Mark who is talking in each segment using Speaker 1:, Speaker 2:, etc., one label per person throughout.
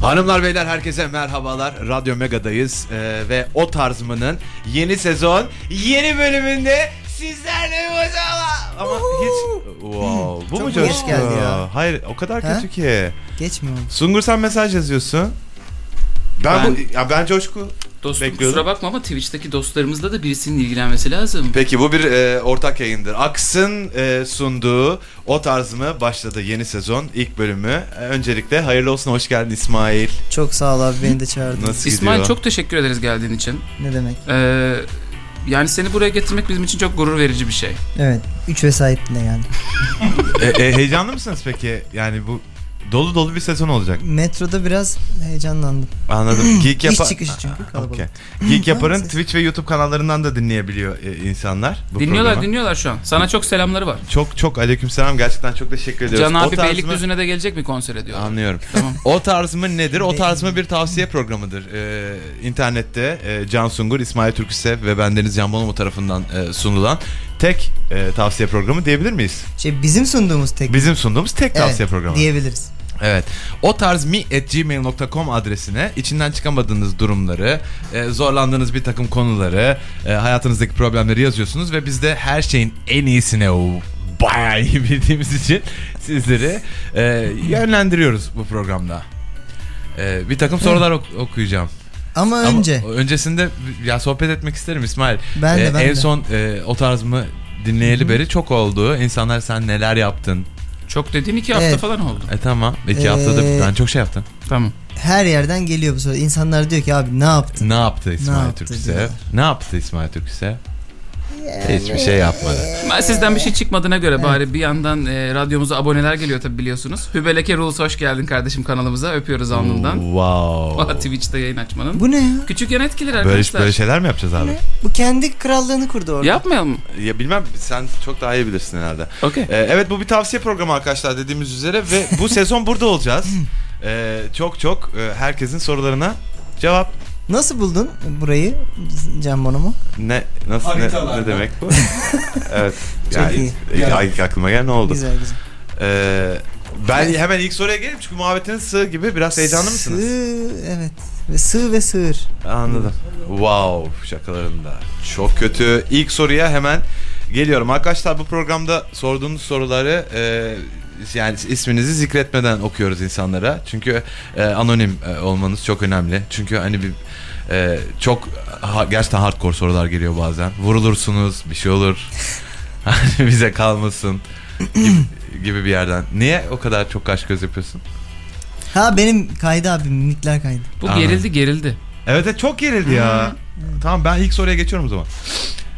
Speaker 1: Hanımlar beyler herkese merhabalar. Radyo Mega'dayız Ee, ve o tarzımının yeni sezon yeni bölümünde sizlerle hocam. Ama hiç wow. Bu
Speaker 2: Çok
Speaker 1: mu
Speaker 2: geç
Speaker 1: coşku?
Speaker 2: geldi ya.
Speaker 1: Hayır o kadar
Speaker 2: He?
Speaker 1: kötü ki.
Speaker 2: Geç mi oldu?
Speaker 1: Sungur sen mesaj yazıyorsun. Ben,
Speaker 3: Ben-
Speaker 1: bu ya ben coşku.
Speaker 3: Dostum
Speaker 1: Bekliyordum.
Speaker 3: kusura bakma ama Twitch'teki dostlarımızla da birisinin ilgilenmesi lazım.
Speaker 1: Peki bu bir e, ortak yayındır. Aks'ın e, sunduğu o tarzımı başladı yeni sezon ilk bölümü. E, öncelikle hayırlı olsun hoş geldin İsmail.
Speaker 2: Çok sağ ol abi beni de çağırdın.
Speaker 1: Nasıl
Speaker 3: İsmail
Speaker 1: gidiyor?
Speaker 3: çok teşekkür ederiz geldiğin için.
Speaker 2: Ne demek?
Speaker 3: Ee, yani seni buraya getirmek bizim için çok gurur verici bir şey.
Speaker 2: Evet. Üç vesayetinde yani.
Speaker 1: E, e, heyecanlı mısınız peki? Yani bu dolu dolu bir sezon olacak.
Speaker 2: Metroda biraz heyecanlandım.
Speaker 1: Anladım. Geek
Speaker 2: Hmm. İş
Speaker 1: Yapa-
Speaker 2: çıkışı çünkü kalabalık.
Speaker 1: Okey. Geek Yapar'ın
Speaker 2: Maalesef.
Speaker 1: Twitch ve YouTube kanallarından da dinleyebiliyor e, insanlar. Bu
Speaker 3: dinliyorlar
Speaker 1: programı.
Speaker 3: dinliyorlar şu an. Sana çok selamları var.
Speaker 1: Çok çok aleykümselam. Gerçekten çok teşekkür ediyoruz.
Speaker 3: Can
Speaker 1: O
Speaker 3: abi
Speaker 1: tarzımı-
Speaker 3: Beylikdüzü'ne de gelecek mi konser ediyor?
Speaker 1: Anlıyorum.
Speaker 3: Tamam.
Speaker 1: O tarz mı nedir? O tarz mı bir tavsiye programıdır. Ee, internette e, Can Sungur, İsmail Türküsev ve bendeniz Can Bonomo tarafından e, sunulan tek e, tavsiye programı diyebilir miyiz?
Speaker 2: Şey bizim sunduğumuz tek.
Speaker 1: Bizim sunduğumuz tek
Speaker 2: Evet,
Speaker 1: tavsiye programı.
Speaker 2: Diyebiliriz.
Speaker 1: Evet. O tarz mi at gmail.com adresine içinden çıkamadığınız durumları, e, zorlandığınız bir takım konuları, e, hayatınızdaki problemleri yazıyorsunuz ve biz de her şeyin en iyisine o bayağı iyi bildiğimiz için sizleri e, yönlendiriyoruz bu programda. E, bir takım sorular ok- okuyacağım.
Speaker 2: Ama,
Speaker 1: Ama
Speaker 2: önce
Speaker 1: öncesinde ya sohbet etmek isterim İsmail.
Speaker 2: Ben de, ben
Speaker 1: en
Speaker 2: de.
Speaker 1: son e, o tarz mı dinleyeli beri çok oldu. İnsanlar sen neler yaptın?
Speaker 3: Çok dediğin iki hafta
Speaker 2: Evet.
Speaker 3: falan oldu.
Speaker 1: E tamam. iki
Speaker 2: Ee,
Speaker 1: haftada ben çok şey yaptım.
Speaker 3: Tamam.
Speaker 2: her yerden geliyor bu soru. İnsanlar diyor ki abi ne yaptın?
Speaker 1: Ne yaptı
Speaker 2: Ne
Speaker 1: İsmail
Speaker 2: yaptı
Speaker 1: Türküsev?
Speaker 2: diyorlar.
Speaker 1: Ne yaptı İsmail Türküsev? Hiçbir şey yapmadı.
Speaker 3: Ben sizden bir şey çıkmadığına göre bari bir yandan e, radyomuza aboneler geliyor tabii biliyorsunuz. Hübeleke Rules hoş geldin kardeşim kanalımıza. Öpüyoruz alnından.
Speaker 1: Wow.
Speaker 3: Twitch'te yayın açmanın.
Speaker 2: Bu ne ya?
Speaker 3: Küçük yan etkiler
Speaker 1: Böyle,
Speaker 3: arkadaşlar.
Speaker 1: böyle şeyler mi yapacağız abi?
Speaker 2: Bu kendi krallığını kurdu orada.
Speaker 3: Yapmayalım mı?
Speaker 1: Ya bilmem sen çok daha iyi bilirsin herhalde.
Speaker 3: Okey.
Speaker 1: Ee, evet bu bir tavsiye programı arkadaşlar dediğimiz üzere ve bu sezon burada olacağız.
Speaker 2: Hmm.
Speaker 1: Ee, çok çok e, herkesin sorularına cevap
Speaker 2: Nasıl buldun burayı Can Bonomo?
Speaker 1: ne nasıl ne,
Speaker 4: Haritalardan.
Speaker 1: ne demek bu? evet.
Speaker 2: Çok
Speaker 1: Yani,
Speaker 4: iyi.
Speaker 1: ay- aklıma gel ne oldu?
Speaker 2: Güzel güzel.
Speaker 1: Ee, ben hemen ilk soruya geleyim çünkü muhabbetiniz sığ gibi biraz heyecanlı mısınız?
Speaker 2: Sığ, evet. Ve sığ ve sığır.
Speaker 1: Anladım. Wow şakalarında. Çok kötü. İlk soruya hemen geliyorum. Arkadaşlar bu programda sorduğunuz soruları e, yani isminizi zikretmeden okuyoruz insanlara. Çünkü e, anonim e, olmanız çok önemli. Çünkü hani bir e, çok ha- gerçekten hardcore sorular geliyor bazen. Vurulursunuz, bir şey olur. Hani bize kalmasın gibi, gibi bir yerden. Niye o kadar çok kaş göz yapıyorsun?
Speaker 2: Ha benim kaydı abi minikler kaydı.
Speaker 3: Bu
Speaker 1: Anladım.
Speaker 3: gerildi gerildi.
Speaker 1: Evet evet, çok gerildi ya. Tamam ben ilk soruya geçiyorum o zaman.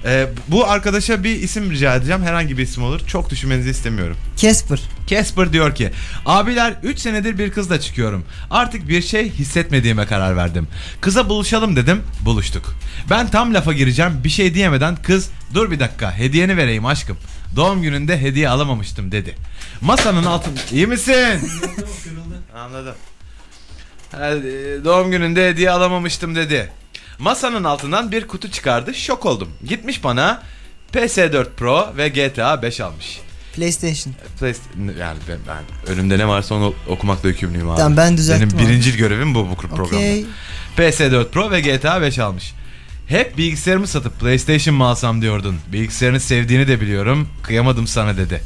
Speaker 1: Ee, bu arkadaşa bir isim rica edeceğim. Herhangi bir isim olur. Çok düşünmenizi istemiyorum.
Speaker 2: Casper.
Speaker 1: Casper diyor ki Abiler 3 senedir bir kızla çıkıyorum. Artık bir şey hissetmediğime karar verdim. Kıza buluşalım dedim. Buluştuk. Ben tam lafa gireceğim. Bir şey diyemeden kız dur bir dakika hediyeni vereyim aşkım. Doğum gününde hediye alamamıştım dedi. Masanın altında... İyi misin? Anladım. Ha, e, Doğum gününde hediye alamamıştım dedi. Masanın altından bir kutu çıkardı. Şok oldum. Gitmiş bana PS4 Pro ve GTA 5 almış.
Speaker 2: PlayStation.
Speaker 1: E, Playst- yani ben, ben önümde ne varsa onu okumakla yükümlüyüm abi.
Speaker 2: Tamam, ben düzelttim
Speaker 1: Benim
Speaker 2: abi.
Speaker 1: birincil görevim bu bu programda.
Speaker 2: Okey.
Speaker 1: PS4 Pro ve GTA 5 almış. Hep bilgisayarımı satıp PlayStation mı alsam diyordun. Bilgisayarını sevdiğini de biliyorum. Kıyamadım sana dedi.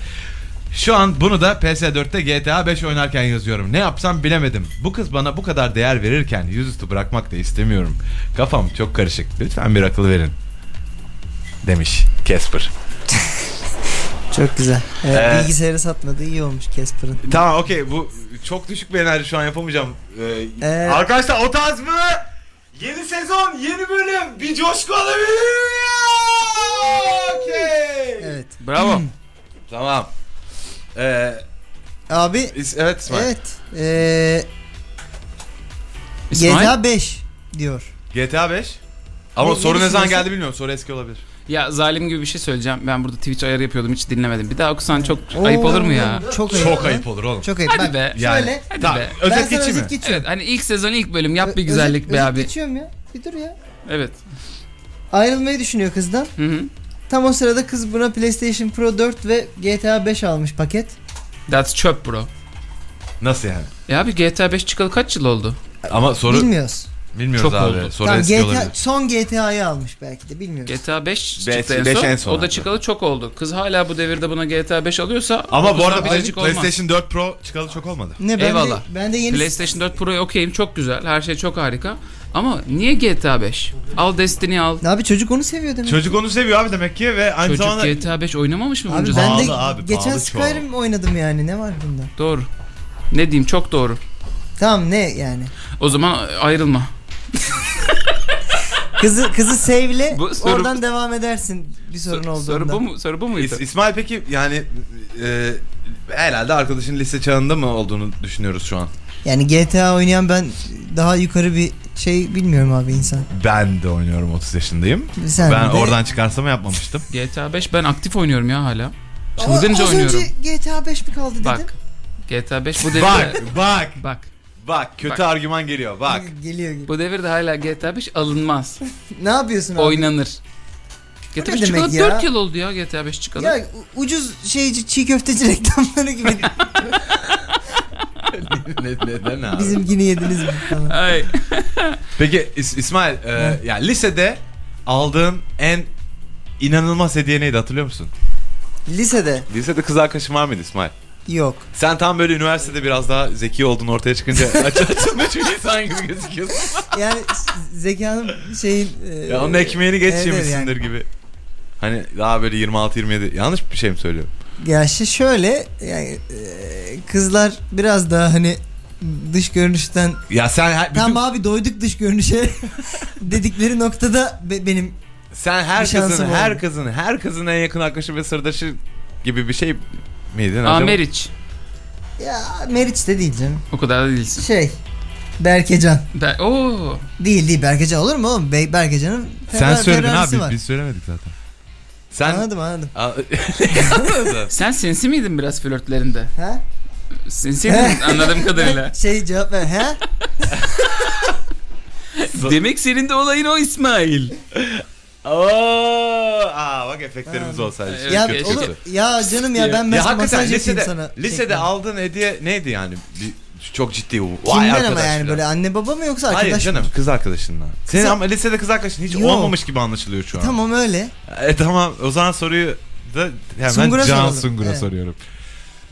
Speaker 1: Şu an bunu da PS4'te GTA 5 oynarken yazıyorum. Ne yapsam bilemedim. Bu kız bana bu kadar değer verirken yüzüstü bırakmak da istemiyorum. Kafam çok karışık. Lütfen bir akıl verin. Demiş Casper.
Speaker 2: Çok güzel. Evet,
Speaker 1: Ee,
Speaker 2: bilgisayarı satmadı iyi olmuş Casper'ın.
Speaker 1: Tamam okey bu çok düşük bir enerji şu an yapamayacağım. Ee,
Speaker 2: Ee,
Speaker 1: Arkadaşlar o tarz mı? Yeni sezon, yeni bölüm. Bir coşku alabilir miyim ya? Okey.
Speaker 2: evet. Hmm.
Speaker 3: Bravo.
Speaker 1: Tamam. Ee,
Speaker 2: Abi
Speaker 1: is- evet İsmail.
Speaker 2: evet. Ee,
Speaker 3: İsmail?
Speaker 2: GTA 5 diyor.
Speaker 1: GTA 5. Ama
Speaker 2: Ne-
Speaker 1: soru
Speaker 2: ne
Speaker 1: ne zaman
Speaker 2: düşünüyorsun?
Speaker 1: geldi bilmiyorum. Soru eski olabilir.
Speaker 3: Ya zalim gibi bir şey söyleyeceğim. Ben burada Twitch ayarı yapıyordum hiç dinlemedim. Bir daha okusan çok
Speaker 2: Oo,
Speaker 3: ayıp olur mu ya?
Speaker 2: Çok ayıp.
Speaker 1: Çok ayıp olur oğlum.
Speaker 2: Çok ayıp.
Speaker 3: Hadi
Speaker 2: Bak,
Speaker 3: be.
Speaker 1: Yani.
Speaker 2: Şöyle.
Speaker 3: Hadi
Speaker 1: Tamam.
Speaker 3: be.
Speaker 2: ben
Speaker 1: Özet
Speaker 2: sana
Speaker 1: geçeyim mi?
Speaker 2: özet geçiyorum.
Speaker 3: Evet hani ilk sezon ilk bölüm yap bir
Speaker 2: Ö-
Speaker 3: güzellik
Speaker 2: özet-
Speaker 3: be
Speaker 2: özet
Speaker 3: abi.
Speaker 2: geçiyorum ya. Bir dur ya.
Speaker 3: Evet.
Speaker 2: Ayrılmayı düşünüyor kızdan.
Speaker 3: Hı hı.
Speaker 2: Tam o sırada kız buna PlayStation Pro 4 ve GTA 5 almış paket.
Speaker 3: That's çöp bro.
Speaker 1: Nasıl yani?
Speaker 3: Ya abi GTA 5 çıkalı kaç yıl oldu?
Speaker 1: Ama soru
Speaker 2: Bilmiyoruz.
Speaker 1: bilmiyoruz
Speaker 3: Çok
Speaker 1: abi.
Speaker 3: oldu.
Speaker 1: Soru
Speaker 2: Tamam,
Speaker 1: eski
Speaker 2: GTA
Speaker 1: olabilir.
Speaker 2: son GTA'yı almış belki de bilmiyoruz.
Speaker 3: GTA 5
Speaker 4: Beş-
Speaker 3: çıktı en,
Speaker 4: beş
Speaker 3: son.
Speaker 4: en son
Speaker 3: O da
Speaker 4: hatta.
Speaker 3: çıkalı çok oldu. Kız hala bu devirde buna GTA 5 alıyorsa
Speaker 1: Ama bu
Speaker 3: dokuzdan
Speaker 1: arada
Speaker 3: biricik olmaz.
Speaker 1: PlayStation 4 Pro çıkalı çok olmadı.
Speaker 2: Ne ben
Speaker 3: Eyvallah.
Speaker 2: de ben de yeni
Speaker 3: PlayStation 4 Pro'ya okeyim çok güzel. Her şey çok harika. Ama niye GTA 5? Al Destiny al.
Speaker 2: Abi çocuk onu seviyor demek.
Speaker 1: Çocuk onu seviyor abi demek ki ve aynı
Speaker 3: Çocuk
Speaker 1: zamanda
Speaker 3: GTA 5 oynamamış mı bunca
Speaker 2: Abi
Speaker 3: zaman?
Speaker 2: ben de
Speaker 1: Pahalı abi,
Speaker 2: geçen
Speaker 1: pahalı çok.
Speaker 2: Skyrim oynadım yani ne var bunda?
Speaker 3: Doğru. Ne diyeyim çok doğru.
Speaker 2: Tamam ne yani?
Speaker 3: O zaman ayrılma.
Speaker 2: Kızı kızı sevle
Speaker 3: Bu soru-
Speaker 2: oradan devam edersin bir sorun
Speaker 3: Sor-
Speaker 2: olduğunda.
Speaker 3: soru bu mu? Soru bu muydu?
Speaker 1: İs- İsmail peki yani e, herhalde arkadaşın lise çağında mı olduğunu düşünüyoruz şu an.
Speaker 2: Yani GTA oynayan ben daha yukarı bir şey bilmiyorum abi insan.
Speaker 1: Ben de oynuyorum 30 yaşındayım.
Speaker 2: Sen
Speaker 1: ben
Speaker 2: de-
Speaker 1: oradan çıkarsama yapmamıştım.
Speaker 3: GTA 5 ben aktif oynuyorum ya hala.
Speaker 2: Ama
Speaker 3: Çılgınca
Speaker 2: az
Speaker 3: oynuyorum.
Speaker 2: önce GTA 5 mi kaldı dedin?
Speaker 3: Bak. GTA 5 bu devirde.
Speaker 1: bak bak
Speaker 3: Bak.
Speaker 1: bak kötü
Speaker 3: Bak.
Speaker 1: argüman geliyor bak.
Speaker 2: Hani Geliyor geliyor.
Speaker 3: Bu devirde hala GTA 5 alınmaz.
Speaker 2: Ne yapıyorsun abi?
Speaker 3: Oynanır. GTA 5
Speaker 2: demek
Speaker 3: çıkalı
Speaker 2: ya?
Speaker 3: 4 yıl oldu ya GTA 5 çıkalı.
Speaker 2: Ya u- ucuz şeyci çiğ köfteci reklamları gibi
Speaker 1: ne, neden abi?
Speaker 2: bizimkini yediniz mi falan.
Speaker 3: Ay.
Speaker 1: Peki İs- İsmail e, ya lisede aldığın en inanılmaz hediye neydi hatırlıyor musun?
Speaker 2: Lisede
Speaker 1: Lisede kız arkadaşın var mıydı İsmail?
Speaker 2: yok.
Speaker 1: Sen tam böyle üniversitede biraz daha zeki olduğun ortaya çıkınca aç açılmış bir insan gibi gözüküyorsun.
Speaker 2: Yani z- zekanın şeyin... e,
Speaker 1: Ya onun ekmeğini geç
Speaker 2: evet,
Speaker 1: yemişsindir
Speaker 2: yani.
Speaker 1: gibi. Hani daha böyle 26-27 yanlış bir şey mi söylüyorum?
Speaker 2: Ya şey şöyle yani e, kızlar biraz daha hani dış görünüşten
Speaker 1: Ya sen her, bütün-
Speaker 2: tamam abi doyduk dış görünüşe dedikleri noktada be- benim
Speaker 1: sen her
Speaker 2: bir şansım
Speaker 1: kızın her
Speaker 2: oldu.
Speaker 1: kızın her kızın en yakın arkadaşı ve sırdaşı gibi bir şey miydin? acaba?
Speaker 3: Ameriç.
Speaker 2: ya Meriç de değil canım.
Speaker 3: O kadar da değilsin.
Speaker 2: Şey Berkecan.
Speaker 3: Ben, oo.
Speaker 2: Değil değil Berkecan olur mu oğlum? Be- Berkecan'ın
Speaker 1: Sen
Speaker 2: Ferra-
Speaker 1: söyledin
Speaker 2: Ferrari'si
Speaker 1: abi
Speaker 2: var.
Speaker 1: biz söylemedik zaten. Sen
Speaker 2: Anladım anladım.
Speaker 1: A-
Speaker 3: Sen sinsi miydin biraz flörtlerinde?
Speaker 2: Ha?
Speaker 3: Sinsiydin anladığım kadarıyla.
Speaker 2: Şey cevap ver. Ha?
Speaker 3: Demek senin de olayın o İsmail.
Speaker 1: Oo, aa bak efektlerimiz
Speaker 2: Ha.
Speaker 1: olsaydı.
Speaker 3: Evet,
Speaker 2: ya
Speaker 3: keşke.
Speaker 2: olur. Ya canım ya ben
Speaker 1: Ya
Speaker 2: mesela
Speaker 1: hakikaten
Speaker 2: masaj yapayım
Speaker 1: lisede,
Speaker 2: sana.
Speaker 1: lisede
Speaker 2: Tekrar.
Speaker 1: aldığın hediye neydi yani? Bir- çok ciddi. Vay
Speaker 2: Kimden ama
Speaker 1: arkadaş
Speaker 2: yani
Speaker 1: falan.
Speaker 2: böyle anne baba mı yoksa arkadaş
Speaker 1: Hayır
Speaker 2: mı?
Speaker 1: canım kız arkadaşından. Senin
Speaker 2: Kız-
Speaker 1: ama lisede kız arkadaşın hiç
Speaker 2: Yok.
Speaker 1: olmamış gibi anlaşılıyor şu an.
Speaker 2: Tamam öyle.
Speaker 1: E tamam o zaman soruyu da hemen
Speaker 2: Sungur'a
Speaker 1: Can
Speaker 2: soralım.
Speaker 1: Sungur'a
Speaker 2: Evet.
Speaker 1: soruyorum.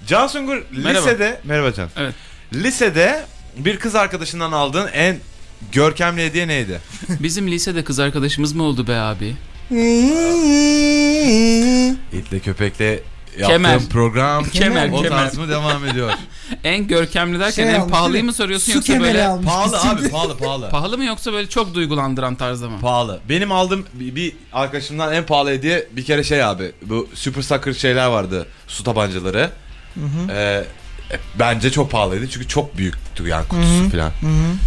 Speaker 1: Can Sungur
Speaker 3: Merhaba.
Speaker 1: lisede merhaba Can.
Speaker 3: Evet.
Speaker 1: Lisede bir kız arkadaşından aldığın en görkemli hediye neydi?
Speaker 3: Bizim lisede kız arkadaşımız mı oldu be abi?
Speaker 1: İtle köpekle yaptığım
Speaker 3: Kemer.
Speaker 1: program
Speaker 3: Kemer,
Speaker 1: o
Speaker 3: kemer.
Speaker 1: tarz mı devam ediyor?
Speaker 3: En görkemli derken
Speaker 2: Şey
Speaker 3: en
Speaker 2: almış,
Speaker 3: pahalıyı
Speaker 2: değil mi?
Speaker 3: mı soruyorsun
Speaker 2: Su
Speaker 3: yoksa
Speaker 2: kemeri
Speaker 3: böyle
Speaker 2: almış.
Speaker 1: pahalı
Speaker 2: bizim
Speaker 1: abi
Speaker 2: de.
Speaker 1: pahalı pahalı.
Speaker 3: pahalı mı yoksa böyle çok duygulandıran tarzda mı?
Speaker 1: Pahalı. Benim aldığım bir bir arkadaşımdan en pahalı hediye bir kere şey abi. Bu Super Sucker şeyler vardı. Su tabancaları. Ee, e, bence çok pahalıydı çünkü çok büyüktü yani kutusu falan.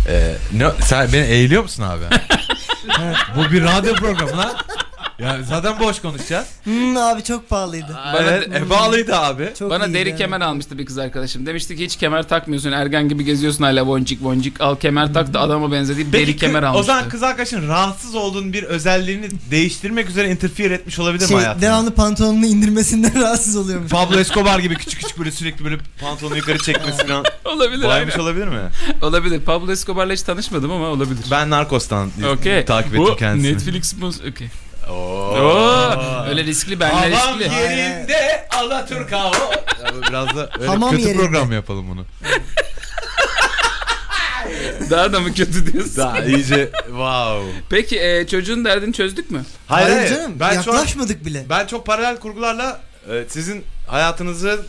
Speaker 1: Ee, ne, sen beni eğiliyor musun abi? Bu bir radyo programı lan. Yani zaten boş konuşacağız.
Speaker 2: Hmm, abi çok pahalıydı.
Speaker 3: Bana,
Speaker 1: Evet, e, pahalıydı abi.
Speaker 2: Çok
Speaker 3: bana
Speaker 2: iyiydi
Speaker 3: deri
Speaker 2: yani.
Speaker 3: kemer almıştı bir kız arkadaşım. Demişti ki hiç kemer takmıyorsun. Ergen gibi geziyorsun hala boncik boncik. Al kemer tak da adama benzediği
Speaker 1: Peki
Speaker 3: deri kemer
Speaker 1: kı-
Speaker 3: almıştı.
Speaker 1: O zaman kız arkadaşın rahatsız olduğun bir özelliğini değiştirmek üzere interfere etmiş olabilir mi
Speaker 2: Şey,
Speaker 1: hayatına?
Speaker 2: devamlı pantolonunu indirmesinden rahatsız oluyormuş.
Speaker 1: Pablo Escobar gibi küçük küçük böyle sürekli böyle pantolonu yukarı çekmesi falan
Speaker 3: Olabilir
Speaker 1: baymış
Speaker 3: aynen.
Speaker 1: olabilir mi?
Speaker 3: Olabilir. Pablo Escobar'la hiç tanışmadım ama olabilir.
Speaker 1: Ben Narcos'tan
Speaker 3: Okey.
Speaker 1: takip
Speaker 3: Bu
Speaker 1: ettim kendisini.
Speaker 3: Netflix mi? Okey.
Speaker 1: Oo.
Speaker 3: Oo. Öyle riskli benler
Speaker 1: Havam
Speaker 3: riskli.
Speaker 1: yerinde Alaturka o. Ya Biraz da öyle
Speaker 2: Hamam
Speaker 1: kötü
Speaker 2: yerinde.
Speaker 1: program yapalım bunu.
Speaker 3: Daha da mı kötü diyorsun?
Speaker 1: Daha iyice wow.
Speaker 3: Peki e, çocuğun derdini çözdük mü?
Speaker 1: Hayır, hayır.
Speaker 2: canım
Speaker 1: ben, şu an-
Speaker 2: yaklaşmadık bile.
Speaker 1: ben çok paralel kurgularla e, sizin hayatınızı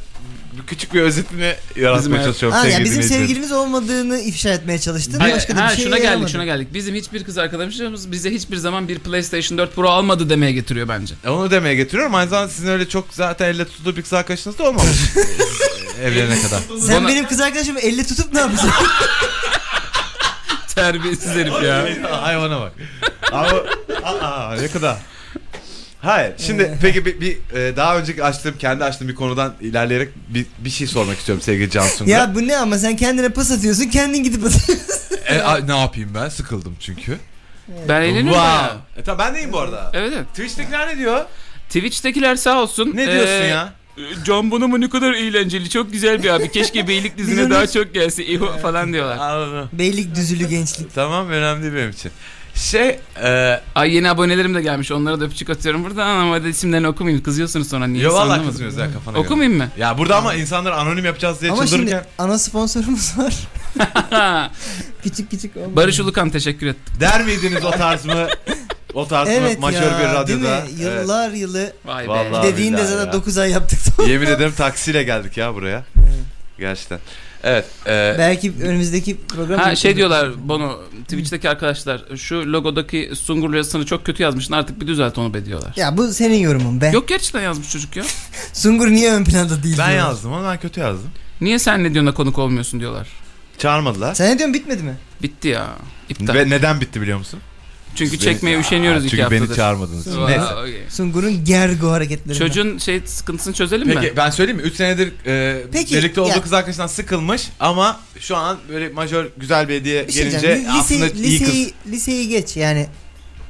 Speaker 1: bir küçük bir özetini yaratmaya
Speaker 3: hayat-
Speaker 1: çalışıyorum.
Speaker 2: Ha, yani
Speaker 1: sevgili
Speaker 2: bizim
Speaker 1: dinleyiciler.
Speaker 2: sevgilimiz olmadığını ifşa etmeye çalıştın.
Speaker 3: Hayır,
Speaker 2: Başka da
Speaker 3: ha,
Speaker 2: bir şey
Speaker 3: şuna geldik
Speaker 2: yaramadı.
Speaker 3: şuna geldik. Bizim hiçbir kız arkadaşımız bize hiçbir zaman bir PlayStation 4 Pro almadı demeye getiriyor bence.
Speaker 1: E, Onu demeye getiriyorum. Aynı zamanda sizin öyle çok zaten elle tutulduğu bir kız arkadaşınız da olmamış. E, Evlenene kadar.
Speaker 2: Sen
Speaker 3: Bana-
Speaker 2: benim kız arkadaşımı elle tutup ne yapacaksın?
Speaker 3: Terbiyesiz herif ya.
Speaker 1: Hayvana bak. Ama aa, ne kadar. Hayır.
Speaker 2: Ee.
Speaker 1: Şimdi peki bir, bir, e, daha önceki açtığım kendi açtığım bir konudan ilerleyerek bir, bir şey sormak istiyorum sevgili Cansu'na.
Speaker 2: ya bu ne ama sen kendine pas atıyorsun kendin gidip atıyorsun.
Speaker 1: E, a- ne yapayım ben? Sıkıldım çünkü.
Speaker 3: Ben eğleniyorum ya.
Speaker 1: E, tamam ben deyim bu arada.
Speaker 3: Evet evet.
Speaker 1: Twitch'tekiler ne diyor?
Speaker 3: Twitch'tekiler sağ olsun.
Speaker 1: Ne diyorsun
Speaker 3: Ee,
Speaker 1: ya?
Speaker 3: Can Bonomo ne kadar eğlenceli. Çok güzel bir abi. Keşke beylik
Speaker 2: Biz
Speaker 3: dizine
Speaker 2: onu-
Speaker 3: daha çok gelse İho falan diyorlar.
Speaker 1: Anladım.
Speaker 2: Beylik düzülü gençlik.
Speaker 1: Tamam önemli değil benim için. Şey e,
Speaker 3: Ay yeni abonelerim de gelmiş. Onlara da öpücük atıyorum buradan ama hadi isimlerini okumayayım. Kızıyorsunuz sonra niye?
Speaker 1: yo valla
Speaker 3: Sanamadım.
Speaker 1: kızmıyoruz ya kafana göre.
Speaker 3: Okumayayım mı?
Speaker 1: Ya burada ama insanlar anonim yapacağız diye
Speaker 2: Ama
Speaker 1: çıldırırken.
Speaker 2: şimdi ana sponsorumuz var. küçük küçük. olmuyor.
Speaker 3: Barış Ulukan teşekkür et.
Speaker 1: Der miydiniz o tarz mı? O tarz
Speaker 2: Evet
Speaker 1: mı? Majör
Speaker 2: ya,
Speaker 1: bir radyoda.
Speaker 2: Değil mi?
Speaker 1: Evet.
Speaker 2: Yıllar yılı.
Speaker 3: Vay be.
Speaker 1: Vallahi. Abi
Speaker 2: Dediğin de
Speaker 1: daha
Speaker 2: zaten
Speaker 1: ya.
Speaker 2: 9 ay yaptık.
Speaker 1: Yemin ederim taksiyle geldik ya buraya. Gerçekten. Evet. e,
Speaker 2: Belki önümüzdeki program.
Speaker 3: Ha şey diyorlar Bono Twitch'teki arkadaşlar şu logodaki Sungur yazısını çok kötü yazmışsın artık bir düzelt onu be diyorlar.
Speaker 2: Ya bu senin yorumun
Speaker 1: Eh.
Speaker 2: be.
Speaker 3: Yok gerçekten yazmış çocuk ya.
Speaker 2: Sungur niye ön planda değil?
Speaker 1: ben
Speaker 2: diyorlar.
Speaker 1: yazdım onu ben kötü yazdım.
Speaker 3: Niye sen ne diyorsun da konuk olmuyorsun diyorlar.
Speaker 1: Çağırmadılar.
Speaker 2: Sen ne diyorsun bitmedi mi?
Speaker 3: Bitti ya. İptal.
Speaker 1: Ve neden bitti biliyor musun?
Speaker 3: Çünkü çekmeye üşeniyoruz
Speaker 1: Aa,
Speaker 3: iki
Speaker 1: Çünkü
Speaker 3: haftadır.
Speaker 1: beni çağırmadınız.
Speaker 3: Vay,
Speaker 1: Neyse.
Speaker 3: okey.
Speaker 2: Sungur'un gergo hareketleri.
Speaker 3: Çocuğun şey sıkıntısını çözelim mi?
Speaker 1: Peki ben söyleyeyim mi? 3 senedir e,
Speaker 2: Peki,
Speaker 1: birlikte olduğu
Speaker 2: ya-
Speaker 1: kız arkadaşından sıkılmış ama şu an böyle majör güzel bir hediye
Speaker 2: Bir şey
Speaker 1: gelince
Speaker 2: diyeceğim. Li-
Speaker 1: aslında
Speaker 2: liseyi,
Speaker 1: iyi kız.
Speaker 2: liseyi, liseyi geç yani.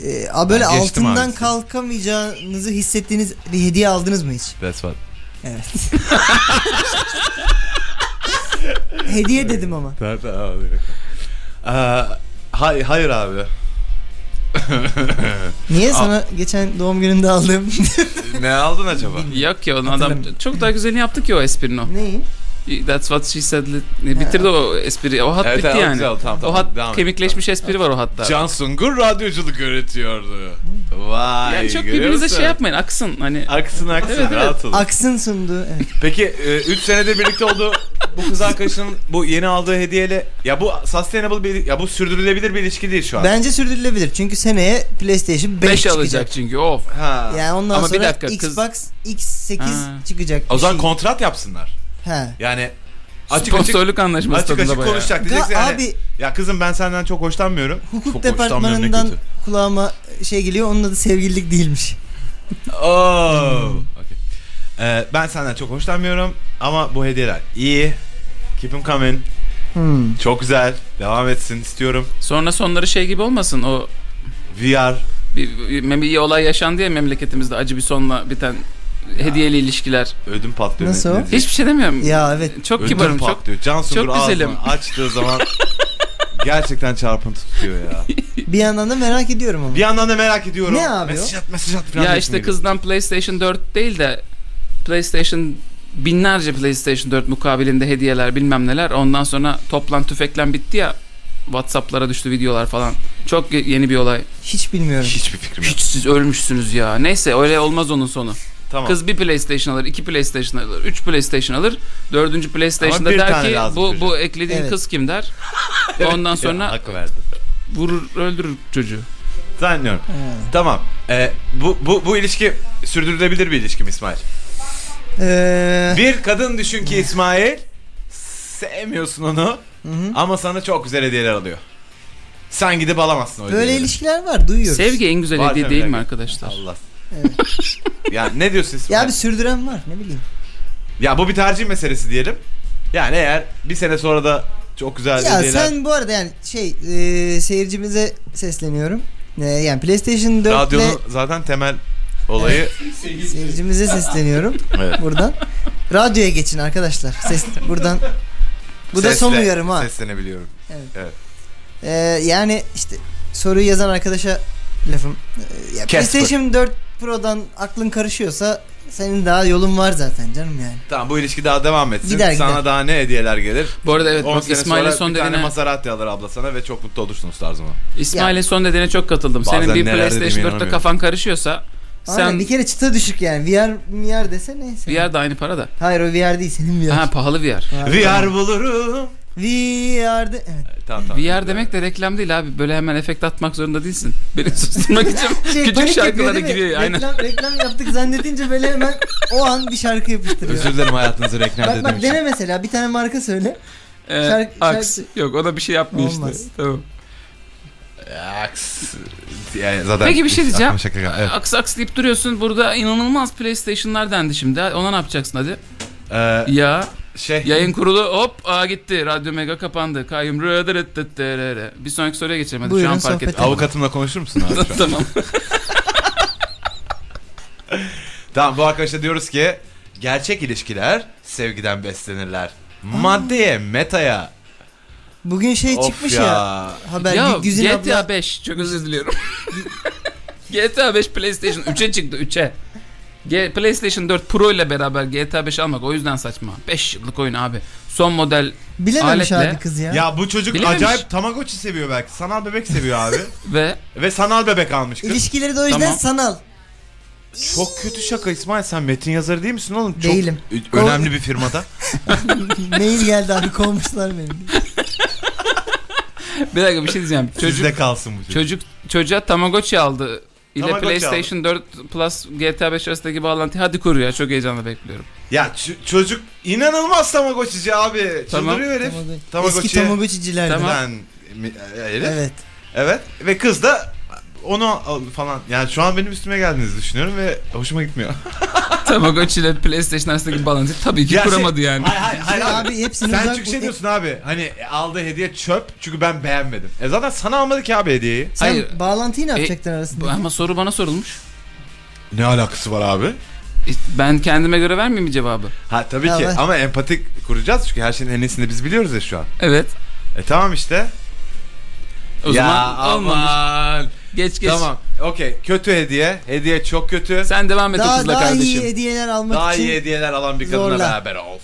Speaker 2: Ee, a- böyle
Speaker 1: Ben geçtim
Speaker 2: altından
Speaker 1: abi.
Speaker 2: kalkamayacağınızı hissettiğiniz bir hediye aldınız mı hiç?
Speaker 1: That's what.
Speaker 2: Evet. hediye dedim ama.
Speaker 1: Tamam, tamam, abi. Aa, hay- hayır abi.
Speaker 2: Niye sana geçen doğum gününde aldığım
Speaker 1: ne aldın acaba?
Speaker 3: Yok ya onun adam
Speaker 2: Hatırlamıyorum.
Speaker 3: çok daha güzelini yaptı ki o esprinin o.
Speaker 2: neyi?
Speaker 3: That's what she said. Bitirdi o espriyi. O hat
Speaker 1: Evet,
Speaker 3: bitti
Speaker 1: evet,
Speaker 3: yani.
Speaker 1: güzel oldu. Tamam,
Speaker 3: o
Speaker 1: tamam.
Speaker 3: hat
Speaker 1: Devam et.
Speaker 3: kemikleşmiş espri var o hatta.
Speaker 1: Can Sungur radyoculuk öğretiyordu. Vay.
Speaker 3: yani çok
Speaker 1: görüyor
Speaker 3: birbirinize
Speaker 1: musun?
Speaker 3: şey yapmayın aksın hani.
Speaker 1: Aksın aksın
Speaker 3: Evet, evet.
Speaker 1: rahat olun.
Speaker 2: Aksın sundu. Evet.
Speaker 1: Peki 3 senedir birlikte olduğu bu kız arkadaşının bu yeni aldığı hediyeyle ya bu sustainable bir ya bu sürdürülebilir bir ilişki değil şu an.
Speaker 2: Bence sürdürülebilir. Çünkü seneye PlayStation 5,
Speaker 3: 5
Speaker 2: çıkacak.
Speaker 3: alacak çünkü of.
Speaker 1: Ha.
Speaker 2: Yani ondan
Speaker 3: Ama bir
Speaker 2: sonra
Speaker 3: dakika, kız-
Speaker 2: Xbox X8
Speaker 3: Ha.
Speaker 2: çıkacak.
Speaker 1: O
Speaker 2: bir
Speaker 1: zaman
Speaker 2: şey.
Speaker 1: kontrat yapsınlar.
Speaker 2: Ha.
Speaker 1: Yani açık açık
Speaker 3: Sponsorluk anlaşması
Speaker 1: açık
Speaker 3: tadında
Speaker 1: açık
Speaker 3: bayağı.
Speaker 1: konuşacak
Speaker 2: Ga-
Speaker 1: diyeceksin yani.
Speaker 2: abi
Speaker 1: Ya kızım ben senden çok hoşlanmıyorum.
Speaker 2: hukuk
Speaker 1: Çok hoşlanmıyorum, ne
Speaker 2: departmanından
Speaker 1: kötü.
Speaker 2: kulağıma şey geliyor. Onun adı sevgililik değilmiş.
Speaker 1: Oo. Okey. Oh, Ee, ben senden çok hoşlanmıyorum ama bu hediyeler iyi. Keep 'em coming.
Speaker 2: Hmm.
Speaker 1: Çok güzel. Devam etsin istiyorum.
Speaker 3: Sonra sonları şey gibi olmasın o
Speaker 1: VR.
Speaker 3: bir, bir, mem- bir olay yaşandı ya memleketimizde acı bir sonla biten hediyeli ilişkiler.
Speaker 1: Ödüm patlıyor.
Speaker 2: Nasıl o?
Speaker 1: diyeceğim?
Speaker 3: Hiçbir şey demiyorum.
Speaker 2: Ya evet.
Speaker 3: Çok
Speaker 1: Ödüm
Speaker 3: kibarım çok.
Speaker 1: patlıyor. Can Sungur
Speaker 3: çok
Speaker 1: ağzını
Speaker 3: güzelim.
Speaker 1: açtığı zaman gerçekten çarpıntı tutuyor ya.
Speaker 2: Bir yandan da merak ediyorum ama.
Speaker 1: Bir yandan da merak ediyorum.
Speaker 2: Ne abi
Speaker 1: Mesaj at mesaj at falan.
Speaker 3: Ya
Speaker 1: diyorsun
Speaker 3: işte
Speaker 1: gibi.
Speaker 3: kızdan PlayStation 4 değil de PlayStation binlerce PlayStation 4 mukabilinde hediyeler bilmem neler. Ondan sonra toplan tüfeklen bitti ya. WhatsApp'lara düştü videolar falan. Çok ye- yeni bir olay.
Speaker 2: Hiç bilmiyorum.
Speaker 1: Hiçbir fikrim yok.
Speaker 3: Hiç siz ölmüşsünüz ya. Neyse öyle olmaz onun sonu.
Speaker 1: Tamam.
Speaker 3: Kız bir PlayStation alır, iki PlayStation alır, üç PlayStation alır. Dördüncü PlayStation'da
Speaker 1: Ama bir
Speaker 3: der
Speaker 1: tane
Speaker 3: ki
Speaker 1: lazım
Speaker 3: bu,
Speaker 1: çocuğa."
Speaker 3: bu eklediğin
Speaker 2: Evet.
Speaker 3: kız kim der. Ondan sonra
Speaker 1: Ya, hakkı verdi.
Speaker 3: vurur öldürür çocuğu.
Speaker 1: Zannediyorum.
Speaker 2: Ha.
Speaker 1: Tamam. Ee, bu, bu, bu ilişki sürdürülebilir bir ilişki mi İsmail?
Speaker 2: Ee,
Speaker 1: Bir kadın düşün ki İsmail sevmiyorsun onu
Speaker 2: hı hı.
Speaker 1: ama sana çok güzel hediyeler alıyor. Sen gidip alamazsın o
Speaker 2: Böyle
Speaker 1: hediyeleri.
Speaker 2: ilişkiler var duyuyoruz.
Speaker 3: Sevgi en güzel
Speaker 1: Var
Speaker 3: hediye
Speaker 1: tabii,
Speaker 3: değil mi
Speaker 1: yani.
Speaker 3: arkadaşlar?
Speaker 1: Allah.
Speaker 2: Evet.
Speaker 1: ya ne diyorsun İsmail?
Speaker 2: Ya
Speaker 1: Ya,
Speaker 2: bir sürdüren var ne bileyim.
Speaker 1: bu bir tercih meselesi diyelim. Yani eğer bir sene sonra da çok güzel
Speaker 2: Ya
Speaker 1: hediyeler
Speaker 2: sen bu arada yani şey e, seyircimize sesleniyorum. E, yani PlayStation 4
Speaker 1: radyonun zaten temel olayı
Speaker 2: ile seyircimize sesleniyorum
Speaker 1: evet.
Speaker 2: buradan. Radyoya geçin arkadaşlar. Ses buradan. Bu da son
Speaker 1: Sesle
Speaker 2: uyarım ha.
Speaker 1: Seslenebiliyorum.
Speaker 2: E, yani işte soruyu yazan arkadaşa lafım. E, ya
Speaker 1: Casper.
Speaker 2: PlayStation 4 Pro'dan aklın karışıyorsa senin daha yolun var zaten canım yani.
Speaker 1: Tamam bu ilişki daha devam etsin.
Speaker 2: Gider,
Speaker 1: sana
Speaker 2: gider.
Speaker 1: daha ne hediyeler gelir?
Speaker 3: Bu arada evet
Speaker 1: 10
Speaker 3: bak
Speaker 1: sene
Speaker 3: İsmail'in
Speaker 1: sonra
Speaker 3: son
Speaker 1: bir tane
Speaker 3: dediğine
Speaker 1: Maserati alır abla sana ve çok mutlu olursunuz tarzıma.
Speaker 3: İsmail'in son dediğine çok katıldım.
Speaker 1: Bazen
Speaker 3: Senin bir
Speaker 1: neler dediğime
Speaker 3: PlayStation 4'te
Speaker 1: inanamıyorum.
Speaker 3: kafan karışıyorsa
Speaker 2: Aynen,
Speaker 3: sen
Speaker 2: bir kere çıta düşük yani. VR VR dese neyse.
Speaker 3: VR da aynı para da.
Speaker 2: Hayır o VR değil senin VR.
Speaker 3: Ha pahalı VR.
Speaker 1: VR bulurum.
Speaker 2: VR'de evet.
Speaker 1: Tamam, tamam.
Speaker 3: VR demek de reklam değil abi. Böyle hemen efekt atmak zorunda değilsin. Beni susturmak için küçük
Speaker 2: Şey, panik yapıyor
Speaker 3: şarkılara
Speaker 2: değil mi?
Speaker 3: giriyor. Aynen.
Speaker 2: Reklam, reklam yaptık zannedince böyle hemen o an bir şarkı yapıştırıyor.
Speaker 1: Özür dilerim hayatınızı reklam
Speaker 2: Bak
Speaker 1: dediğim
Speaker 2: bak
Speaker 1: için.
Speaker 2: dene mesela bir tane marka söyle.
Speaker 3: Ee,
Speaker 2: Şarkı-
Speaker 3: aks.
Speaker 2: şarkı-
Speaker 3: Yok o da bir şey yapmıyor
Speaker 2: Olmaz.
Speaker 3: işte. Tamam.
Speaker 1: Aks. Yani zaten
Speaker 3: Peki bir şey
Speaker 1: aklıma
Speaker 3: diyeceğim.
Speaker 1: şaka geldi. Evet.
Speaker 3: Aks aks deyip duruyorsun. Burada inanılmaz PlayStation'lar dendi şimdi. Ona ne yapacaksın hadi?
Speaker 1: Ee,
Speaker 3: Ya
Speaker 1: şey
Speaker 3: yayın kurulu hop aa gitti. Radyo Mega kapandı. Kayyum rıdırıdırıdırı. Bir sonraki soruya geçelim hadi. Şu
Speaker 2: Buyurun,
Speaker 3: an fark
Speaker 2: sohbet
Speaker 3: ettim.
Speaker 1: avukatımla konuşur musun abi? şu an?
Speaker 3: tamam.
Speaker 1: Tamam bu arkadaşa diyoruz ki gerçek ilişkiler sevgiden beslenirler. Maddeye, metaya.
Speaker 2: Bugün şey
Speaker 1: Of
Speaker 2: çıkmış
Speaker 1: ya.
Speaker 2: ya. Haber
Speaker 3: ya
Speaker 2: Gü- Güzin
Speaker 3: GTA
Speaker 2: abla.
Speaker 3: 5 çok özür diliyorum. GTA 5 PlayStation 3'e çıktı 3'e. G- PlayStation 4 Pro ile beraber GTA 5 almak o yüzden saçma. 5 yıllık oyun abi. Son model
Speaker 2: Bilememiş
Speaker 3: aletle-
Speaker 2: abi kız ya.
Speaker 1: Ya bu çocuk
Speaker 3: Bilememiş.
Speaker 1: acayip Tamagotchi seviyor belki. Sanal bebek seviyor abi.
Speaker 3: ve
Speaker 1: Ve sanal bebek almış kız.
Speaker 2: İlişkileri de o yüzden
Speaker 3: Tamam.
Speaker 2: sanal.
Speaker 1: Çok kötü şaka İsmail sen metin yazarı değil misin oğlum? Çok
Speaker 2: Değilim.
Speaker 1: ö- Önemli bir firmada.
Speaker 2: Mail geldi abi kovmuşlar beni.
Speaker 3: bir dakika bir şey diyeceğim. Çocuk
Speaker 1: Sizde kalsın bu çocuk.
Speaker 3: çocuk çocuğa Tamagotchi aldı. ile
Speaker 1: Tamagotchi
Speaker 3: PlayStation 4 Plus GTA 5 arasındaki bağlantıyı hadi kur ya çok heyecanla bekliyorum.
Speaker 1: Ya ç- çocuk inanılmaz Tamagotchi'ci abi.
Speaker 3: Tamam.
Speaker 1: Çıldırıyor herif.
Speaker 2: Eski
Speaker 1: Tamagotchi.
Speaker 2: Tamagotchi'cilerdi.
Speaker 3: Tamam.
Speaker 1: Ben, mi- herif. Evet.
Speaker 2: Evet.
Speaker 1: Ve kız da onu al- falan. Yani şu an benim üstüme geldiğinizi düşünüyorum ve hoşuma gitmiyor.
Speaker 3: Tamagotchi ile PlayStation arasındaki bağlantıyı tabii ki
Speaker 1: Ya şey-
Speaker 3: kuramadı yani.
Speaker 1: Hayır hayır hayır.
Speaker 2: Ya
Speaker 1: abi.
Speaker 2: abi hepsini
Speaker 1: Sen
Speaker 2: uzak-
Speaker 1: çünkü şey diyorsun abi hani aldığı hediye çöp çünkü ben beğenmedim. E zaten sana almadı ki abi hediyeyi.
Speaker 2: Sen
Speaker 3: Hayır. E,
Speaker 2: bağlantıyı ne yapacaktın
Speaker 3: Bu-
Speaker 2: arasında?
Speaker 3: Ama soru bana sorulmuş.
Speaker 1: Ne alakası var abi?
Speaker 3: E, Ben kendime göre vermeyeyim mi cevabı?
Speaker 1: Ha tabii
Speaker 2: Ya
Speaker 1: ki
Speaker 2: ben-
Speaker 1: ama empatik kuracağız çünkü her şeyin en iyisini biz biliyoruz ya şu an.
Speaker 3: Evet.
Speaker 1: E tamam işte.
Speaker 3: O
Speaker 1: Ya,
Speaker 3: zaman
Speaker 1: aman.
Speaker 3: aman. Geç geç.
Speaker 1: Tamam. Okey. Kötü hediye. Hediye çok kötü.
Speaker 3: Sen devam et o
Speaker 2: Daha,
Speaker 3: kızla
Speaker 2: daha iyi
Speaker 3: kardeşim.
Speaker 2: hediyeler almak
Speaker 1: Daha
Speaker 2: için.
Speaker 1: iyi hediyeler alan bir kadınla
Speaker 2: zorla.
Speaker 1: beraber ol.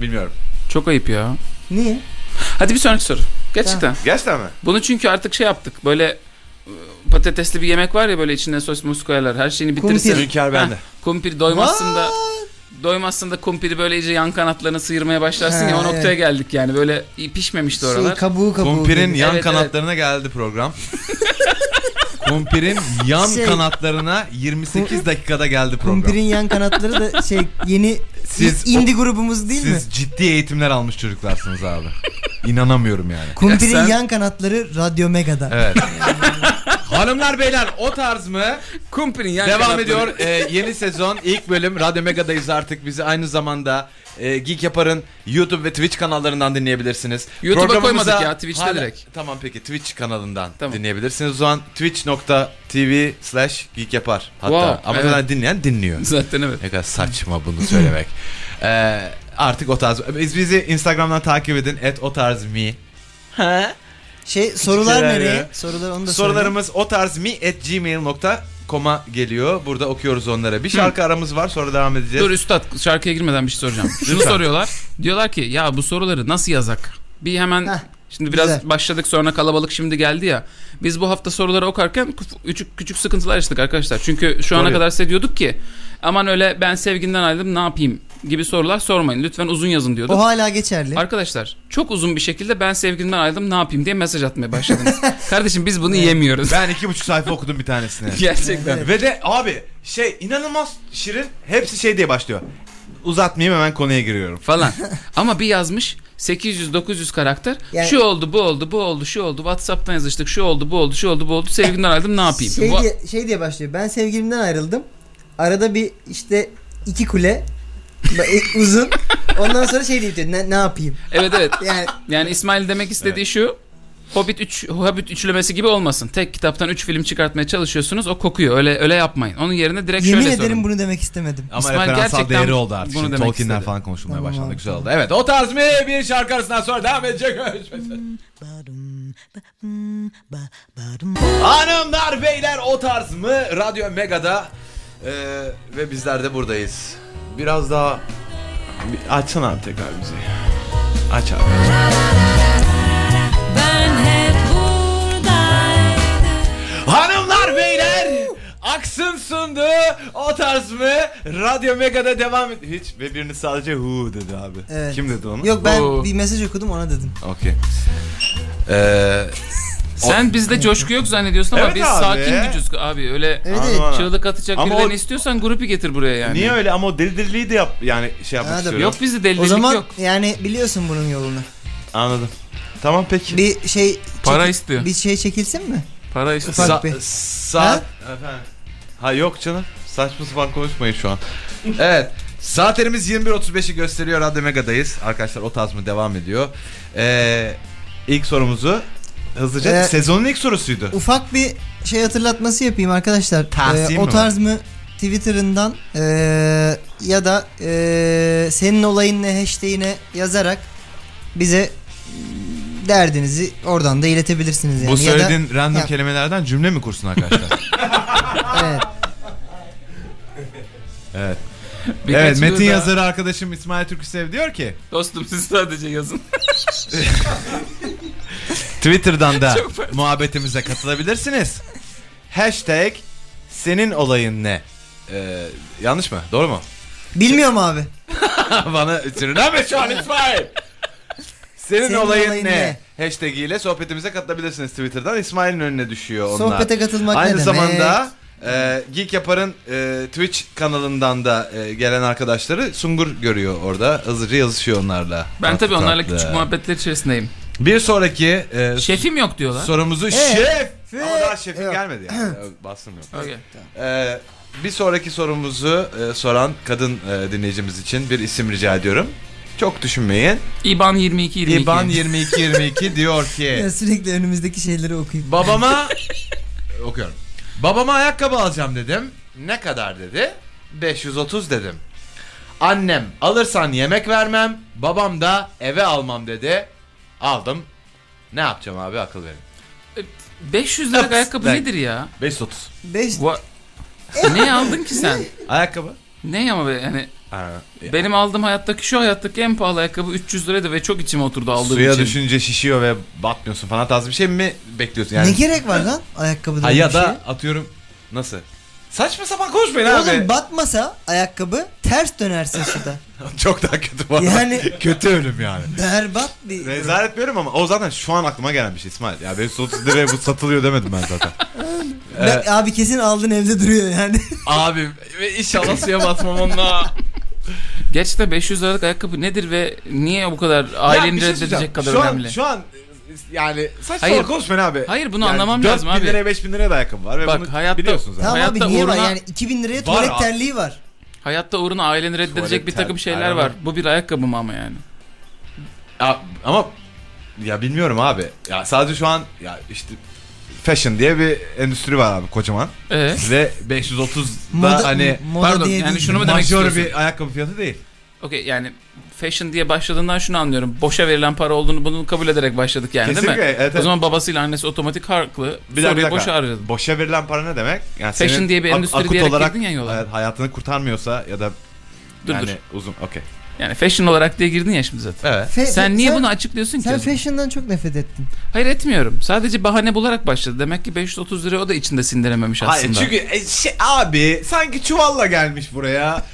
Speaker 1: Bilmiyorum.
Speaker 3: Çok ayıp ya.
Speaker 2: Niye?
Speaker 3: Hadi bir sonraki soru. Gerçekten.
Speaker 1: Gerçekten mi?
Speaker 3: Bunu çünkü artık şey yaptık. Böyle e, patatesli bir yemek var ya böyle içine sos mus koyarlar. Her şeyini bitirirsen.
Speaker 2: Kumpir.
Speaker 1: Hünkar bende.
Speaker 3: Heh, Kumpir doymazsın da.
Speaker 2: What?
Speaker 3: Doymazsın da kumpiri böyle iyice yan kanatlarını sıyırmaya başlarsın
Speaker 2: Ha,
Speaker 3: ya o
Speaker 2: evet.
Speaker 3: noktaya geldik yani. Böyle iyi pişmemişti
Speaker 2: Şey,
Speaker 3: oralar.
Speaker 2: kabuğu kabuğu.
Speaker 1: Kumpirin
Speaker 2: gibi.
Speaker 1: yan
Speaker 3: Evet,
Speaker 1: kanatlarına geldi program. Kumpirin yan
Speaker 2: Şey-
Speaker 1: kanatlarına 28 dakikada geldi program.
Speaker 2: Kumpirin yan kanatları da şey yeni
Speaker 1: Siz-
Speaker 2: indie grubumuz değil mi?
Speaker 1: Siz ciddi eğitimler almış çocuklarsınız abi. İnanamıyorum yani.
Speaker 2: Kumpirin
Speaker 3: Ya sen-
Speaker 2: yan kanatları Radyo Mega'da.
Speaker 1: Evet. Hanımlar beyler o tarz mı?
Speaker 3: Kumpirin yan
Speaker 1: Devam
Speaker 3: kanatları.
Speaker 1: ediyor. Ee, yeni sezon ilk bölüm Radyo Mega'dayız artık. Bizi aynı zamanda e, Geek Yapar'ın YouTube ve Twitch kanallarından dinleyebilirsiniz.
Speaker 3: YouTube'a
Speaker 1: Programımıza
Speaker 3: koymadık ya, Twitch'te direkt.
Speaker 1: Tamam peki Twitch kanalından
Speaker 3: Tamam.
Speaker 1: dinleyebilirsiniz. O zaman twitch.tv slash Geek Yapar. Hatta
Speaker 3: Wow,
Speaker 1: ama
Speaker 3: evet.
Speaker 1: zaten dinleyen dinliyor.
Speaker 3: Zaten evet.
Speaker 1: Ne kadar saçma bunu söylemek. Ee, artık o tarz. Biz bizi Instagram'dan takip edin. Et o tarz mi.
Speaker 2: Şey sorular
Speaker 1: şeyler
Speaker 2: nereye?
Speaker 1: ya.
Speaker 2: Sorular onu da söyle.
Speaker 1: Sorularımız o tarz mi at gmail.com'a geliyor. Burada okuyoruz onlara. Bir şarkı aramız var sonra devam edeceğiz.
Speaker 3: Dur üstad şarkıya girmeden bir şey soracağım. Şunu
Speaker 1: Lütfen.
Speaker 3: soruyorlar. Diyorlar ki ya bu soruları nasıl yazak? Bir hemen
Speaker 2: Heh,
Speaker 3: şimdi biraz
Speaker 2: güzel.
Speaker 3: başladık sonra kalabalık şimdi geldi ya. Biz bu hafta soruları okarken kuf- küçük küçük sıkıntılar yaşadık arkadaşlar. Çünkü şu ana
Speaker 1: Tabii.
Speaker 3: kadar size diyorduk ki aman öyle ben sevginden ayrıldım ne yapayım gibi sorular sormayın. Lütfen uzun yazın diyorduk.
Speaker 2: O hala geçerli.
Speaker 3: Arkadaşlar çok uzun bir şekilde ben sevgilimden ayrıldım ne yapayım diye mesaj atmaya başladınız. Kardeşim biz bunu yemiyoruz.
Speaker 1: Ben iki buçuk sayfa okudum bir tanesini.
Speaker 3: Gerçekten.
Speaker 1: Ve de abi şey inanılmaz şirin. Hepsi şey diye başlıyor. Uzatmayayım hemen konuya giriyorum.
Speaker 3: falan. Ama bir yazmış 800-900 karakter.
Speaker 2: Yani-
Speaker 3: şu oldu, bu oldu, bu oldu, şu oldu. Whatsapp'tan yazıştık. Şu oldu, bu oldu, şu oldu, bu oldu. Sevgimden ayrıldım ne yapayım?
Speaker 2: Şey
Speaker 3: Va-
Speaker 2: diye, şey diye başlıyor. Ben sevgilimden ayrıldım. Arada bir işte iki kule ba- e, uzun. Ondan sonra şey diye bitiyor. Ne, ne yapayım?
Speaker 3: evet evet.
Speaker 2: Yani
Speaker 3: Yani İsmail demek istediği şu. Hobbit 3 Hobbit üçlemesi gibi olmasın. Tek kitaptan 3 film çıkartmaya çalışıyorsunuz. O kokuyor. Öyle öyle yapmayın. Onun yerine direkt
Speaker 2: yemin
Speaker 3: şöyle
Speaker 2: ederim
Speaker 3: sorun.
Speaker 2: bunu demek istemedim.
Speaker 1: Ama
Speaker 3: İsmail
Speaker 1: referansal
Speaker 3: gerçekten
Speaker 1: değeri oldu artık.
Speaker 3: bunu
Speaker 1: Şimdi
Speaker 3: demek
Speaker 1: Tolkien'den
Speaker 3: istedi.
Speaker 1: falan konuşulmaya
Speaker 2: Tamam
Speaker 1: başlandı.
Speaker 2: abi.
Speaker 1: Güzel oldu. Evet o tarz mı bir şarkı arasından sonra devam edecek. Hanımlar beyler o tarz mı? Radyo Mega'da Ee, ve bizler de buradayız. Biraz daha Bir- açsana abi tekrar bizi. Aç abi.
Speaker 4: Ben hep buradaydım.
Speaker 1: Hanımlar beyler Aksın sundu o tarz mı? Radyo Mega'da devam et. Hiç ve birini sadece hu dedi abi.
Speaker 2: Evet.
Speaker 1: Kim dedi onu?
Speaker 2: Yok ben
Speaker 3: Oo.
Speaker 2: bir mesaj okudum ona dedim.
Speaker 1: Okey. Ee,
Speaker 3: Sen bizde coşku yok zannediyorsun ama
Speaker 1: Evet
Speaker 3: biz
Speaker 1: abi.
Speaker 3: sakin bir cüz abi. Öyle
Speaker 2: Evet
Speaker 1: Anladım,
Speaker 2: evet.
Speaker 1: anladım.
Speaker 3: çığlık atacak
Speaker 1: Ama
Speaker 3: birilerini
Speaker 1: o-
Speaker 3: istiyorsan grubu getir buraya yani.
Speaker 1: Niye öyle ama o deli deliliği de yap yani şey yapmak
Speaker 2: Anladım.
Speaker 1: istiyorum.
Speaker 3: Yok bizde delilik
Speaker 2: O zaman
Speaker 3: yok.
Speaker 2: yani biliyorsun bunun yolunu.
Speaker 1: Anladım. Tamam peki.
Speaker 2: Bir şey
Speaker 3: Para istiyor.
Speaker 2: bir şey çekilsin mi?
Speaker 3: Para istiyor.
Speaker 2: Ufak bir-
Speaker 1: saat efendim. Ha yok canım. Saçma sapan konuşmayın şu an. evet. Saatlerimiz 21.35'i gösteriyor. Radyo Mega'dayız. Arkadaşlar o tarz mı devam ediyor. Ee, ilk sorumuzu hızlıca
Speaker 2: Ee,
Speaker 1: sezonun ilk sorusuydu.
Speaker 2: Ufak bir şey hatırlatması yapayım arkadaşlar.
Speaker 1: Tahsin mi
Speaker 2: o
Speaker 1: var?
Speaker 2: tarz mı Twitter'ından eee, ya da eee, senin olayın ne hashtag'ine yazarak bize mm, derdinizi oradan da iletebilirsiniz. Yani.
Speaker 1: Bu
Speaker 2: Ya da-
Speaker 1: söylediğin random
Speaker 2: Ya.
Speaker 1: kelimelerden cümle mi kursun arkadaşlar?
Speaker 2: evet.
Speaker 1: evet.
Speaker 3: Birkaç
Speaker 1: evet metin
Speaker 3: dur daha.
Speaker 1: yazarı arkadaşım İsmail Türküsev diyor ki
Speaker 3: Dostum siz sadece yazın.
Speaker 1: Twitter'dan da
Speaker 3: Çok pardon.
Speaker 1: muhabbetimize katılabilirsiniz. Hashtag senin olayın ne? Ee, yanlış mı? Doğru mu?
Speaker 2: Bilmiyorum abi.
Speaker 1: Bana sürünme şu an İsmail. Senin,
Speaker 2: Senin
Speaker 1: olayın,
Speaker 2: olayın
Speaker 1: ne? Hashtag ile sohbetimize katılabilirsiniz Twitter'dan. İsmail'in önüne düşüyor onlar.
Speaker 2: Sohbete katılmak
Speaker 1: Aynı
Speaker 2: ne demek?
Speaker 1: zamanda e, Geek Yapar'ın e, Twitch kanalından da e, gelen arkadaşları Sungur görüyor orada. Hızlıca yazışıyor onlarla.
Speaker 3: Ben
Speaker 1: Tatlı
Speaker 3: tabii onlarla
Speaker 1: tatlı.
Speaker 3: küçük Şey- muhabbetler içerisindeyim.
Speaker 1: Bir sonraki e,
Speaker 3: Şefim yok diyorlar.
Speaker 1: sorumuzu şef.
Speaker 2: Şef.
Speaker 1: Ama daha şefin
Speaker 2: Yok.
Speaker 1: gelmedi yani. Bastım yok.
Speaker 3: Okey.
Speaker 1: Ee, bir sonraki sorumuzu e, soran kadın e, dinleyicimiz için bir isim rica ediyorum. Çok düşünmeyin.
Speaker 3: İban 22 22.
Speaker 1: İban 2222 diyor ki
Speaker 2: Ya sürekli önümüzdeki şeyleri okuyup.
Speaker 1: babama okuyorum. Babama ayakkabı alacağım dedim. Ne kadar dedi? 530 dedim. Annem alırsan yemek vermem, babam da eve almam dedi. Aldım. Ne yapacağım abi akıl verin.
Speaker 3: 500 liralık
Speaker 1: Öps,
Speaker 3: ayakkabı
Speaker 1: ben-
Speaker 3: nedir ya?
Speaker 1: 530.
Speaker 2: 5
Speaker 3: Va- ne aldın ki sen?
Speaker 1: Ayakkabı.
Speaker 3: Ne ama be, yani
Speaker 1: Ha,
Speaker 3: benim aldığım hayattaki şu hayattaki en pahalı ayakkabı 300 liraydı ve çok içime oturdu aldığım
Speaker 1: Suya
Speaker 3: için.
Speaker 1: düşünce şişiyor ve batmıyorsun falan tarzı bir şey mi bekliyorsun? Yani
Speaker 2: Ne gerek var lan ayakkabıda?
Speaker 1: Ha
Speaker 2: öyle
Speaker 1: ya
Speaker 2: bir
Speaker 1: da atıyorum nasıl? Saçma sapan konuşmayın
Speaker 2: şey?
Speaker 1: abi.
Speaker 2: Oğlum batmasa ayakkabı ters dönersin suda.
Speaker 1: Çok daha kötü var.
Speaker 2: Yani-
Speaker 1: kötü ölüm yani.
Speaker 2: Berbat bir
Speaker 1: Rezalet veriyorum ama o zaten şu an aklıma gelen bir şey İsmail. Ya 530 liraya bu satılıyor demedim ben zaten. Ee,
Speaker 2: Ben- Abi kesin aldın evde duruyor yani.
Speaker 1: Abi inşallah suya batmam onunla.
Speaker 3: Gerçekten 500 liralık ayakkabı nedir ve niye bu kadar aileni reddedecek kadar
Speaker 1: şey şu
Speaker 3: önemli?
Speaker 1: An, şu an yani saçma
Speaker 3: Hayır.
Speaker 1: sapan konuşmayın abi.
Speaker 3: Hayır, bunu
Speaker 1: Yani
Speaker 3: anlamam
Speaker 1: 4000
Speaker 3: lazım abi.
Speaker 1: liraya 5000 liraya da ayakkabı var ve
Speaker 3: Bak,
Speaker 1: bunu
Speaker 3: hayatta-
Speaker 1: biliyorsunuz zaten.
Speaker 2: tamam
Speaker 3: Hayatta
Speaker 2: abi niye var
Speaker 3: uğruna-
Speaker 2: yani 2000 liraya
Speaker 1: Var
Speaker 2: tuvalet
Speaker 1: abi.
Speaker 2: terliği var.
Speaker 3: Hayatta uğruna aileni reddedecek bir
Speaker 1: Tuvalet,
Speaker 3: takım şeyler
Speaker 1: aynen.
Speaker 3: var. Bu bir ayakkabı mı ama yani?
Speaker 1: Ya, ama ya bilmiyorum abi. Ya sadece şu an ya işte fashion diye bir endüstri var abi kocaman.
Speaker 3: Ee,
Speaker 1: Ve 530 da
Speaker 2: Moda-
Speaker 1: hani
Speaker 2: moda
Speaker 3: pardon,
Speaker 2: diye
Speaker 3: yani
Speaker 2: değil.
Speaker 3: şunu mu demek
Speaker 1: majör
Speaker 3: istiyorsun?
Speaker 1: bir ayakkabı fiyatı değil.
Speaker 3: Okey yani fashion diye başladığından şunu anlıyorum. Boşa verilen para olduğunu bunu kabul ederek başladık yani
Speaker 1: Kesinlikle,
Speaker 3: değil mi?
Speaker 1: evet, evet.
Speaker 3: O zaman babasıyla annesi otomatik haklı.
Speaker 1: Bir dakika, bir
Speaker 3: Soruyu
Speaker 1: dakika.
Speaker 3: boşa harcadı.
Speaker 1: Boşa verilen para ne demek? Yani
Speaker 3: Fashion
Speaker 1: senin
Speaker 3: diye bir
Speaker 1: ak-
Speaker 3: endüstri
Speaker 1: akut
Speaker 3: diyerek
Speaker 1: olarak
Speaker 3: girdin ya yola.
Speaker 1: evet, hayatını kurtarmıyorsa ya da
Speaker 3: Dur
Speaker 1: yani
Speaker 3: dur.
Speaker 1: uzun okey.
Speaker 3: Yani fashion olarak diye girdin ya şimdi zaten.
Speaker 1: Evet.
Speaker 2: Fe-
Speaker 3: Sen
Speaker 2: fe-
Speaker 3: niye bunu açıklıyorsun ki?
Speaker 2: Sen
Speaker 3: o zaman?
Speaker 2: fashion'dan çok nefret ettin.
Speaker 3: Hayır etmiyorum. Sadece bahane bularak başladı. Demek ki 530 lira o da içinde sindirememiş aslında.
Speaker 1: Hayır çünkü e, şey, abi sanki çuvalla gelmiş buraya.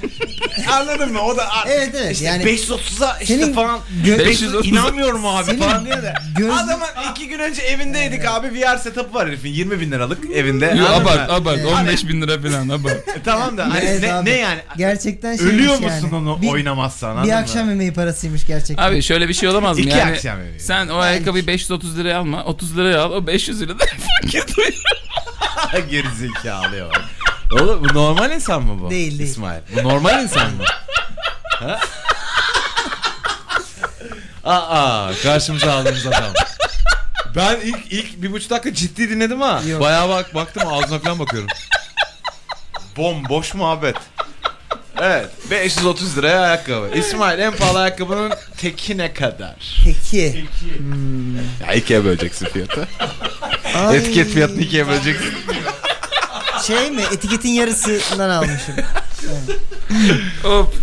Speaker 1: Anladın mı? O da artık
Speaker 2: Evet, evet,
Speaker 1: işte
Speaker 2: yani-
Speaker 1: 530'a işte
Speaker 2: Senin
Speaker 1: falan.
Speaker 2: gö-
Speaker 1: 530 inanmıyorum abi
Speaker 2: Senin
Speaker 1: falan diye de.
Speaker 2: göz-
Speaker 1: Adamın iki gün önce evindeydik abi VR setup'ı var herifin 20 bin liralık evinde.
Speaker 3: Yo,
Speaker 1: Anladın
Speaker 3: abart
Speaker 1: mı?
Speaker 3: abart 15 bin lira falan abart.
Speaker 1: E, Tamam da hani
Speaker 2: Evet
Speaker 1: ne,
Speaker 2: abi.
Speaker 1: ne yani?
Speaker 2: Gerçekten şeymiş
Speaker 1: Ölüyor
Speaker 2: yani.
Speaker 1: musun onu
Speaker 2: bir,
Speaker 1: oynamazsan anladın
Speaker 2: Bir
Speaker 1: mı?
Speaker 2: akşam yemeği parasıymış gerçekten.
Speaker 3: Abi şöyle bir şey olamaz mı?
Speaker 1: İki
Speaker 3: yani
Speaker 1: akşam yemeği.
Speaker 3: Sen o ayakkabıyı 530 liraya alma. 30 liraya al. O 500 liraya da fakir duyuyor.
Speaker 1: Gerizekalı ya. Oğlum bu normal insan mı bu?
Speaker 2: Değil, değil.
Speaker 1: İsmail. Bu normal insan mı? Ha? Aa karşımıza aldığımız adam. Ben ilk ilk bir buçuk dakika ciddi dinledim ha.
Speaker 2: Yok.
Speaker 1: Bayağı bak baktım ağzına falan bakıyorum. Bomboş muhabbet. Evet 530 liraya ayakkabı. İsmail en pahalı ayakkabının teki ne kadar?
Speaker 2: Peki.
Speaker 1: Ya ikiye böleceksin fiyatı.
Speaker 2: Ay,
Speaker 1: Etiket fiyatını ikiye böleceksin.
Speaker 2: Şey mi? Etiketin yarısından almışım.
Speaker 3: Hop.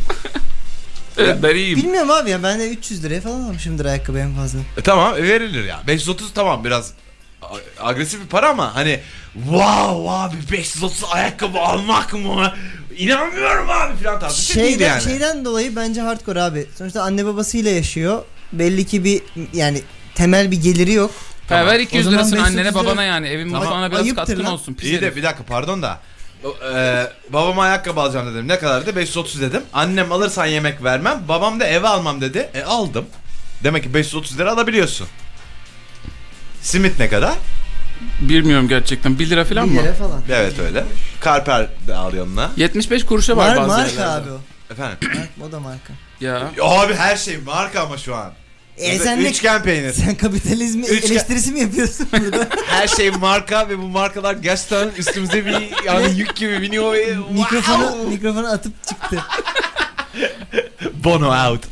Speaker 3: Evet, ben iyiyim.
Speaker 2: Bilmiyorum abi ya ben de 300 liraya falan almışımdır ayakkabı en fazla.
Speaker 1: E, tamam e, verilir ya. 530 tamam biraz a- agresif bir para ama hani wow abi 530 ayakkabı almak mı? İnanmıyorum abi filan tarzı bir şey değil
Speaker 2: Şeyden,
Speaker 1: yani.
Speaker 2: şeyden dolayı bence hardcore abi. Sonuçta anne babasıyla yaşıyor. Belli ki bir yani temel bir geliri yok.
Speaker 3: Ha, ver 200
Speaker 2: O zaman
Speaker 3: lirasını
Speaker 2: 530
Speaker 3: annene
Speaker 2: lira-
Speaker 3: babana yani. Evin
Speaker 1: Tamam.
Speaker 3: mutfağına biraz
Speaker 2: Ayıptır
Speaker 3: katkın
Speaker 2: lan.
Speaker 3: olsun. Pis
Speaker 1: İyi de
Speaker 3: herif.
Speaker 1: bir dakika pardon da. O, e, babama ayakkabı alacağım dedim. Ne kadar dedi? 530 dedim. Annem alırsan yemek vermem. Babam da eve almam dedi. E aldım. Demek ki 530 lira alabiliyorsun. Simit ne kadar?
Speaker 3: Bilmiyorum gerçekten. 1 lira falan
Speaker 2: bir
Speaker 3: mı?
Speaker 2: yere falan.
Speaker 1: Evet öyle. Karper de al yanına.
Speaker 3: 75 kuruşa var,
Speaker 2: Var
Speaker 3: bazı
Speaker 2: marka
Speaker 3: yerlerde.
Speaker 2: abi o.
Speaker 1: Efendim.
Speaker 2: Marka, o da marka.
Speaker 3: Ya.
Speaker 1: Abi her şey marka ama şu an.
Speaker 2: E
Speaker 5: Ya da
Speaker 2: sen ne?
Speaker 5: üçgen peynir.
Speaker 2: Sen kapitalizmi
Speaker 1: Üçgen-
Speaker 2: eleştirisi mi yapıyorsun burada?
Speaker 1: Her şey marka ve bu markalar gerçekten üstümüzde bir yani yük gibi biniyor ve
Speaker 2: mikrofonu, mikrofonu atıp çıktı.
Speaker 1: Bono out.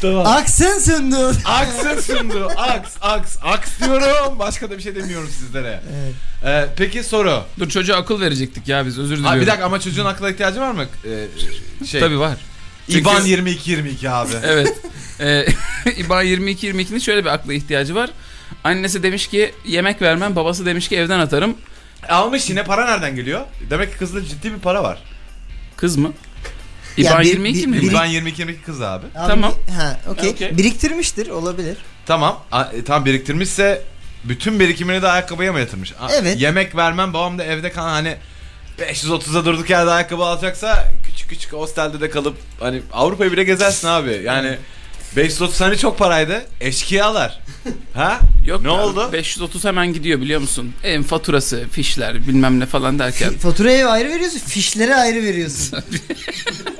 Speaker 1: tamam.
Speaker 2: Aksın sundun.
Speaker 1: Aksın sundu. Aks, aks, aks diyorum. Başka da bir şey demiyorum sizlere.
Speaker 2: Evet.
Speaker 1: Ee, peki soru.
Speaker 3: Dur çocuğa akıl verecektik ya biz özür diliyorum.
Speaker 1: Abi bir dakika ama çocuğun akla ihtiyacı var mı? Ee, şey,
Speaker 3: Tabii var. Çünkü-
Speaker 1: İban 22-22 abi.
Speaker 3: Evet. Ee, İBA 22-22'nin şöyle bir akla ihtiyacı var. Annesi demiş ki yemek vermem, babası demiş ki evden atarım.
Speaker 1: Almış yine para nereden geliyor? Demek ki kızda ciddi bir para var.
Speaker 3: Kız mı?
Speaker 2: Ya
Speaker 3: İBA
Speaker 2: bir-
Speaker 3: 22 mi?
Speaker 2: bir-
Speaker 1: İban 22-22 kız abi.
Speaker 2: Abi,
Speaker 3: Tamam.
Speaker 2: Ha, okey.
Speaker 3: Ha, okey.
Speaker 2: Biriktirmiştir, olabilir.
Speaker 1: Tamam. A- e, tam biriktirmişse bütün birikimini de ayakkabıya mı yatırmış? A-
Speaker 2: Evet.
Speaker 1: Yemek vermem babam da evde kalan hani 530'a durduk yerde ayakkabı alacaksa küçük küçük hostelde de kalıp hani Avrupa'yı bile gezersin abi. Yani 530 hani çok paraydı. Eşkıyalar. ha?
Speaker 3: Yok
Speaker 1: Ne
Speaker 3: ya,
Speaker 1: oldu?
Speaker 3: 530 hemen gidiyor biliyor musun? En faturası, fişler bilmem ne falan derken.
Speaker 2: Faturayı ayrı veriyorsun, fişlere ayrı veriyorsun.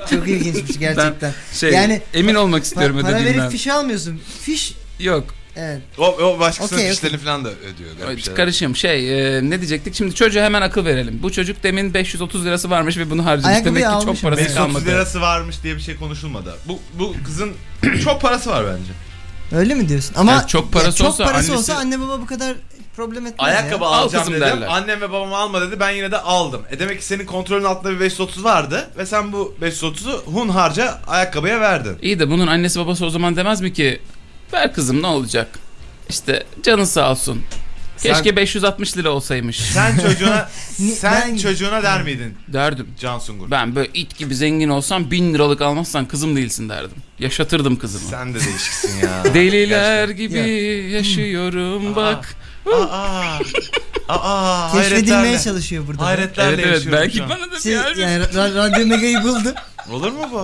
Speaker 2: Çok ilginçmiş gerçekten.
Speaker 3: Şey,
Speaker 2: Yani-
Speaker 3: emin olmak
Speaker 2: Pa-
Speaker 3: istiyorum
Speaker 2: para
Speaker 3: ödediğimden.
Speaker 2: verip fiş almıyorsun. Fiş,
Speaker 3: Yok.
Speaker 2: evet.
Speaker 1: O, o başkasının
Speaker 2: Okey,
Speaker 1: işlerini falan da ödüyor. garip
Speaker 3: Ay,
Speaker 1: şeyler.
Speaker 3: Karışım şey e, ne diyecektik şimdi çocuğa hemen akıl verelim. Bu çocuk demin 530 lirası varmış ve bunu harcamış.
Speaker 2: Ayakkabıyı
Speaker 3: Demek ki
Speaker 2: almış
Speaker 3: çok parası
Speaker 1: 530
Speaker 3: kalmadı.
Speaker 1: lirası varmış diye bir şey konuşulmadı. Bu, bu kızın çok parası var bence.
Speaker 2: Öyle mi diyorsun? Ama
Speaker 3: Yani çok parası olsa
Speaker 2: çok parası
Speaker 3: annesi-
Speaker 2: olsa anne baba bu kadar problem etmez
Speaker 1: Ayakkabı
Speaker 2: ya.
Speaker 3: Al
Speaker 1: alacağım
Speaker 3: kızım
Speaker 1: dedim.
Speaker 3: derler.
Speaker 1: Annem ve babam alma dedi. Ben yine de aldım. E demek ki senin kontrolün altında bir 530 vardı. Ve sen bu 530'u hun harca ayakkabıya verdin.
Speaker 3: İyi de bunun annesi babası o zaman demez mi ki ver kızım ne olacak? İşte canı sağ olsun.
Speaker 1: Sen-
Speaker 3: Keşke 560 lira olsaymış
Speaker 1: Sen çocuğuna
Speaker 2: Ni-
Speaker 1: sen
Speaker 2: ben-
Speaker 1: çocuğuna der miydin
Speaker 3: derdim.
Speaker 1: Can Sungur?
Speaker 3: Ben böyle it gibi zengin olsam 1000 liralık almazsan kızım değilsin derdim. Yaşatırdım kızımı.
Speaker 1: Sen de değişiksin ya.
Speaker 3: Deliler gibi yaşıyorum
Speaker 1: Aa.
Speaker 3: bak.
Speaker 1: Gerçekten. Aa. Aa.
Speaker 2: Keşfedilmeye
Speaker 1: hayretlerle-
Speaker 2: çalışıyor burada.
Speaker 1: Hayretlerle
Speaker 3: Evet evet
Speaker 1: yaşıyorum
Speaker 3: belki
Speaker 1: şu an.
Speaker 3: bana da bir
Speaker 2: Şey,
Speaker 3: yer
Speaker 2: yani ra- Radyo Mega'yı buldu.
Speaker 1: Olur mu bu?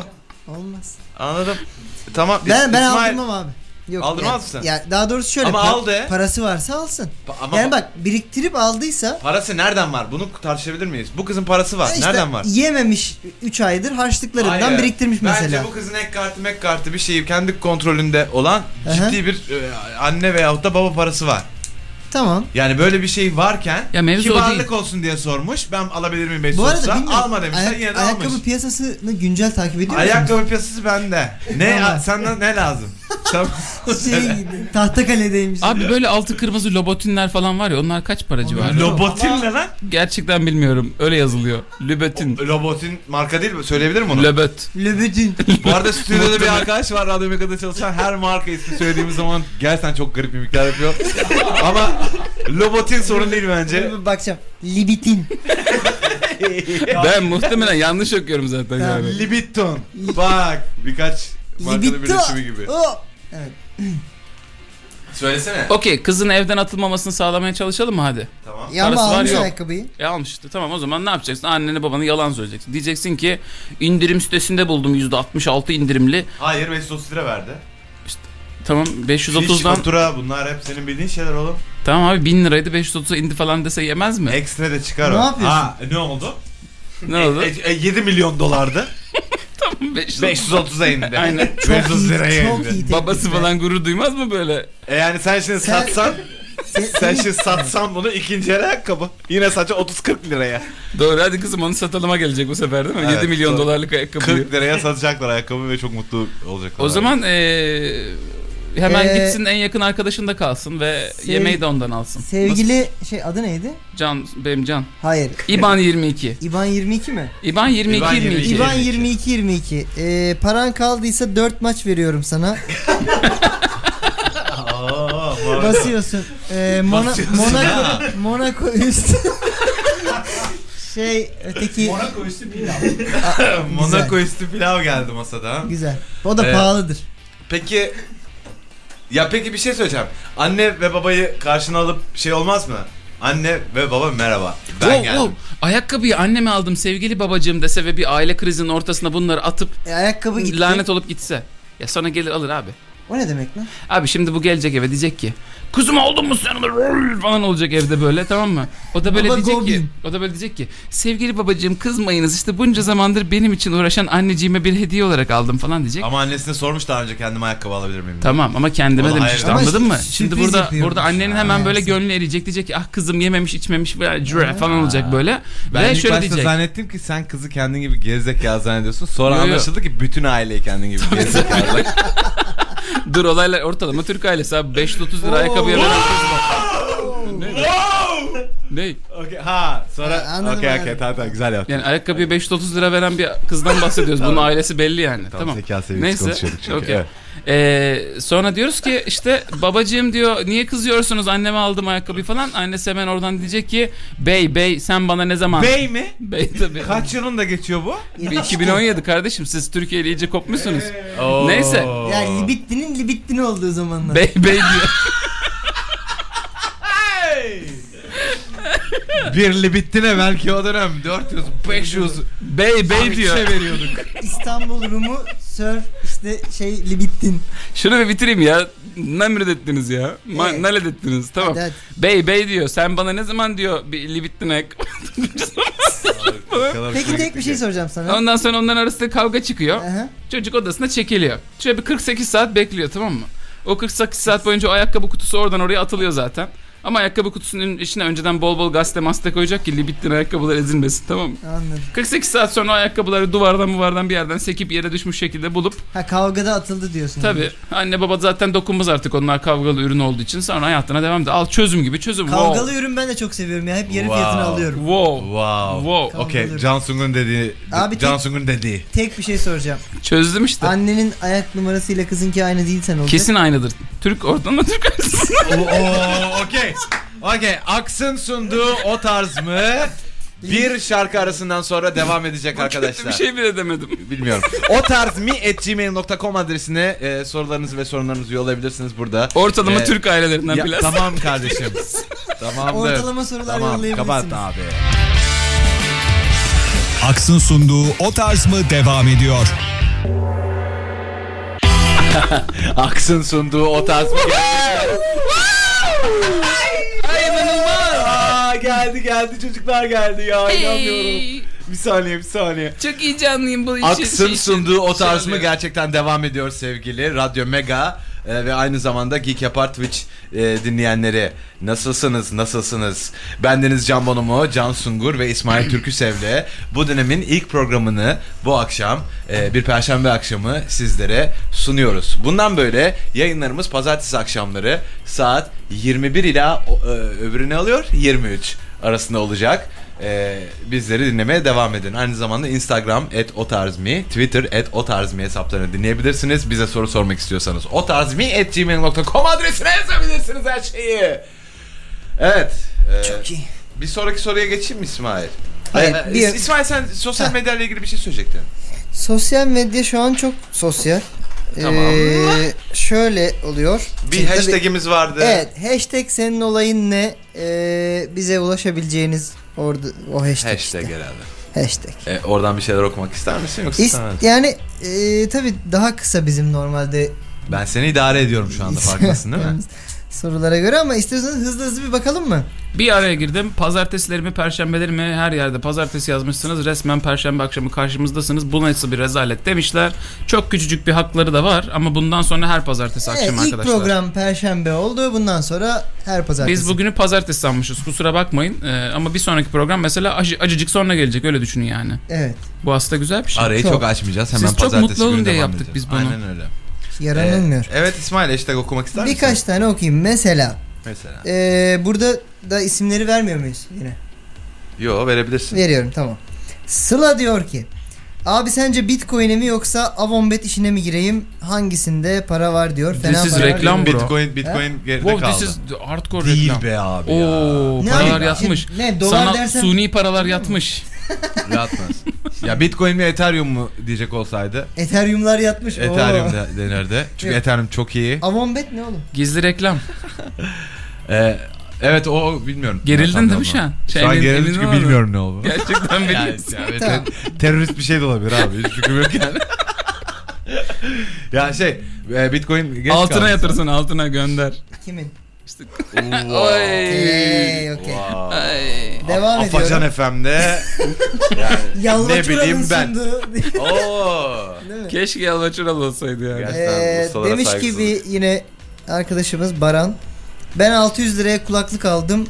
Speaker 2: Olmaz.
Speaker 1: Anladım. Tamam.
Speaker 2: Ben ben
Speaker 1: İsmail-
Speaker 2: aldırmam abi. Yok,
Speaker 1: Aldırmaz
Speaker 2: ya-
Speaker 1: mısın?
Speaker 2: Ya daha doğrusu şöyle.
Speaker 1: Ama
Speaker 2: par-
Speaker 1: al de.
Speaker 2: Parası varsa alsın.
Speaker 1: Pa- Ama
Speaker 2: yani bak biriktirip aldıysa
Speaker 1: Parası nereden var? Bunu tartışabilir miyiz? Bu kızın parası var.
Speaker 2: Ya işte
Speaker 1: nereden var?
Speaker 2: Yememiş 3 aydır harçlıklarından
Speaker 1: Hayır.
Speaker 2: biriktirmiş mesela.
Speaker 1: Bence bu kızın ek kartı mek kartı bir şeyi kendi kontrolünde olan
Speaker 2: Aha.
Speaker 1: ciddi bir e, anne veyahut da baba parası var.
Speaker 2: Tamam.
Speaker 1: Yani böyle bir şey varken
Speaker 3: Ya mevzu o
Speaker 1: kibarlık
Speaker 3: değil.
Speaker 1: olsun diye sormuş. Ben alabilir miyim 5
Speaker 2: Bu arada
Speaker 1: olsa?
Speaker 2: bilmiyorum.
Speaker 1: Alma demişler
Speaker 2: ayak-
Speaker 1: yine de
Speaker 2: ayakkabı
Speaker 1: almış.
Speaker 2: piyasasını güncel takip ediyor musun?
Speaker 1: Ayakkabı piyasası bende. Ne
Speaker 2: Tamam.
Speaker 1: senden ne lazım? Sen-
Speaker 2: Şey, gibi, Tahtakale'deymiş.
Speaker 3: Abi böyle altı kırmızı lobotinler falan var ya onlar kaç para civarı?
Speaker 1: Lobotin ne lan?
Speaker 3: Gerçekten bilmiyorum. Öyle yazılıyor. Lübetin.
Speaker 1: Lobotin marka değil mi? Söyleyebilir mi onu?
Speaker 3: Löbet.
Speaker 2: Löbüdün.
Speaker 1: Bu arada stüdyoda bir arkadaş var Radyo Mega'da çalışan her marka ismi söylediğimiz zaman gerçekten çok garip mimikler yapıyor. Ama Lobotin sorun değil bence.
Speaker 2: Bir Bakacağım. Libitin.
Speaker 3: Ben muhtemelen yanlış okuyorum zaten
Speaker 2: Ya,
Speaker 3: yani.
Speaker 1: Libiton. Bak birkaç markanın
Speaker 2: Libito.
Speaker 1: birleşimi gibi.
Speaker 2: O.
Speaker 1: Söylesene.
Speaker 3: Okey kızın evden atılmamasını sağlamaya çalışalım mı hadi?
Speaker 1: Tamam.
Speaker 2: Ya
Speaker 3: Parası
Speaker 2: ama
Speaker 3: var,
Speaker 2: almış
Speaker 3: yok.
Speaker 2: ayakkabıyı.
Speaker 3: E almıştı tamam o zaman ne yapacaksın? Annene babana yalan söyleyeceksin. Diyeceksin ki indirim sitesinde buldum %66 indirimli.
Speaker 1: Hayır 530 lira verdi.
Speaker 3: Tamam
Speaker 1: Fiş,
Speaker 3: 530'dan
Speaker 1: fatura bunlar hep senin bildiğin şeyler oğlum.
Speaker 3: tamam abi 1000 liraydı 530'a indi falan dese yemez mi?
Speaker 1: Ekstra da çıkar o.
Speaker 2: Ne yapıyorsun?
Speaker 1: Ha, ne oldu?
Speaker 3: ne oldu?
Speaker 1: E, e, 7 milyon dolardı.
Speaker 3: 530.
Speaker 1: 530'a indi.
Speaker 3: Aynen.
Speaker 1: 530 liraya
Speaker 2: çok
Speaker 1: indi.
Speaker 2: iyi tepki
Speaker 3: Babası
Speaker 2: be.
Speaker 3: falan gurur duymaz mı böyle?
Speaker 1: E yani sen şimdi
Speaker 2: Sen-
Speaker 1: satsan
Speaker 2: Se-
Speaker 1: sen şimdi satsan bunu ikinci el ayakkabı. Yine sadece 30-40 liraya.
Speaker 3: Doğru hadi kızım onu satalıma gelecek bu sefer değil mi?
Speaker 1: Evet,
Speaker 3: 7 milyon
Speaker 1: doğru.
Speaker 3: dolarlık ayakkabıyı.
Speaker 1: 40 liraya satacaklar ayakkabı ve çok mutlu olacaklar.
Speaker 3: O zaman eee, hemen
Speaker 2: Eee,
Speaker 3: gitsin en yakın arkadaşında kalsın ve
Speaker 2: sev-
Speaker 3: yemeği de ondan alsın.
Speaker 2: Sevgili şey adı neydi?
Speaker 3: Nasıl? Can benim Can.
Speaker 2: Hayır.
Speaker 3: İban 22.
Speaker 2: İban 22 mi?
Speaker 3: İban 22
Speaker 1: İban
Speaker 3: 22.
Speaker 1: 22.
Speaker 2: İban 22
Speaker 1: 22.
Speaker 2: 22. Ee, paran kaldıysa 4 maç veriyorum sana.
Speaker 1: Aa, var.
Speaker 2: Basıyorsun. Ee, Mona-
Speaker 1: Basıyorsun.
Speaker 2: Monaco Monaco üst. şey öteki
Speaker 6: Monaco üstü pilav.
Speaker 1: Monaco üstü pilav geldi masada. ha.
Speaker 2: güzel. O da
Speaker 1: Ee,
Speaker 2: pahalıdır.
Speaker 1: Peki ya peki bir şey söyleyeceğim. Anne ve babayı karşına alıp şey olmaz mı? Anne ve baba merhaba. Ben
Speaker 3: Oo,
Speaker 1: geldim.
Speaker 3: oo, ayakkabıyı anneme aldım sevgili babacığım dese ve bir aile krizinin ortasına bunları atıp
Speaker 2: E, ayakkabı gitti.
Speaker 3: lanet olup gitse. Ya sonra gelir alır abi.
Speaker 2: O ne demek lan?
Speaker 3: Abi şimdi bu gelecek eve diyecek ki kızım oldun mu sen Rrrr falan olacak evde böyle tamam mı? O da böyle
Speaker 2: Baba
Speaker 3: diyecek ki
Speaker 2: Goblin.
Speaker 3: o da böyle diyecek ki sevgili babacığım kızmayınız işte bunca zamandır benim için uğraşan anneciğime bir hediye olarak aldım falan diyecek.
Speaker 1: Ama annesine sormuş daha önce kendime ayakkabı alabilir miyim? diye.
Speaker 3: Tamam ama kendime
Speaker 1: Ona
Speaker 3: demiş
Speaker 1: hayır
Speaker 3: işte,
Speaker 1: demiş.
Speaker 3: anladın
Speaker 2: Ama
Speaker 3: mı?
Speaker 2: sürpriz
Speaker 3: Şimdi burada
Speaker 2: yapıyormuş.
Speaker 3: burada annenin hemen
Speaker 2: Ha,
Speaker 3: böyle
Speaker 2: evet.
Speaker 3: gönlü eriyecek diyecek ki ah kızım yememiş içmemiş böyle cüre falan olacak böyle.
Speaker 1: Ben
Speaker 3: Ve
Speaker 1: ilk
Speaker 3: şöyle
Speaker 1: başta
Speaker 3: diyecek.
Speaker 1: zannettim ki sen kızı kendin gibi gerizekalı zannediyorsun. Sonra
Speaker 3: Yo, yo.
Speaker 1: anlaşıldı ki bütün aileyi kendin gibi gerizekalı.
Speaker 3: Dur olaylar ortalama Türk ailesi abi 530 lira ayakkabıya veren ne? Ne?
Speaker 1: okay, ha
Speaker 2: Ha,
Speaker 1: sonra
Speaker 2: anladım,
Speaker 1: okey okey
Speaker 2: anladım.
Speaker 1: tamam tamam güzel yaptın.
Speaker 3: Yani ayakkabıya 530 lira veren bir kızdan bahsediyoruz. Bunun ailesi belli yani. Tamam.
Speaker 1: zeka seviyesi konuşuyorduk çünkü,
Speaker 3: okey.
Speaker 1: evet.
Speaker 3: Ee, sonra diyoruz ki işte babacığım diyor niye kızıyorsunuz anneme aldım ayakkabıyı falan. Annesi hemen oradan diyecek ki bey bey sen bana ne zaman?
Speaker 1: Bey mi?
Speaker 3: Bey tabii.
Speaker 1: Kaç yılında geçiyor bu?
Speaker 3: Bir 2017 kardeşim siz Türkiye ile iyice kopmuşsunuz. Neyse.
Speaker 2: Yani Libitti'nin Libitti'ni olduğu zamanlar.
Speaker 3: Bey bey diyor.
Speaker 1: Bir libittine belki o dönem 400 500
Speaker 3: Bey bey diyor.
Speaker 1: şey veriyorduk.
Speaker 2: İstanbul Rumu Sir işte şey Libittin.
Speaker 3: Şunu bir bitireyim ya. Namret ettiniz ya. Ma-
Speaker 1: Ee.
Speaker 2: Evet.
Speaker 3: nalet ettiniz. Tamam.
Speaker 2: Hadi, hadi.
Speaker 3: Bey bey diyor. Sen bana ne zaman diyor bir libittinek.
Speaker 2: Peki tek bir şey soracağım sana.
Speaker 3: Ondan sonra onların arasında kavga çıkıyor.
Speaker 2: Aha.
Speaker 3: Çocuk odasına çekiliyor. Şöyle bir 48 saat bekliyor tamam mı? O 48 saat boyunca o ayakkabı kutusu oradan oraya atılıyor zaten. Ama ayakkabı kutusunun içine önceden bol bol gazete maste koyacak ki libittin ayakkabılar ezilmesin tamam mı?
Speaker 2: Anladım.
Speaker 3: 48 saat sonra o ayakkabıları duvardan muvardan bir yerden sekip yere düşmüş şekilde bulup
Speaker 2: Ha kavgada atıldı diyorsun.
Speaker 3: Tabii. Anne baba zaten dokunmaz artık onlar kavgalı ürün olduğu için. Sonra hayatına devam de. Al çözüm gibi çözüm.
Speaker 2: Kavgalı
Speaker 3: wow.
Speaker 2: ürün ben de çok seviyorum ya. Hep yarı
Speaker 1: Wow.
Speaker 2: fiyatını alıyorum.
Speaker 3: Wow.
Speaker 1: Wow.
Speaker 3: Wow.
Speaker 1: Okey Can Sungun dediği.
Speaker 2: Abi
Speaker 1: Can
Speaker 2: tek-
Speaker 1: Sungun dediği.
Speaker 2: Tek bir şey soracağım.
Speaker 3: Çözdüm işte.
Speaker 2: Annenin ayak numarasıyla kızınki aynı değil sen olacak.
Speaker 3: Kesin aynıdır. Türk ortalama Türk arası.
Speaker 1: Oo, okey. Okey. Aks'ın sunduğu o tarz mı? Bir şarkı arasından sonra devam edecek arkadaşlar.
Speaker 3: bir şey bile demedim.
Speaker 1: Bilmiyorum. O tarz mi at gmail.com adresine e, sorularınızı ve sorunlarınızı yollayabilirsiniz burada.
Speaker 3: Ortalama
Speaker 1: Ee,
Speaker 3: Türk ailelerinden
Speaker 1: Ya,
Speaker 3: biraz.
Speaker 1: tamam kardeşim. Tamamdır.
Speaker 2: Ortalama sorular
Speaker 1: Tamam
Speaker 2: yollayabilirsiniz.
Speaker 1: kapat abi.
Speaker 5: Aks'ın sunduğu o tarz mı devam ediyor.
Speaker 1: Aks'ın sunduğu o tarz mı geldi? Ay inanılmaz. Aa, geldi geldi çocuklar geldi ya inanmıyorum.
Speaker 3: Hey.
Speaker 1: Bir saniye bir saniye.
Speaker 3: Çok heyecanlıyım bu işin.
Speaker 1: Aks'ın
Speaker 3: şey-
Speaker 1: sunduğu o
Speaker 3: şey
Speaker 1: tarz mı
Speaker 3: oluyor.
Speaker 1: gerçekten devam ediyor sevgili Radyo Mega e, ve aynı zamanda Geek Yapar Twitch e, dinleyenleri nasılsınız nasılsınız bendeniz Can Bonomo, Can Sungur ve İsmail Türküsev'le bu dönemin ilk programını bu akşam e, bir perşembe akşamı sizlere sunuyoruz. Bundan böyle yayınlarımız pazartesi akşamları saat 21 ila o- e, öbürünü alıyor 23 arasında olacak. Ee, bizleri dinlemeye devam edin. Aynı zamanda Instagram et otarzmi, Twitter et otarzmi hesaplarını dinleyebilirsiniz. Bize soru sormak istiyorsanız otarzmi at gmail.com adresine yazabilirsiniz her şeyi. Evet. e,
Speaker 2: Çok iyi.
Speaker 1: bir sonraki soruya geçeyim mi İsmail?
Speaker 2: Evet,
Speaker 1: Ay,
Speaker 2: bir-
Speaker 1: İs- İsmail sen sosyal
Speaker 2: Ha.
Speaker 1: medyayla ilgili bir şey söyleyecektin.
Speaker 2: Sosyal medya şu an çok sosyal.
Speaker 1: Tamam.
Speaker 2: Ee, şöyle oluyor.
Speaker 1: Bir
Speaker 2: Şimdi tabii-
Speaker 1: hashtagimiz vardı.
Speaker 2: Evet hashtag senin olayın ne? Ee, bize ulaşabileceğiniz orada o hashtag.
Speaker 1: Hashtag
Speaker 2: Işte.
Speaker 1: herhalde.
Speaker 2: Hashtag.
Speaker 1: E, oradan bir şeyler okumak ister misin yoksa
Speaker 2: İs-
Speaker 1: istemez misin?
Speaker 2: yani e, tabii daha kısa bizim normalde
Speaker 1: Ben seni idare ediyorum şu anda farkındasın değil mi?
Speaker 2: sorulara göre ama istiyorsanız hızlı hızlı bir bakalım mı?
Speaker 3: Bir araya girdim. Pazartesilerimi, perşembelerimi her yerde pazartesi yazmışsınız. Resmen perşembe akşamı karşımızdasınız. Bu nasıl bir rezalet demişler. Çok küçücük bir hakları da var ama bundan sonra her pazartesi
Speaker 2: Evet,
Speaker 3: akşamı
Speaker 2: ilk
Speaker 3: arkadaşlar.
Speaker 2: program perşembe oldu. Bundan sonra her pazartesi.
Speaker 3: Biz bugünü pazartesi sanmışız kusura bakmayın Ee, ama bir sonraki program mesela acı- acıcık sonra gelecek öyle düşünün yani.
Speaker 2: Evet.
Speaker 3: Bu aslında güzel bir şey.
Speaker 1: Arayı
Speaker 2: Çok.
Speaker 1: çok, açmayacağız. Hemen
Speaker 3: çok
Speaker 1: pazartesi
Speaker 3: mutlu olun
Speaker 1: günü
Speaker 3: diye
Speaker 1: devam
Speaker 3: yaptık
Speaker 1: edeceğiz.
Speaker 3: biz bunu.
Speaker 1: Aynen öyle.
Speaker 2: Yaranılmıyor.
Speaker 1: Ee, evet İsmail hashtag okumak ister misin?
Speaker 2: Birkaç tane okuyayım. Mesela
Speaker 1: Mesela.
Speaker 2: e, burada da isimleri vermiyor muyuz yine?
Speaker 1: Yo verebilirsin.
Speaker 2: Veriyorum tamam. Sıla diyor ki Abi sence Bitcoin'e mi yoksa Avonbet işine mi gireyim? Hangisinde para var diyor.
Speaker 3: This
Speaker 2: Fena
Speaker 3: is
Speaker 2: para var.
Speaker 3: reklam. Lan bro.
Speaker 1: Bitcoin, Bitcoin geride
Speaker 3: Wow
Speaker 1: kaldı.
Speaker 3: this is the hardcore
Speaker 1: Değil
Speaker 3: reklam.
Speaker 1: be abi
Speaker 3: Oo
Speaker 2: Ne
Speaker 3: paralar
Speaker 2: abi?
Speaker 3: yatmış.
Speaker 2: Ne, dolar
Speaker 3: Sana
Speaker 2: dersen-
Speaker 3: suni paralar yatmış.
Speaker 1: ya. Yatmaz. ya Bitcoin mi Ethereum mu diyecek olsaydı
Speaker 2: Ethereum'lar yatmış. Oo.
Speaker 1: Ethereum de- denirdi. Çünkü
Speaker 2: Yok.
Speaker 1: Ethereum çok iyi.
Speaker 2: Avonbet ne oğlum?
Speaker 3: Gizli reklam.
Speaker 1: Ee, evet o- o bilmiyorum.
Speaker 3: Gerildin değil mi
Speaker 1: Ama.
Speaker 3: şu an? Şey,
Speaker 1: Şu an
Speaker 3: emin-
Speaker 1: gerildim
Speaker 3: emin
Speaker 1: çünkü
Speaker 3: olmadın.
Speaker 1: bilmiyorum ne oldu.
Speaker 3: Gerçekten
Speaker 1: Yani,
Speaker 3: biliyorsun.
Speaker 1: yani
Speaker 2: Tamam.
Speaker 1: ter- terörist bir şey de olabilir abi. Hiç fikrim yok yani. ya şey e, Bitcoin geç
Speaker 3: altına
Speaker 1: kaldı.
Speaker 3: yatırsın altına gönder.
Speaker 2: Kimin?
Speaker 3: İşte
Speaker 2: Eee okey.
Speaker 1: Wow.
Speaker 3: ay.
Speaker 2: Devam
Speaker 1: Afacan
Speaker 2: ediyorum.
Speaker 1: FM'de yani ne bileyim ben. Oo.
Speaker 2: Değil mi?
Speaker 3: Keşke Yalvaçural olsaydı yani.
Speaker 1: Gerçekten
Speaker 2: Ee,
Speaker 1: ustalara
Speaker 2: demiş
Speaker 1: saygısızlık.
Speaker 2: ki bir yine arkadaşımız Baran. Ben 600 liraya kulaklık aldım.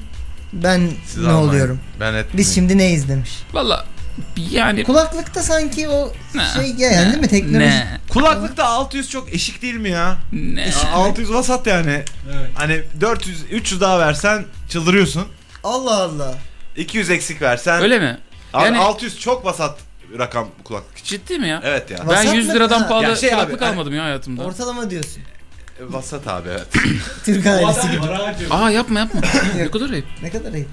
Speaker 2: Ben
Speaker 1: Siz
Speaker 2: ne
Speaker 1: almayın.
Speaker 2: oluyorum?
Speaker 1: Ben etmeyeyim.
Speaker 2: Biz şimdi neyiz demiş.
Speaker 3: Valla yani
Speaker 2: Kulaklıkta sanki o
Speaker 3: Ne?
Speaker 2: şey ya yani değil mi teknoloji?
Speaker 3: ne
Speaker 1: Kulaklıkta 600 çok eşik değil mi ya?
Speaker 3: ne
Speaker 1: Ya 600 vasat yani. Hani 400 300 daha versen çıldırıyorsun.
Speaker 2: Allah Allah.
Speaker 1: 200 eksik versen
Speaker 3: öyle mi?
Speaker 1: Abi
Speaker 3: Yani-
Speaker 1: 600 çok vasat rakam kulaklık için.
Speaker 3: Ciddi mi ya?
Speaker 1: Evet ya.
Speaker 2: Va-
Speaker 3: Ben
Speaker 2: Vasat
Speaker 3: 100
Speaker 2: mı?
Speaker 3: liradan
Speaker 2: Ha.
Speaker 3: pahalı
Speaker 1: Ya şey abi,
Speaker 3: kulaklık
Speaker 1: hani-
Speaker 3: almadım ya hayatımda.
Speaker 2: Ortalama diyorsun.
Speaker 1: Vasat abi evet.
Speaker 2: Türk ailesi gibi.
Speaker 3: Aa yapma yapma. ne kadar ayıp.
Speaker 2: Ne kadar ayıp.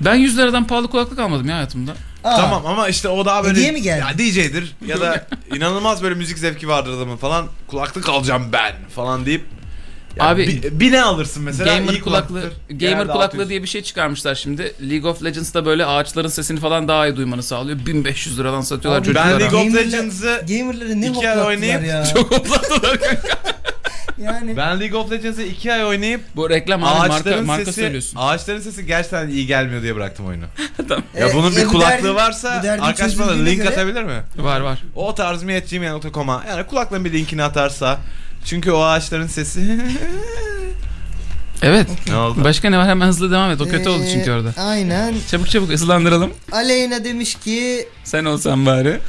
Speaker 3: Ben 100 liradan pahalı kulaklık almadım ya hayatımda.
Speaker 2: Aa,
Speaker 1: Tamam ama işte o daha böyle
Speaker 2: Hediye E, mi geldi?
Speaker 1: ya DJ'dir ya da inanılmaz böyle müzik zevki vardır adamın falan. Kulaklık alacağım ben falan deyip ya
Speaker 3: Abi-
Speaker 1: bi- bine alırsın mesela
Speaker 3: gamer
Speaker 1: iyi
Speaker 3: kulaklığı,
Speaker 1: kulaklıktır.
Speaker 3: gamer
Speaker 1: Genelde
Speaker 3: kulaklığı
Speaker 1: 600.
Speaker 3: diye bir şey çıkarmışlar şimdi. League of Legends'da böyle ağaçların sesini falan daha iyi duymanı sağlıyor. 1500 liradan satıyorlar
Speaker 2: Abi
Speaker 1: Ben
Speaker 3: çocuklara.
Speaker 1: League of
Speaker 2: Gamer'le-
Speaker 1: Legends'ı
Speaker 2: Gamerları ne
Speaker 1: İki ay
Speaker 2: hoplattılar
Speaker 1: oynayıp
Speaker 2: ya.
Speaker 3: Çok hoplattılar kanka.
Speaker 2: Yani
Speaker 1: ben League of Legends'ı 2 ay oynayıp
Speaker 3: Bu reklam abi marka,
Speaker 1: ağaçların
Speaker 3: marka
Speaker 1: sesi
Speaker 3: söylüyorsun.
Speaker 1: ağaçların sesi gerçekten iyi gelmiyor diye bıraktım oyunu.
Speaker 3: Tamam.
Speaker 1: Ya
Speaker 2: E,
Speaker 1: bunun
Speaker 2: e,
Speaker 1: bir
Speaker 2: bu
Speaker 1: kulaklığı
Speaker 2: derdin-
Speaker 1: varsa
Speaker 2: bu derdin
Speaker 1: arkadaş bana
Speaker 2: çözüldüğüne
Speaker 1: link
Speaker 2: göre-
Speaker 1: atabilir mi?
Speaker 3: Var var.
Speaker 1: O tarz miyetcimyen.com'a yani kulaklığın bir linkini atarsa çünkü o ağaçların sesi
Speaker 3: Evet.
Speaker 1: ne oldu?
Speaker 3: Başka ne var? Hemen hızlı devam et. O kötü oldu
Speaker 2: Ee,
Speaker 3: çünkü orada.
Speaker 2: Aynen.
Speaker 3: Çabuk çabuk ıslandıralım.
Speaker 2: Aleyna demiş ki
Speaker 3: Sen olsan bari.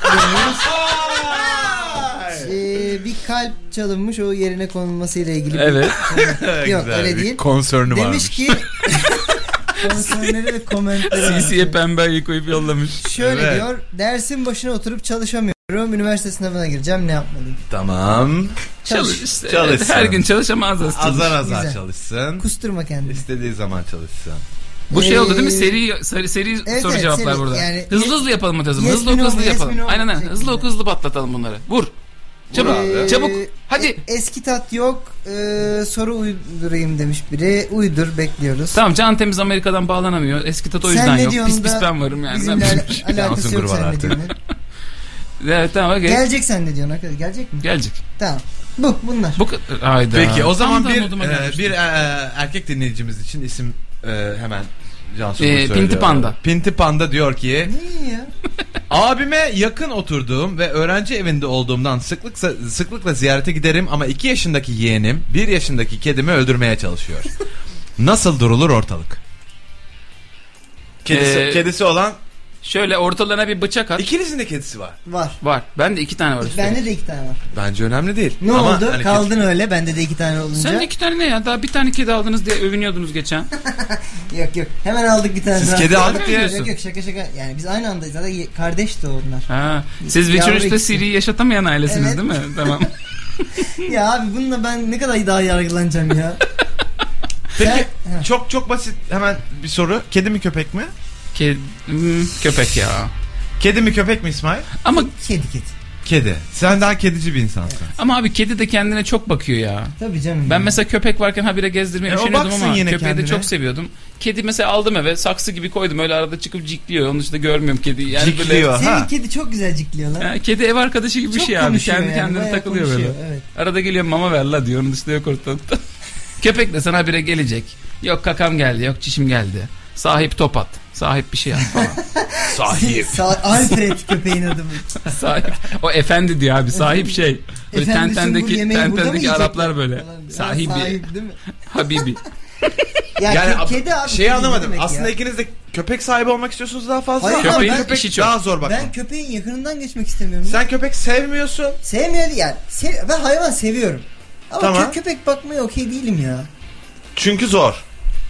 Speaker 2: e, bir kalp çalınmış o yerine konulması ile ilgili bir
Speaker 3: Evet.
Speaker 2: Yok, öyle değil.
Speaker 1: Konsörünü
Speaker 2: Demiş ki konserleri ve komentleri
Speaker 3: CC'ye pembe ayı koyup yollamış.
Speaker 2: Şöyle
Speaker 1: Evet.
Speaker 2: diyor dersin başına oturup çalışamıyorum üniversite sınavına gireceğim ne yapmalıyım
Speaker 1: Tamam.
Speaker 3: Çalış. işte.
Speaker 1: Çalış
Speaker 3: Evet, Her
Speaker 1: sen.
Speaker 3: gün çalışamaz
Speaker 1: Azar
Speaker 3: aslında.
Speaker 1: azar
Speaker 2: Güzel.
Speaker 1: çalışsın.
Speaker 2: kusturma kendini
Speaker 1: İstediği zaman çalışsın.
Speaker 3: Bu şey oldu değil mi?
Speaker 2: Ee,
Speaker 3: Seri seri, seri
Speaker 2: evet,
Speaker 3: soru cevaplar
Speaker 2: seri.
Speaker 3: burada.
Speaker 2: Yani-
Speaker 3: hızlı hızlı yapalım hadi o zaman.
Speaker 2: Yes
Speaker 3: Hızlı
Speaker 2: mi,
Speaker 3: oku
Speaker 2: no mu,
Speaker 3: hızlı
Speaker 2: yes mi,
Speaker 3: yapalım.
Speaker 2: no mu
Speaker 3: Aynen aynen.
Speaker 2: şeklinde.
Speaker 3: Hızlı oku hızlı patlatalım bunları. Vur. Çabuk.
Speaker 1: abi.
Speaker 3: Çabuk. Hadi.
Speaker 2: Ee, e- eski tat yok e, soru uydurayım demiş biri uydur bekliyoruz
Speaker 3: Tamam Can Temiz Amerika'dan bağlanamıyor. Eski tato o
Speaker 2: Sen
Speaker 3: yüzden
Speaker 2: ne
Speaker 3: yok.
Speaker 2: diyorsun
Speaker 3: Pis pis
Speaker 2: da
Speaker 3: ben varım yani.
Speaker 2: bizimle
Speaker 3: Ben-
Speaker 2: al- alakası
Speaker 1: Yansın
Speaker 2: yok
Speaker 1: kurban
Speaker 2: sen
Speaker 1: artık.
Speaker 2: dediğinin
Speaker 3: evet tamam okey.
Speaker 2: gelecek sen ne diyorsun arkadaş gelecek mi
Speaker 3: Gelecek.
Speaker 2: tamam bu bunlar
Speaker 3: Bu ka- Hayda.
Speaker 1: Peki o zaman
Speaker 3: Tam da
Speaker 1: bir
Speaker 3: moduma
Speaker 1: e,
Speaker 3: gelmiştim.
Speaker 1: bir e, erkek dinleyicimiz için isim e, hemen Cansu
Speaker 3: E,
Speaker 1: Nur
Speaker 3: Pinti
Speaker 1: söylüyor.
Speaker 3: Panda.
Speaker 1: Pinti Panda diyor ki
Speaker 2: Niye ya?
Speaker 1: Abime yakın oturduğum ve öğrenci evinde olduğumdan sıklıkla, sıklıkla ziyarete giderim ama 2 yaşındaki yeğenim 1 yaşındaki kedimi öldürmeye çalışıyor. Nasıl durulur ortalık? Kedisi,
Speaker 3: Ee,
Speaker 1: kedisi olan
Speaker 3: Şöyle ortalarına bir bıçak at.
Speaker 1: ikinizin de kedisi var.
Speaker 2: Var.
Speaker 3: Var. Bende iki tane var. üstelik.
Speaker 2: Bende de iki tane var.
Speaker 1: Bence önemli değil.
Speaker 2: Ne
Speaker 1: Ama
Speaker 2: oldu?
Speaker 1: hani
Speaker 2: Kaldın öyle. Bende de iki tane olunca.
Speaker 3: Sen de iki tane ne ya? Daha bir tane kedi aldınız diye övünüyordunuz geçen.
Speaker 2: Yok yok. Hemen aldık bir tane
Speaker 1: Siz
Speaker 2: daha.
Speaker 1: kedi aldık diye
Speaker 2: Yok
Speaker 1: diyorsun.
Speaker 2: yok şaka şaka. Yani biz aynı andayız. Zaten ye- kardeş de onlar.
Speaker 3: Ha. Siz
Speaker 2: Yavru
Speaker 3: Witcher 3'te
Speaker 2: ikisi.
Speaker 3: Siri'yi yaşatamayan ailesiniz
Speaker 2: Evet.
Speaker 3: değil mi? Tamam.
Speaker 2: ya abi bununla ben ne kadar daha yargılanacağım ya.
Speaker 1: Peki
Speaker 2: Sen- Ha.
Speaker 1: çok çok basit hemen bir soru. Kedi mi köpek mi?
Speaker 3: Kedi, hmm, köpek ya.
Speaker 1: Kedi mi köpek mi İsmail?
Speaker 3: Ama
Speaker 2: Kedi kedi.
Speaker 1: Kedi. Sen daha kedici bir insansın.
Speaker 3: ama abi kedi de kendine çok bakıyor ya.
Speaker 2: Tabii canım.
Speaker 3: Ben
Speaker 2: ya.
Speaker 3: mesela köpek varken habire gezdirmeye
Speaker 1: E, o
Speaker 3: üşeniyordum
Speaker 1: baksın
Speaker 3: ama
Speaker 1: yine
Speaker 3: köpeği
Speaker 1: kendine.
Speaker 3: de çok seviyordum. Kedi mesela aldım eve saksı gibi koydum öyle arada çıkıp cikliyor. Onun dışında görmüyorum kediyi. Yani böyle-
Speaker 1: Cikliyor
Speaker 2: Senin
Speaker 1: ha.
Speaker 2: kedi çok güzel cikliyor lan.
Speaker 3: Ha, kedi ev arkadaşı gibi bir
Speaker 2: Çok
Speaker 3: şey abi.
Speaker 2: konuşuyor
Speaker 3: Kendi
Speaker 2: yani,
Speaker 3: kendine
Speaker 2: bayağı
Speaker 3: takılıyor
Speaker 2: konuşuyor,
Speaker 3: böyle.
Speaker 2: Evet.
Speaker 3: Arada geliyor mama ver la diyor. Onun dışında yok ortalıkta. köpek de sana habire gelecek. Yok kakam geldi yok çişim geldi. Sahip top at. Sahip bir şey at falan.
Speaker 1: Sahip.
Speaker 2: Sa- Alfred köpeğin adı bu.
Speaker 3: sahip. O efendi diyor abi. Sahip şey. Böyle
Speaker 2: Efendim, sungur
Speaker 3: tentendeki,
Speaker 2: yemeği burada mı
Speaker 3: tentendeki
Speaker 2: yiyecekler
Speaker 3: Araplar böyle.
Speaker 2: falan diyor. Ha,
Speaker 3: Sahibi.
Speaker 2: Sahip değil mi?
Speaker 3: Habibi.
Speaker 2: Ya
Speaker 1: Yani
Speaker 2: ke-
Speaker 1: ab-
Speaker 2: kedi abi.
Speaker 1: şeyi
Speaker 2: kedi ne
Speaker 1: anlamadım.
Speaker 2: demek ya?
Speaker 1: Aslında ikiniz de köpek sahibi olmak istiyorsunuz daha fazla.
Speaker 2: Hayır,
Speaker 1: ama
Speaker 2: Köpeğin
Speaker 1: ben-
Speaker 3: işi çok.
Speaker 1: Daha zor bak.
Speaker 2: Ben köpeğin yakınından geçmek istemiyorum.
Speaker 1: Sen köpek sevmiyorsun.
Speaker 2: Sevmiyor yani. Sev- ben hayvan seviyorum. Ama
Speaker 1: Tamam.
Speaker 2: kö- köpek bakmaya okey değilim ya.
Speaker 1: Çünkü zor.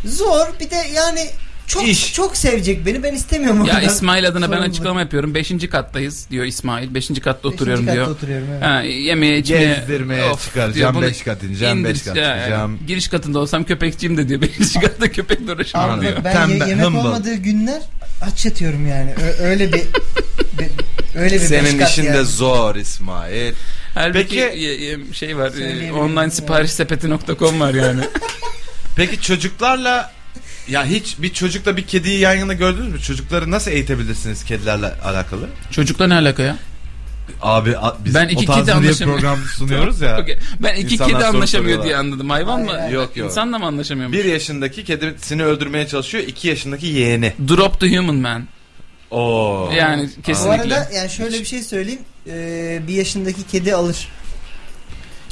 Speaker 2: Zor bir de yani çok
Speaker 1: İş.
Speaker 2: çok sevecek beni ben istemiyorum. o
Speaker 3: ya
Speaker 2: kadar.
Speaker 3: İsmail adına ben
Speaker 2: Sorumlu.
Speaker 3: açıklama yapıyorum. Beşinci kattayız diyor İsmail. Beşinci katta
Speaker 2: Beşinci
Speaker 3: oturuyorum
Speaker 2: katta
Speaker 3: diyor.
Speaker 2: oturuyorum evet.
Speaker 3: Ha, yemeğe içmeye
Speaker 1: Gezdirmeye
Speaker 3: Of
Speaker 1: çıkaracağım,
Speaker 3: diyor, bunu
Speaker 1: beş kat ineceğim,
Speaker 3: indir-
Speaker 1: beş kat
Speaker 3: Ya,
Speaker 1: çıkacağım.
Speaker 3: Giriş katında olsam köpekçiyim de diyor. Beşinci katta köpekle
Speaker 1: Abi,
Speaker 3: uğraşamam
Speaker 2: Abi
Speaker 3: diyor.
Speaker 2: bak ben
Speaker 1: Tembel,
Speaker 2: ye- yemek
Speaker 1: humble.
Speaker 2: olmadığı günler aç yatıyorum yani. Ö- öyle bir, bir- öyle bir beş
Speaker 1: Senin
Speaker 2: kat
Speaker 1: işin de
Speaker 2: yani.
Speaker 1: zor İsmail.
Speaker 3: Halbuki
Speaker 1: Peki-
Speaker 3: ye- ye- şey var. E,
Speaker 2: Söyleyebilirim
Speaker 3: online
Speaker 2: ya.
Speaker 3: sipariş sepeti.com var yani.
Speaker 1: Peki çocuklarla ya hiç bir çocukla bir kediyi yan yana gördünüz mü? Çocukları nasıl eğitebilirsiniz kedilerle alakalı?
Speaker 3: Çocukla ne alaka ya?
Speaker 1: Abi a- biz
Speaker 3: Ben iki
Speaker 1: o tarzı
Speaker 3: kedi
Speaker 1: diye
Speaker 3: anlaşamıyorum.
Speaker 1: program sunuyoruz ya.
Speaker 3: Okey. Ben iki
Speaker 1: İnsanlar
Speaker 3: kedi
Speaker 1: soru
Speaker 3: anlaşamıyor
Speaker 1: soruyorlar.
Speaker 3: diye anladım. Hayvan mı?
Speaker 1: Yok, yok.
Speaker 3: İnsanla mı anlaşamıyor?
Speaker 1: Bir yaşındaki kedisini öldürmeye çalışıyor. iki yaşındaki yeğeni.
Speaker 3: Drop the human man.
Speaker 1: Oo.
Speaker 3: Yani
Speaker 2: Bu
Speaker 3: kesinlikle.
Speaker 2: arada yani şöyle bir şey söyleyeyim. Ee, bir yaşındaki kedi alır.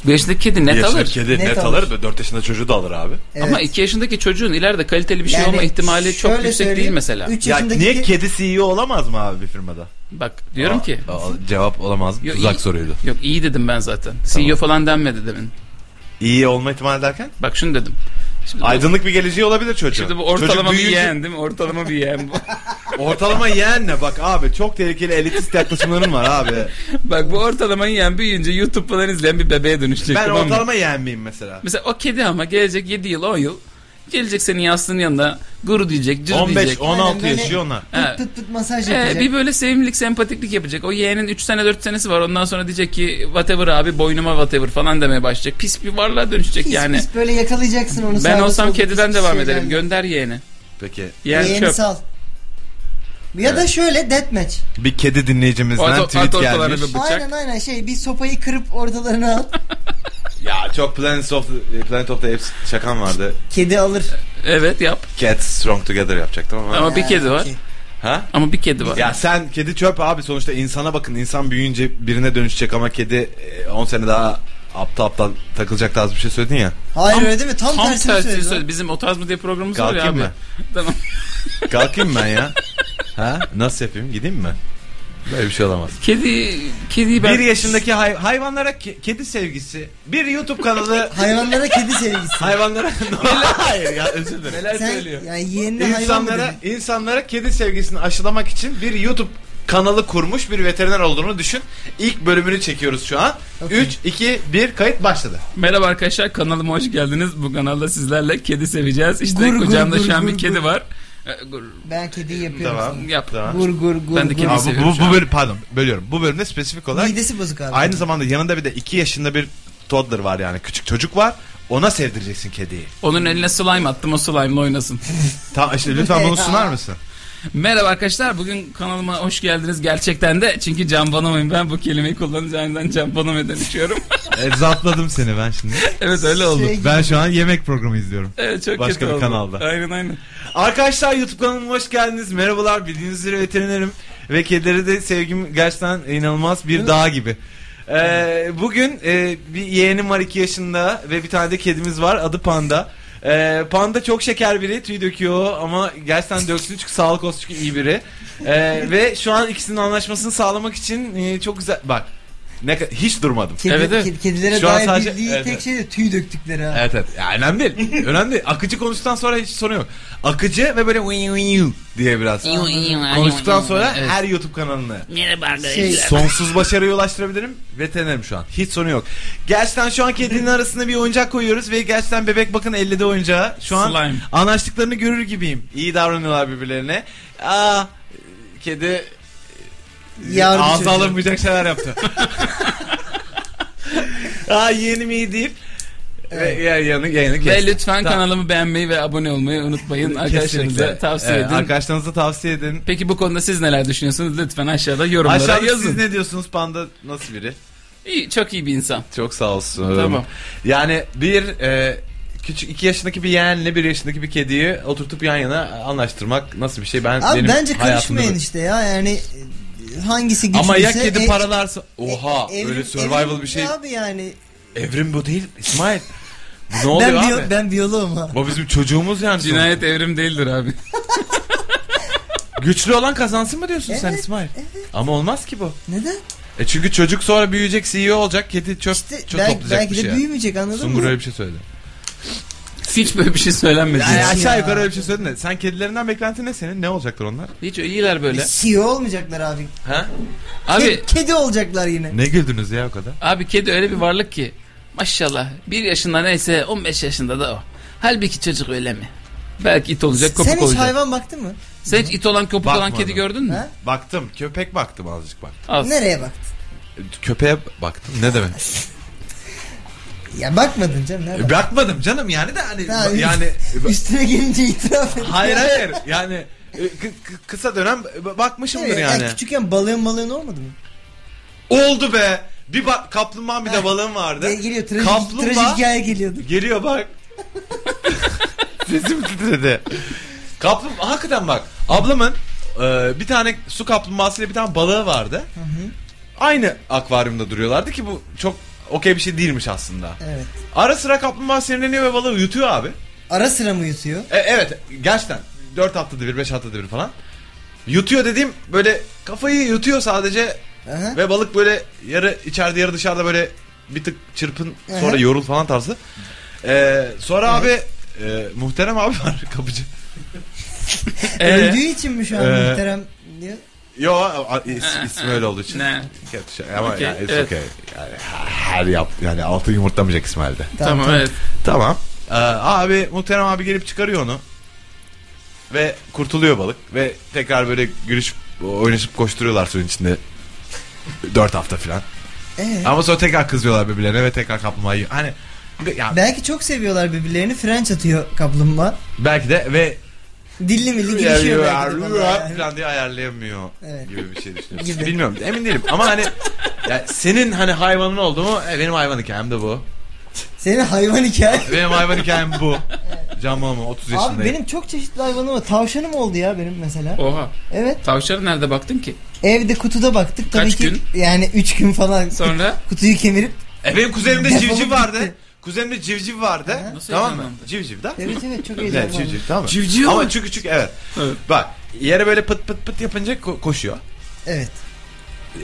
Speaker 3: Bir yaşındaki kedi net alır.
Speaker 6: Kedi
Speaker 2: Net
Speaker 6: net,
Speaker 2: alır.
Speaker 6: alır. 4 yaşında çocuğu da alır abi.
Speaker 2: Evet.
Speaker 3: Ama iki yaşındaki çocuğun ileride kaliteli bir şey
Speaker 2: Yani
Speaker 3: olma ihtimali çok
Speaker 2: şöyle
Speaker 3: yüksek değil
Speaker 2: söyleyeyim,
Speaker 3: mesela.
Speaker 2: Üç
Speaker 1: Ya
Speaker 2: yaşındaki
Speaker 1: niye
Speaker 2: kedi-
Speaker 1: kedi CEO olamaz mı abi bir firmada?
Speaker 3: Bak diyorum
Speaker 1: Aa,
Speaker 3: ki.
Speaker 1: aa, cevap olamaz.
Speaker 3: Yo,
Speaker 1: Tuzak
Speaker 3: iyi-
Speaker 1: soruydu.
Speaker 3: Yok iyi dedim ben zaten. CEO falan denmedi demin.
Speaker 1: İyi olma ihtimali derken?
Speaker 3: Bak şunu dedim. Şimdi,
Speaker 1: Aydınlık bir geleceği olabilir çocuğun.
Speaker 3: şimdi bu ortalama
Speaker 1: Çocuk
Speaker 3: bir
Speaker 1: büyüyünce-
Speaker 3: yeğen değil mi? Ortalama bir yeğen bu.
Speaker 1: Ortalama yeğen ne? Bak abi çok tehlikeli elitist yaklaşımların var abi.
Speaker 3: Bak bu ortalama yiyen büyüyünce YouTube falan izleyen bir bebeğe dönüşecek.
Speaker 1: Ben
Speaker 3: tamam mı?
Speaker 1: ortalama yeğen miyim mesela?
Speaker 3: Mesela o kedi ama gelecek 7 yıl 10 yıl gelecek senin yastığın yanında guru diyecek, cır diyecek.
Speaker 2: 15-16
Speaker 1: 15-16
Speaker 2: Aynen,
Speaker 1: yaşıyor
Speaker 2: yaşıyor
Speaker 1: onlar.
Speaker 3: Ha.
Speaker 2: Tıt tıt tıt masaj
Speaker 3: Ee,
Speaker 2: yapacak.
Speaker 3: bir böyle sevimlilik, sempatiklik yapacak. O yeğenin 3 sene 4 senesi var. Ondan sonra diyecek ki whatever abi boynuma whatever falan demeye başlayacak. Pis bir varlığa dönüşecek
Speaker 2: Pis
Speaker 3: yani.
Speaker 2: pis böyle yakalayacaksın onu.
Speaker 3: Ben
Speaker 2: sağda
Speaker 3: olsam
Speaker 2: solda
Speaker 3: kediden
Speaker 2: pis
Speaker 1: şey
Speaker 3: devam
Speaker 2: şeylerle.
Speaker 3: ederim. Gönder yeğeni.
Speaker 1: Peki
Speaker 3: Yeğen
Speaker 2: Yeğeni
Speaker 3: çöp.
Speaker 2: sal. Ya da şöyle deathmatch.
Speaker 1: bir kedi dinleyicimizden
Speaker 3: Orta-
Speaker 1: tweet
Speaker 3: orta- ortalara
Speaker 1: gelmiş.
Speaker 3: bir bak. Bıçak.
Speaker 2: Aynen aynen şey bir sopayı kırıp ortalarına al.
Speaker 1: Ya çok Planet of, Planet of the Apes şakan vardı.
Speaker 2: Kedi alır.
Speaker 3: Evet yap.
Speaker 1: Cats Strong Together yapacaktım ama.
Speaker 3: Ama bir
Speaker 2: Ha,
Speaker 3: kedi var.
Speaker 2: okey.
Speaker 1: Ha?
Speaker 3: Ama bir kedi var.
Speaker 1: Ya sen kedi çöp abi sonuçta insana bakın insan büyüyünce birine dönüşecek ama kedi 10 sene daha aptal aptal takılacak tarzı bir şey söyledin ya.
Speaker 2: Hayır
Speaker 3: Tam-
Speaker 2: öyle değil mi? Tam,
Speaker 3: Tam
Speaker 2: tersini,
Speaker 3: tersini
Speaker 2: söyledi.
Speaker 3: söyledi. Bizim o tarz mı diye programımız var ya
Speaker 1: Kalkayım
Speaker 3: abi.
Speaker 1: mı?
Speaker 3: Tamam.
Speaker 1: Kalkayım ben ya. Ha? Nasıl yapayım? Gideyim mi? Böyle bir şey olamaz.
Speaker 3: Kedi, kediyi ben...
Speaker 1: Bir yaşındaki hay- hayvanlara ke- kedi sevgisi. Bir YouTube kanalı
Speaker 2: Hayvanlara kedi sevgisi.
Speaker 1: hayvanlara... Hayır ya özür dilerim.
Speaker 3: Neler
Speaker 2: Sen
Speaker 3: söylüyor?
Speaker 2: yani yeğenine hayvan mı
Speaker 1: İnsanlara,
Speaker 2: dedin?
Speaker 1: insanlara kedi sevgisini aşılamak için bir YouTube kanalı kurmuş bir veteriner olduğunu düşün. İlk bölümünü çekiyoruz şu an.
Speaker 2: Okey.
Speaker 1: 3, 2, 1 kayıt başladı.
Speaker 3: Merhaba arkadaşlar kanalıma hoş geldiniz. Bu kanalda sizlerle kedi seveceğiz. İşte
Speaker 2: Gur, gur,
Speaker 3: kucağımda
Speaker 2: gur,
Speaker 3: şu an
Speaker 2: gur,
Speaker 3: bir
Speaker 2: gur.
Speaker 3: kedi var. Ee, gur,
Speaker 2: Ben kediyi yapıyorum.
Speaker 1: Tamam.
Speaker 2: sana.
Speaker 3: yap.
Speaker 1: Tamam.
Speaker 2: Gur gur gur.
Speaker 3: Ben de
Speaker 2: gur.
Speaker 3: kedi
Speaker 1: Abi
Speaker 3: seviyorum
Speaker 1: bu,
Speaker 3: şu an.
Speaker 1: bu bölüm pardon bölüyorum. Bu bölümde spesifik olarak
Speaker 2: Midesi bozuk abi.
Speaker 1: aynı zamanda yanında bir de 2 yaşında bir toddler var yani küçük çocuk var. Ona sevdireceksin kediyi.
Speaker 3: Onun eline slime attım o slime'la oynasın.
Speaker 1: Tamam işte lütfen bunu sunar mısın?
Speaker 3: Merhaba arkadaşlar bugün kanalıma hoş geldiniz gerçekten de. Çünkü Can Bonomo'yum ben bu kelimeyi kullanacağımdan Can Bonomo'ya dönüşüyorum.
Speaker 1: E, zaptladım seni ben şimdi.
Speaker 3: evet öyle oldu.
Speaker 2: Şey-
Speaker 1: Ben şu an yemek programı izliyorum.
Speaker 3: Evet çok
Speaker 1: Başka
Speaker 3: kötü
Speaker 1: bir
Speaker 3: oldu.
Speaker 1: kanalda.
Speaker 3: Aynen aynen.
Speaker 1: Arkadaşlar YouTube kanalıma hoş geldiniz. Merhabalar bildiğiniz üzere veterinerim. Ve kedilere de sevgim gerçekten inanılmaz bir dağ gibi. Ee, bugün e, bir yeğenim var 2 yaşında ve bir tane de kedimiz var adı Panda. Ee, panda çok şeker biri tüy döküyor ama gerçekten döksün çünkü sağlık olsun çünkü iyi biri. Ee, ve şu an ikisinin anlaşmasını sağlamak için e, çok güzel bak ne ka- hiç durmadım.
Speaker 2: Kedi,
Speaker 3: Evet, evet.
Speaker 2: kedi- kedilere
Speaker 1: Şu an
Speaker 2: dair
Speaker 1: sadece-
Speaker 2: bildiği
Speaker 1: Evet,
Speaker 2: tek
Speaker 1: evet.
Speaker 2: şey de tüy döktükleri ha.
Speaker 1: Evet evet. Ya, önemli değil. önemli değil. Akıcı konuştuktan sonra hiç sorun yok. Akıcı ve böyle "Uyu, uyu" diye biraz. konuştuktan sonra
Speaker 3: Evet.
Speaker 1: her YouTube kanalını
Speaker 4: Merhaba
Speaker 2: Şey,
Speaker 4: arkadaşlar.
Speaker 1: sonsuz başarıya ulaştırabilirim. Veterinerim şu an. Hiç sorun yok. Gerçekten şu an kedinin arasına bir oyuncak koyuyoruz ve gerçekten bebek bakın elledi oyuncağı. Şu an
Speaker 3: Slime.
Speaker 1: anlaştıklarını görür gibiyim. İyi davranıyorlar birbirlerine. Aa kedi
Speaker 2: Yavru
Speaker 1: ağza
Speaker 2: çocuğu.
Speaker 1: alınmayacak şeyler yaptı. Aa yeğenim iyi değil. Ve ya- yanı, yayını
Speaker 3: Ve
Speaker 1: kestim.
Speaker 3: lütfen
Speaker 1: Tamam.
Speaker 3: kanalımı beğenmeyi ve abone olmayı unutmayın. Arkadaşlarınıza
Speaker 1: Kesinlikle.
Speaker 3: tavsiye
Speaker 1: Evet,
Speaker 3: edin.
Speaker 1: Arkadaşlarınıza tavsiye edin.
Speaker 3: Peki bu konuda siz neler düşünüyorsunuz? Lütfen aşağıda yorumlara
Speaker 1: Aşağıda
Speaker 3: yazın.
Speaker 1: siz ne diyorsunuz panda nasıl biri?
Speaker 3: İyi, çok iyi bir insan.
Speaker 1: Çok sağ olsun.
Speaker 3: Tamam.
Speaker 1: Yani bir e, küçük iki yaşındaki bir yeğenle bir yaşındaki bir kediyi oturtup yan yana anlaştırmak nasıl bir şey? Ben
Speaker 2: Abi
Speaker 1: benim
Speaker 2: bence
Speaker 1: hayatımda-
Speaker 2: karışmayın işte ya yani e, hangisi güçlüyse.
Speaker 1: Ama ya kedi
Speaker 2: e,
Speaker 1: paralarsa? Oha
Speaker 2: e, evrim-
Speaker 1: öyle survival
Speaker 2: evrim
Speaker 1: bir şey.
Speaker 2: Abi yani.
Speaker 1: Evrim bu değil İsmail. Bu ne oluyor
Speaker 2: Ben, biyo,
Speaker 1: abi?
Speaker 2: ben biyoloğum ha.
Speaker 1: Bu bizim çocuğumuz yani. sonuçta.
Speaker 3: Cinayet evrim değildir abi.
Speaker 1: Güçlü olan kazansın mı diyorsun sen
Speaker 2: Evet,
Speaker 1: İsmail? Ama olmaz ki bu.
Speaker 2: Neden?
Speaker 1: E çünkü çocuk sonra büyüyecek CEO olacak. Kedi çöp,
Speaker 2: İşte
Speaker 1: çöp
Speaker 2: belki,
Speaker 1: toplayacak
Speaker 2: belki
Speaker 1: bir
Speaker 2: de
Speaker 1: şey. yani.
Speaker 2: büyümeyecek anladın
Speaker 1: Sungur
Speaker 2: mı?
Speaker 1: öyle bir şey söyledi.
Speaker 3: Hiç böyle bir şey söylenmedi.
Speaker 1: Yani
Speaker 2: Ya.
Speaker 1: aşağı yukarı öyle bir şey söyledin de. Sen kedilerinden beklentin ne senin? Ne olacaklar onlar?
Speaker 3: Hiç iyiler böyle.
Speaker 2: CEO olmayacaklar abi.
Speaker 1: Ha?
Speaker 3: Abi
Speaker 2: Ke- kedi olacaklar yine.
Speaker 1: Ne güldünüz ya o kadar?
Speaker 3: abi kedi öyle bir varlık ki maşallah bir yaşında neyse 15 yaşında da o. Halbuki çocuk öyle mi? Belki it olacak, kopuk
Speaker 2: Sen hiç
Speaker 3: olacak.
Speaker 2: hayvan baktın mı?
Speaker 3: Sen hiç it olan, kopuk olan
Speaker 1: Bakmadım.
Speaker 3: kedi gördün mü?
Speaker 2: Ha?
Speaker 1: Baktım. Köpek baktım azıcık bak.
Speaker 3: Az.
Speaker 2: Nereye baktın?
Speaker 1: E, Köpeğe baktım. Ne demek?
Speaker 2: Ya bakmadın canım.
Speaker 1: E,
Speaker 2: nereye baktın?
Speaker 1: Bakmadım canım yani de hani
Speaker 2: Ha,
Speaker 1: ba- yani
Speaker 2: Üstüne gelince itiraf et.
Speaker 1: hayır hayır yani e, kı- kı- kısa dönem bakmışımdır
Speaker 2: Evet,
Speaker 1: yani.
Speaker 2: küçükken balığın balığın olmadı mı?
Speaker 1: Oldu be. Bir bak kaplumbağam bir de balığım vardı.
Speaker 2: E, Geliyor trajik,
Speaker 1: Kaplumbağa-
Speaker 2: trajik hikaye geliyordu.
Speaker 1: Geliyor bak. Sesim titredi. Kaplum hakikaten bak. Ablamın e, bir tane su kaplumbağasıyla bir tane balığı vardı. Aynı akvaryumda duruyorlardı ki bu çok okey bir şey değilmiş aslında.
Speaker 2: Evet.
Speaker 1: Ara sıra kaplumbağa sinirleniyor ve balığı yutuyor abi.
Speaker 2: Ara sıra mı yutuyor?
Speaker 1: E, evet gerçekten 4 haftada bir 5 haftada bir falan. Yutuyor dediğim böyle kafayı yutuyor sadece
Speaker 2: Aha.
Speaker 1: ve balık böyle yarı içeride yarı dışarıda böyle bir tık çırpın sonra
Speaker 2: Aha.
Speaker 1: yorul falan tarzı. E, sonra abi e, muhterem abi var kapıcı.
Speaker 3: Ee,
Speaker 1: E-
Speaker 2: Öldüğü için mi şu an
Speaker 1: Ee.
Speaker 2: muhterem diyor?
Speaker 1: Yo a- is- ismi öyle olduğu için.
Speaker 3: Ne?
Speaker 1: Kötü şey. Ama
Speaker 3: Okey,
Speaker 1: yani, it's
Speaker 3: evet.
Speaker 1: okay. Yani her yap yani altın yumurtlamayacak İsmail'de.
Speaker 3: Tamam, evet.
Speaker 1: Tamam. Ee, abi muhterem abi gelip çıkarıyor onu. Ve kurtuluyor balık. Ve tekrar böyle gülüşüp oynayıp koşturuyorlar suyun içinde. 4 hafta falan.
Speaker 2: Ee,
Speaker 1: Ama sonra tekrar kızıyorlar birbirlerine ve tekrar kaplumbağayı. yiyor. Hani ya,
Speaker 2: belki çok seviyorlar birbirlerini. French atıyor kaplumbağa.
Speaker 1: belki de ve
Speaker 2: Dilli milli girişiyor belki de
Speaker 1: Ayarlıyor
Speaker 2: balığa yani.
Speaker 1: falan diye ayarlayamıyor
Speaker 2: Evet.
Speaker 1: gibi bir şey düşünüyorsun.
Speaker 2: Gibi.
Speaker 1: Bilmiyorum emin değilim ama hani ya senin hani hayvanın oldu mu? E, benim hayvan hikayem de bu.
Speaker 2: Senin hayvan hikaye.
Speaker 1: Benim hayvan hikayem bu. Can Bonomo 30 yaşındayım.
Speaker 2: Abi benim çok çeşitli hayvanım var. Tavşanım oldu ya benim mesela.
Speaker 3: Oha.
Speaker 2: Evet.
Speaker 3: Tavşana nerede baktın ki?
Speaker 2: Evde kutuda baktık. Tabii
Speaker 3: Kaç
Speaker 2: ki
Speaker 3: gün?
Speaker 2: yani 3 gün falan
Speaker 3: Sonra
Speaker 2: kutuyu kemirip.
Speaker 1: E benim kuzenimde
Speaker 2: Defolup
Speaker 1: civciv vardı.
Speaker 2: gitti.
Speaker 1: Kuzenimde civciv vardı.
Speaker 3: Nasıl
Speaker 1: tamam mı?
Speaker 3: yaşandı?
Speaker 1: Civciv da.
Speaker 2: Evet evet çok
Speaker 1: Evet,
Speaker 2: heyecanlı.
Speaker 1: civciv tamam mı?
Speaker 3: Civciv
Speaker 1: Ama
Speaker 3: mi?
Speaker 1: çok küçük evet.
Speaker 3: Evet.
Speaker 1: Bak yere böyle pıt pıt pıt yapınca ko- koşuyor
Speaker 2: Evet.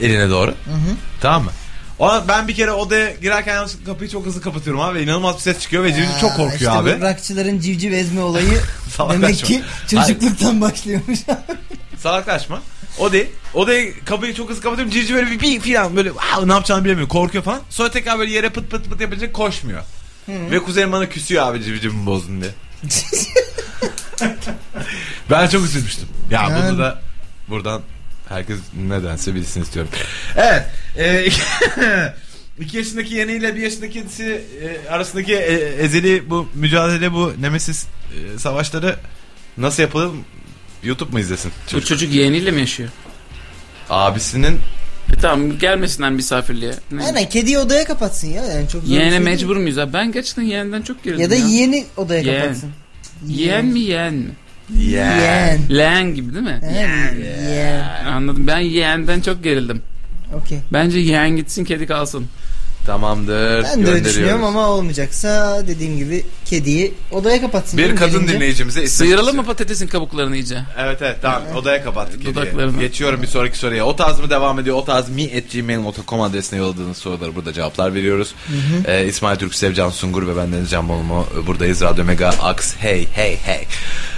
Speaker 1: eline doğru.
Speaker 2: Hı hı.
Speaker 1: Tamam mı? Ona, ben bir kere odaya girerken yanlışlıkla kapıyı çok hızlı kapatıyorum abi. İnanılmaz bir ses çıkıyor ve civciv çok
Speaker 2: Aa,
Speaker 1: korkuyor
Speaker 2: işte
Speaker 1: abi.
Speaker 2: bu Rockçıların civciv ezme olayı demek
Speaker 1: Salaklaşma.
Speaker 2: ki çocukluktan başlıyormuş.
Speaker 1: Salaklaşma. O değil. Odaya kapıyı çok hızlı kapatıyorum. Civciv böyle bir, bir filan böyle "Wow, ne yapacağını bilemiyor. Korkuyor falan. Sonra tekrar böyle yere pıt pıt pıt yapınca koşmuyor. Ve kuzenim bana küsüyor abi civcivimi bozdun diye. Ben çok üzülmüştüm. Ya
Speaker 2: Yani-
Speaker 1: bunu da buradan herkes nedense bilsin istiyorum. Evet. E, iki, iki yaşındaki yeniyle bir yaşındaki kedisi e, arasındaki e, ezeli bu mücadele bu nemesis e, savaşları nasıl yapılır? YouTube mu izlesin?
Speaker 3: bu
Speaker 1: Çocuk.
Speaker 3: çocuk yeğeniyle mi yaşıyor?
Speaker 1: Abisinin
Speaker 3: E tamam gelmesinler misafirliğe. Ne?
Speaker 2: Aynen kediyi odaya kapatsın ya. Yani çok zor bir
Speaker 3: Yeğene
Speaker 2: şey değil.
Speaker 3: mecbur muyuz abi? Ben gerçekten yeğenden çok gerildim
Speaker 2: Ya da
Speaker 3: ya.
Speaker 2: yeğeni odaya
Speaker 3: Yeğen.
Speaker 2: kapatsın.
Speaker 3: Yeğen mi yeğen mi?
Speaker 1: yeğen.
Speaker 2: Yeğen.
Speaker 3: Leğen gibi değil mi?
Speaker 2: Yeğen. Yeğen.
Speaker 3: Anladım. Ben yeğenden çok gerildim.
Speaker 2: Okey.
Speaker 3: Bence yeğen gitsin kedi kalsın.
Speaker 1: Tamamdır.
Speaker 2: Ben de öyle düşünüyorum
Speaker 1: gönderiyoruz.
Speaker 2: ama olmayacaksa dediğim gibi kediyi odaya kapatsın.
Speaker 1: Bir
Speaker 2: canım
Speaker 1: kadın
Speaker 2: gelince.
Speaker 1: dinleyicimize isim
Speaker 3: Sıyıralım mı patatesin kabuklarını iyice?
Speaker 1: Evet evet tamam odaya kapattık kediyi.
Speaker 3: Dudaklarını.
Speaker 1: Geçiyorum bir sonraki soruya. O tarz mı devam ediyor? O tarz mi at gmail.com adresine yolladığınız soruları burada cevaplar veriyoruz. Ee, İsmail Türksev, Can Sungur ve ben Deniz Can Bonomo buradayız. Radyo Mega Aks hey hey hey.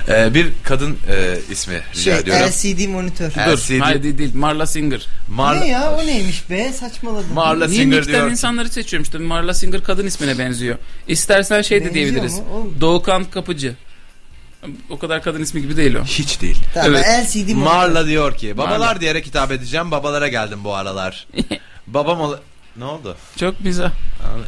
Speaker 1: Ee, bir kadın e, ismi rica
Speaker 2: Şey,
Speaker 1: ediyorum.
Speaker 2: LCD monitör.
Speaker 1: LCD.
Speaker 3: Dur. Hayır değil, değil. Marla Singer.
Speaker 1: Marla,
Speaker 2: Ne ya o neymiş be saçmaladım.
Speaker 1: Marla
Speaker 3: Niye
Speaker 1: Singer
Speaker 3: Nick'ten
Speaker 1: diyor.
Speaker 3: insanları seçiyormuş tabii. Marla Singer kadın ismine benziyor. İstersen şey de
Speaker 2: Benziyor
Speaker 3: diyebiliriz.
Speaker 2: mu? Oğlum.
Speaker 3: Doğukan Kapıcı. O kadar kadın ismi gibi değil o.
Speaker 1: Hiç değil.
Speaker 2: Tamam,
Speaker 3: Evet.
Speaker 2: LCD monitör.
Speaker 1: Marla diyor ki babalar
Speaker 3: Marla.
Speaker 1: diyerek hitap edeceğim. Babalara geldim bu aralar. Babam ol... Ne oldu?
Speaker 3: Çok mizah.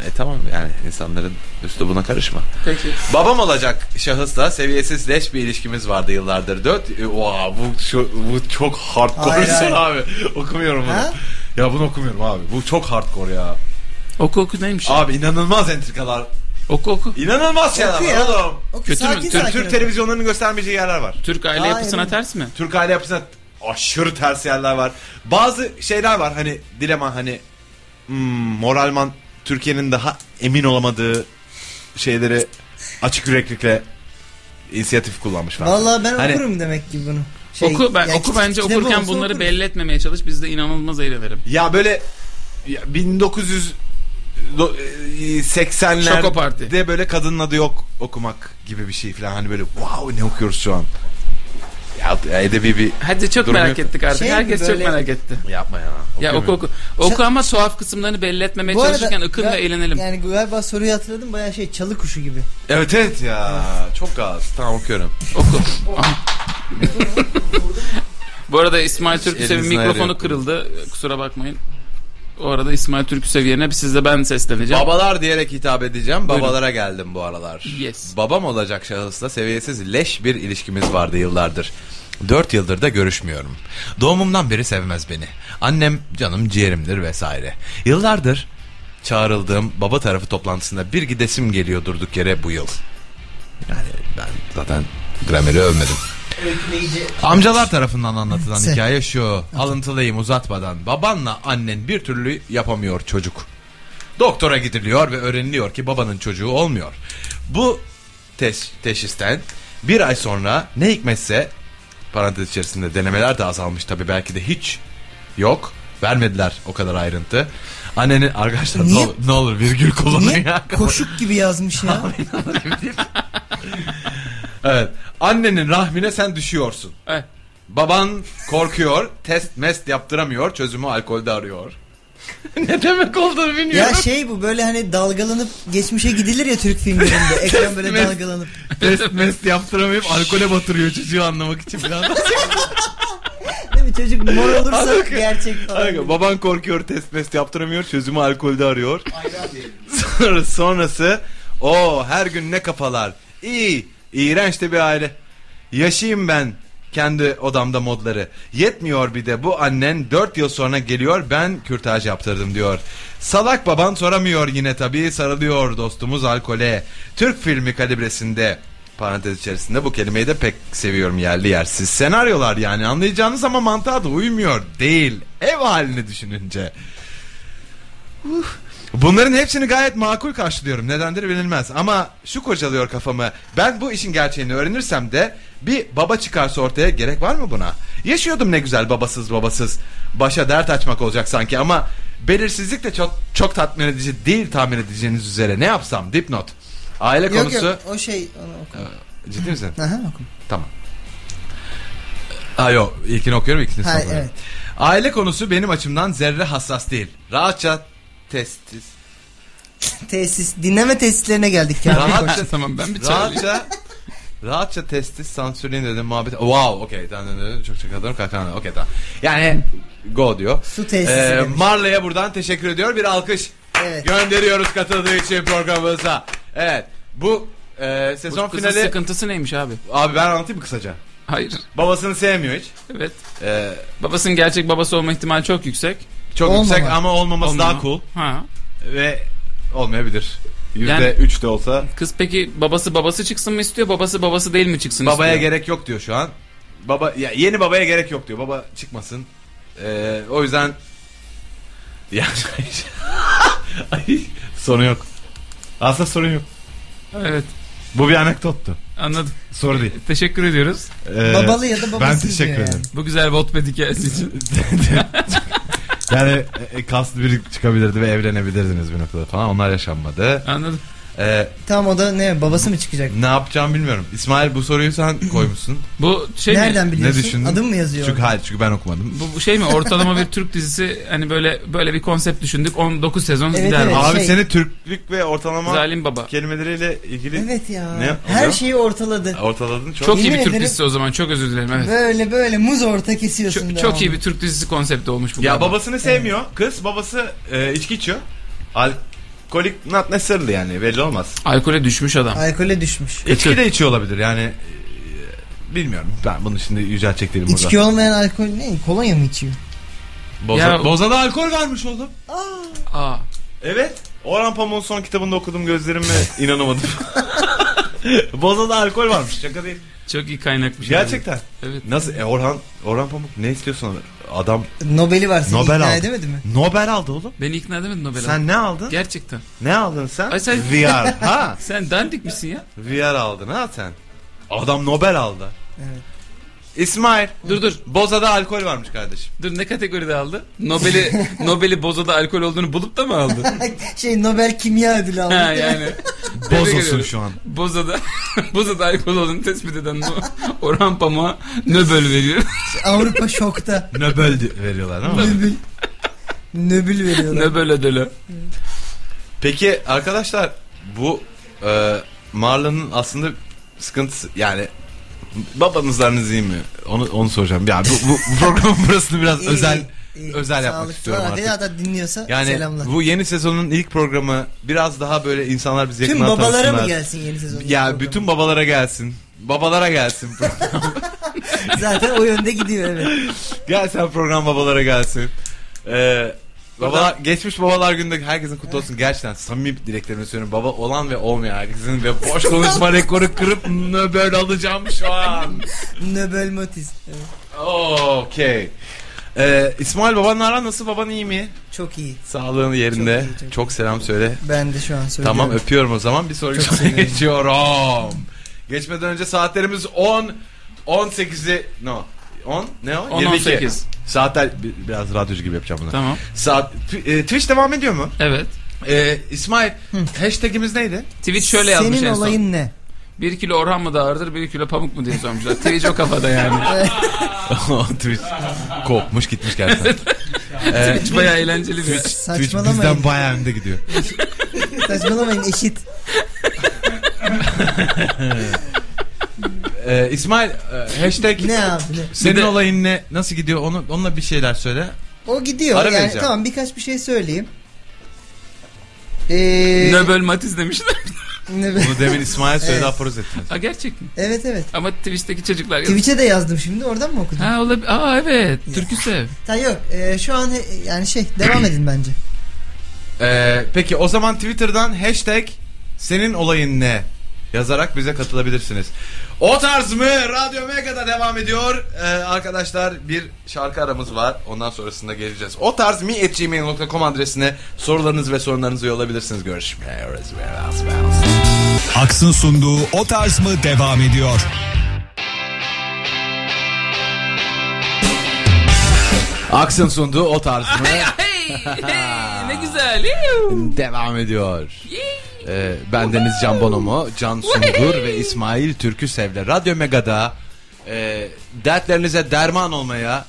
Speaker 1: E tamam yani insanların üstü buna karışma.
Speaker 3: Peki.
Speaker 1: Babam olacak şahısla seviyesiz leş bir ilişkimiz vardı yıllardır. Dört. E, oha, bu, şu- bu çok hardcore
Speaker 2: Hayır,
Speaker 1: bir soru
Speaker 2: hayır.
Speaker 1: abi. Okumuyorum bunu.
Speaker 2: Ha?
Speaker 1: Ya bunu okumuyorum abi. Bu çok hardcore ya.
Speaker 3: Oku oku neymiş?
Speaker 1: Abi inanılmaz entrikalar.
Speaker 3: Oku oku.
Speaker 1: İnanılmaz şeyler
Speaker 2: Oku
Speaker 1: var
Speaker 2: ya.
Speaker 1: oğlum.
Speaker 2: Oku,
Speaker 3: Kötü mü?
Speaker 2: sakin
Speaker 3: Tür-
Speaker 2: sakin
Speaker 1: Türk
Speaker 2: ol.
Speaker 1: televizyonlarının göstermeyeceği yerler var.
Speaker 3: Türk aile
Speaker 2: Hayır.
Speaker 3: yapısına ters mi?
Speaker 1: Türk aile yapısına aşırı ters yerler var. Bazı şeyler var hani Dileman hani hmm, moralman Türkiye'nin daha emin olamadığı şeyleri açık yüreklikle inisiyatif kullanmış falan.
Speaker 2: Vallahi ben
Speaker 1: Hani-
Speaker 2: okurum demek ki bunu.
Speaker 3: oku ben
Speaker 2: yani Şey,
Speaker 3: oku
Speaker 2: küçük
Speaker 3: bence
Speaker 2: kitabı
Speaker 3: okurken
Speaker 2: olsa
Speaker 3: bunları
Speaker 2: okurum.
Speaker 3: belli etmemeye çalış. Biz de inanılmaz eğlenirim.
Speaker 1: Ya böyle ya 1900 do- e, 80'lerde
Speaker 3: Şoko Parti.
Speaker 1: de böyle kadının adı yok okumak gibi bir şey falan hani böyle wow ne okuyoruz şu an. Ya ya edebi bir
Speaker 3: Hadi çok
Speaker 1: Durum
Speaker 3: merak
Speaker 1: yok.
Speaker 3: ettik artık.
Speaker 2: Şey
Speaker 3: Herkes
Speaker 2: gibi
Speaker 3: çok
Speaker 2: böyle-
Speaker 3: merak etti.
Speaker 1: yapma ya.
Speaker 3: Ya oku
Speaker 1: okuyamıyorum.
Speaker 3: oku. Oku ama tuhaf kısımlarını belli etmemeye
Speaker 2: Bu arada
Speaker 3: çalışırken ıkın
Speaker 2: ben-
Speaker 3: ve eğlenelim.
Speaker 2: Yani galiba soruyu hatırladım bayağı şey çalı kuşu gibi.
Speaker 1: Evet evet ya. Çok az. Tamam okuyorum.
Speaker 3: Oku. Aha. Bu arada İsmail Türküsev'in
Speaker 1: elinizin
Speaker 3: mikrofonu
Speaker 1: ayarı
Speaker 3: kırıldı. Kusura bakmayın. O arada İsmail Türküsev yerine sizle ben sesleneceğim.
Speaker 1: Babalar diyerek hitap edeceğim.
Speaker 3: Buyurun.
Speaker 1: Babalara geldim bu aralar.
Speaker 3: Yes.
Speaker 1: Babam olacak şahısla seviyesiz leş bir ilişkimiz vardı yıllardır. Dört yıldır da görüşmüyorum. Doğumumdan beri sevmez beni. Annem canım ciğerimdir vesaire. Yıllardır çağrıldığım baba tarafı toplantısında bir gidesim geliyor durduk yere bu yıl. Yani ben zaten grameri övmedim. Amcalar tarafından anlatılan
Speaker 2: Se-
Speaker 1: hikaye şu. Alıntılayım uzatmadan. Babanla annen bir türlü yapamıyor çocuk. Doktora gidiliyor ve öğreniliyor ki babanın çocuğu olmuyor. Bu teş- teşhisten bir ay sonra ne hikmetse parantez içerisinde denemeler de azalmış tabi belki de hiç yok. Vermediler o kadar ayrıntı. Annenin arkadaşlar ne,
Speaker 2: Niye-
Speaker 1: ol- ne olur virgül kullanın
Speaker 2: Niye?
Speaker 1: ya.
Speaker 2: Koşuk gibi yazmış ya.
Speaker 1: Evet. Annenin rahmine sen düşüyorsun.
Speaker 3: Eh,
Speaker 1: Baban korkuyor, test mest yaptıramıyor, çözümü alkolde arıyor. ne demek olduğunu
Speaker 2: ya
Speaker 1: bilmiyorum.
Speaker 2: şey bu böyle hani dalgalanıp geçmişe gidilir ya Türk filmlerinde. Ekran böyle
Speaker 1: Mes-
Speaker 2: dalgalanıp.
Speaker 1: test mest yaptıramayıp alkole batırıyor çocuğu anlamak için falan.
Speaker 2: Değil mi çocuk mor olursa
Speaker 1: Halbuki-
Speaker 2: gerçek falan.
Speaker 1: Kanka, baban korkuyor, test mest yaptıramıyor, çözümü alkolde arıyor. Sonra, sonrası o her gün ne kafalar. İyi, iğrenç de bir aile. Yaşayayım ben kendi odamda modları. Yetmiyor bir de bu annen 4 yıl sonra geliyor ben kürtaj yaptırdım diyor. Salak baban soramıyor yine tabii sarılıyor dostumuz alkole. Türk filmi kalibresinde parantez içerisinde bu kelimeyi de pek seviyorum yerli yersiz. Senaryolar yani anlayacağınız ama mantığa da uymuyor değil. Ev halini düşününce. Bunların hepsini gayet makul karşılıyorum. Nedendir bilinmez. Ama şu kocalıyor kafamı. Ben bu işin gerçeğini öğrenirsem de bir baba çıkarsa ortaya gerek var mı buna? Yaşıyordum ne güzel babasız babasız. Başa dert açmak olacak sanki ama belirsizlik de çok çok tatmin edici değil tahmin edeceğiniz üzere. Ne yapsam? Dipnot. Aile
Speaker 2: Yok
Speaker 1: konusu.
Speaker 2: yok o şey onu oku.
Speaker 1: Ciddi misin?
Speaker 2: Aha oku.
Speaker 1: Tamam. Ha yok ilkini okuyorum ikisini
Speaker 2: Ha,
Speaker 1: sonra. okuyorum.
Speaker 2: evet.
Speaker 1: Aile konusu benim açımdan zerre hassas değil. Rahatça testis.
Speaker 2: Tesis dinleme tesislerine geldik ya.
Speaker 1: Rahatça
Speaker 3: tamam ben bir çağırayım.
Speaker 1: Rahatça Rahatça testis sansürleyin dedim muhabbet. Wow okey. Tamam, tamam, tamam. Çok çok adam kalkan. Okey tamam. Yani go diyor.
Speaker 2: Su tesisi
Speaker 3: Ee,
Speaker 2: demiş.
Speaker 1: Marla'ya buradan teşekkür ediyor. Bir alkış
Speaker 2: Evet.
Speaker 1: gönderiyoruz katıldığı için programımıza. Evet. Bu e,
Speaker 3: Bu
Speaker 1: sezon
Speaker 3: kızın
Speaker 1: finali
Speaker 3: sıkıntısı neymiş abi?
Speaker 1: abi ben anlatayım mı kısaca?
Speaker 3: Hayır.
Speaker 1: Babasını sevmiyor hiç.
Speaker 3: Evet.
Speaker 1: E,
Speaker 3: Babasının gerçek babası olma ihtimali çok yüksek.
Speaker 1: çok
Speaker 2: Olmama.
Speaker 1: yüksek ama olmaması
Speaker 3: Olmama.
Speaker 1: daha cool
Speaker 3: Ha.
Speaker 1: ve olmayabilir. Yüzde
Speaker 3: Yani-
Speaker 1: üç de olsa
Speaker 3: Kız peki babası babası çıksın mı istiyor, babası babası değil mi çıksın
Speaker 1: Babaya
Speaker 3: istiyor?
Speaker 1: gerek yok diyor şu an. Baba ya yeni babaya gerek yok diyor. Baba çıkmasın. Ee, o yüzden ya Ay, sorun yok. Aslında sorun yok.
Speaker 3: Evet.
Speaker 1: Bu bir anekdottu.
Speaker 3: Anladım.
Speaker 1: Soru değil.
Speaker 3: Teşekkür ediyoruz.
Speaker 1: Ee,
Speaker 2: Babalı ya da babasız
Speaker 1: ben teşekkür
Speaker 2: diyor yani.
Speaker 1: ederim.
Speaker 3: Bu güzel Wattpad hikayesi için.
Speaker 1: Yani e, kaslı biri çıkabilirdi ve evlenebilirdiniz bir noktada falan. Onlar yaşanmadı.
Speaker 3: Anladım.
Speaker 1: Ee,
Speaker 2: Tam o da ne babası mı çıkacak?
Speaker 1: ne yapacağım bilmiyorum. İsmail bu soruyu sen koymuşsun.
Speaker 3: Bu şey mi?
Speaker 2: Nereden biliyorsun?
Speaker 1: ne düşündün?
Speaker 2: Adım mı yazıyor?
Speaker 1: Çünkü hayır çünkü ben okumadım.
Speaker 3: Bu, bu şey mi? Ortalama bir Türk dizisi hani böyle böyle bir konsept düşündük. 19 sezon
Speaker 2: Evet,
Speaker 3: gider.
Speaker 2: evet.
Speaker 3: bu.
Speaker 1: Abi
Speaker 2: Şey-
Speaker 1: seni Türklük ve ortalama
Speaker 3: Zalim baba.
Speaker 1: kelimeleriyle ilgili
Speaker 2: Evet ya.
Speaker 1: Ne oluyor?
Speaker 2: Her şeyi ortaladı.
Speaker 1: Ortaladın çok.
Speaker 3: Çok iyi
Speaker 2: Yemin
Speaker 3: bir Türk
Speaker 2: ederim-
Speaker 3: dizisi o zaman. Çok özür dilerim. Evet.
Speaker 2: Böyle böyle muz orta
Speaker 3: Çok,
Speaker 2: kesiyorsun.
Speaker 3: çok iyi bir Türk dizisi konsepti olmuş bu.
Speaker 1: ya
Speaker 3: galiba.
Speaker 1: babasını sevmiyor. Kız babası e, içki içiyor. Alkolik not necessarily yani belli olmaz.
Speaker 3: Alkole düşmüş adam.
Speaker 2: Alkole düşmüş.
Speaker 1: İçki de içiyor olabilir yani. e, Bilmiyorum. Ben bunu şimdi yüceltecek değilim burada.
Speaker 2: İçki olmayan alkol ne? Kolonya mı içiyor?
Speaker 1: Boza,
Speaker 3: Ya-
Speaker 1: Boza'da alkol varmış oğlum.
Speaker 3: Aa.
Speaker 1: Evet. Orhan Pamuk'un son kitabında okudum gözlerime inanamadım. Boza'da alkol varmış. Şaka değil.
Speaker 3: Çok iyi kaynakmış.
Speaker 1: Gerçekten.
Speaker 3: Yani. şey Evet.
Speaker 1: Nasıl? E, Orhan Orhan Pamuk ne istiyorsun? Adam
Speaker 2: Nobel'i var seni
Speaker 1: Nobel
Speaker 2: ikna
Speaker 1: aldı.
Speaker 2: edemedi mi?
Speaker 1: Nobel aldı oğlum.
Speaker 3: Beni ikna edemedin Nobel abi.
Speaker 1: Sen ne aldın?
Speaker 3: Gerçekten.
Speaker 1: Ne aldın sen?
Speaker 3: Ay sen-
Speaker 1: VR. ha.
Speaker 3: Sen dandik misin ya?
Speaker 1: VR aldın ha sen. Adam Nobel aldı.
Speaker 2: Evet.
Speaker 1: İsmail.
Speaker 3: Dur dur.
Speaker 1: Boza'da alkol varmış kardeşim.
Speaker 3: Dur ne kategoride aldı? Nobel'i Nobel'i Boza'da alkol olduğunu bulup da mı aldı?
Speaker 2: şey Nobel kimya ödülü aldı.
Speaker 3: ha yani.
Speaker 1: Bozulsun şu an.
Speaker 3: Boza'da Boza'da alkol olduğunu tespit eden o Orhan Pamuk'a Nobel veriyor.
Speaker 2: Avrupa şokta.
Speaker 1: Nobel di- veriyorlar ama.
Speaker 2: Nöbül. Nöbül veriyorlar.
Speaker 3: Nobel ödülü.
Speaker 1: Peki arkadaşlar bu e, Marlon'un aslında sıkıntısı yani babanızlarınız iyi mi? Onu onu soracağım. Ya bu, bu, bu programın burasını biraz
Speaker 2: İyi,
Speaker 1: özel
Speaker 2: iyi, iyi.
Speaker 1: özel yapmak
Speaker 2: Sağlık.
Speaker 1: istiyorum
Speaker 2: Sana
Speaker 1: artık.
Speaker 2: Vedat da dinliyorsa
Speaker 1: Yani
Speaker 2: selamlar.
Speaker 1: bu yeni sezonun ilk programı biraz daha böyle insanlar bizi
Speaker 2: Tüm
Speaker 1: yakından
Speaker 2: babalara mı
Speaker 1: tanısınlar.
Speaker 2: gelsin yeni sezon?
Speaker 1: Ya bütün babalara gelsin. Babalara gelsin.
Speaker 2: Zaten o yönde gidiyor evet.
Speaker 1: Gel sen program babalara gelsin. Ee, babalar, geçmiş babalar günde herkesin kutlu olsun. Gerçekten samimi dileklerimi söylüyorum. Baba olan ve olmayan herkesin ve boş konuşma rekoru kırıp nöbel alacağım şu an.
Speaker 2: Nobel Motis. Evet.
Speaker 1: Okey. Ee, İsmail babanın aran nasıl? Baban iyi mi?
Speaker 2: Çok iyi.
Speaker 1: Sağlığın yerinde.
Speaker 2: Çok iyi,
Speaker 1: Çok,
Speaker 2: çok
Speaker 1: selam söyle.
Speaker 2: Ben de şu an söylüyorum.
Speaker 1: Tamam öpüyorum o zaman. Bir sonraki
Speaker 2: Çok
Speaker 1: soruya
Speaker 2: sevindim.
Speaker 1: geçiyorum. Geçmeden önce saatlerimiz 10 18'i no 10 ne o?
Speaker 3: 10, 18.
Speaker 1: Saatler bi- biraz radyocu gibi yapacağım bunu.
Speaker 3: Tamam.
Speaker 1: Saat Tw- e, Twitch devam ediyor mu?
Speaker 3: Evet.
Speaker 1: E, İsmail hashtagimiz neydi?
Speaker 3: Tweet şöyle yazmış
Speaker 2: Senin
Speaker 3: en son.
Speaker 2: olayın ne?
Speaker 3: 1 kilo orhan mı daha ağırdır 1 kilo pamuk mu diye sormuşlar. Twitch o kafada yani.
Speaker 1: Twitch kopmuş gitmiş gerçekten. e,
Speaker 3: Twitch bayağı eğlenceli bir.
Speaker 1: Twitch
Speaker 2: Saçmalamayın.
Speaker 1: bizden bayağı önde gidiyor.
Speaker 2: Saçmalamayın eşit.
Speaker 1: E, İsmail e, hashtag
Speaker 2: Ne abi? ne?
Speaker 1: senin
Speaker 3: Bir de-
Speaker 1: olayın ne? Nasıl gidiyor? Onu, onunla bir şeyler söyle.
Speaker 2: O gidiyor.
Speaker 1: Ara
Speaker 2: yani,
Speaker 1: vereceğim.
Speaker 2: tamam birkaç bir şey söyleyeyim. Ee,
Speaker 3: Nöbel Matiz demişler.
Speaker 2: Nöbel.
Speaker 1: Bunu demin İsmail söyledi
Speaker 2: Evet.
Speaker 1: aforoz ettiniz.
Speaker 3: Ha gerçek mi?
Speaker 2: Evet evet.
Speaker 3: Ama Twitch'teki çocuklar yok.
Speaker 2: Twitch'e de yazdım şimdi oradan mı okudun?
Speaker 3: Ha olabilir. Aa evet. Türkü sev.
Speaker 2: Ta yok e, şu an he- yani şey devam edin bence.
Speaker 1: E, peki o zaman Twitter'dan hashtag senin olayın ne? Yazarak bize katılabilirsiniz. O tarz mı? Radyo Mega'da devam ediyor. E, arkadaşlar bir şarkı aramız var. Ondan sonrasında geleceğiz. O tarz mi at gmail.com adresine sorularınız ve sorunlarınızı yollayabilirsiniz. Görüşmeler.
Speaker 5: Aks'ın sunduğu O Tarz mı devam ediyor.
Speaker 1: Aksın sunduğu o tarz mı?
Speaker 3: hey, hey, ne güzel.
Speaker 1: Ee,
Speaker 3: Yuh.
Speaker 1: devam ediyor. Ee, ben Deniz Can Bonomo, Can Sungur ve İsmail Türkü Sevle. Radyo Mega'da e, dertlerinize derman olmaya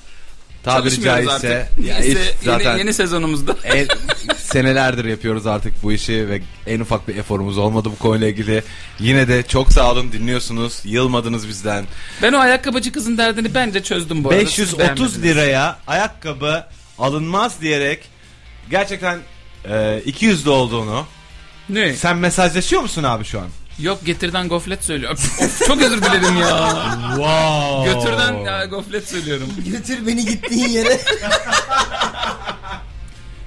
Speaker 1: tabiri
Speaker 3: Çalışmıyoruz artık.
Speaker 1: caizse ya
Speaker 3: Neyse,
Speaker 1: hiç
Speaker 3: yeni,
Speaker 1: zaten
Speaker 3: yeni sezonumuzda.
Speaker 1: el- senelerdir yapıyoruz artık bu işi ve en ufak bir eforumuz olmadı bu konuyla ilgili. Yine de çok sağ olun dinliyorsunuz. Yılmadınız bizden.
Speaker 3: Ben o ayakkabıcı kızın derdini bence çözdüm bu arada. Siz
Speaker 1: 530
Speaker 3: beğenmediniz.
Speaker 1: liraya ayakkabı alınmaz diyerek gerçekten e, 200 de olduğunu.
Speaker 3: Ne?
Speaker 1: Sen mesajlaşıyor musun abi şu an?
Speaker 3: Yok getirden goflet söylüyor. Öf, of, çok özür dilerim ya.
Speaker 1: Wow.
Speaker 3: Götürden ya, goflet söylüyorum.
Speaker 2: Götür beni gittiğin yere.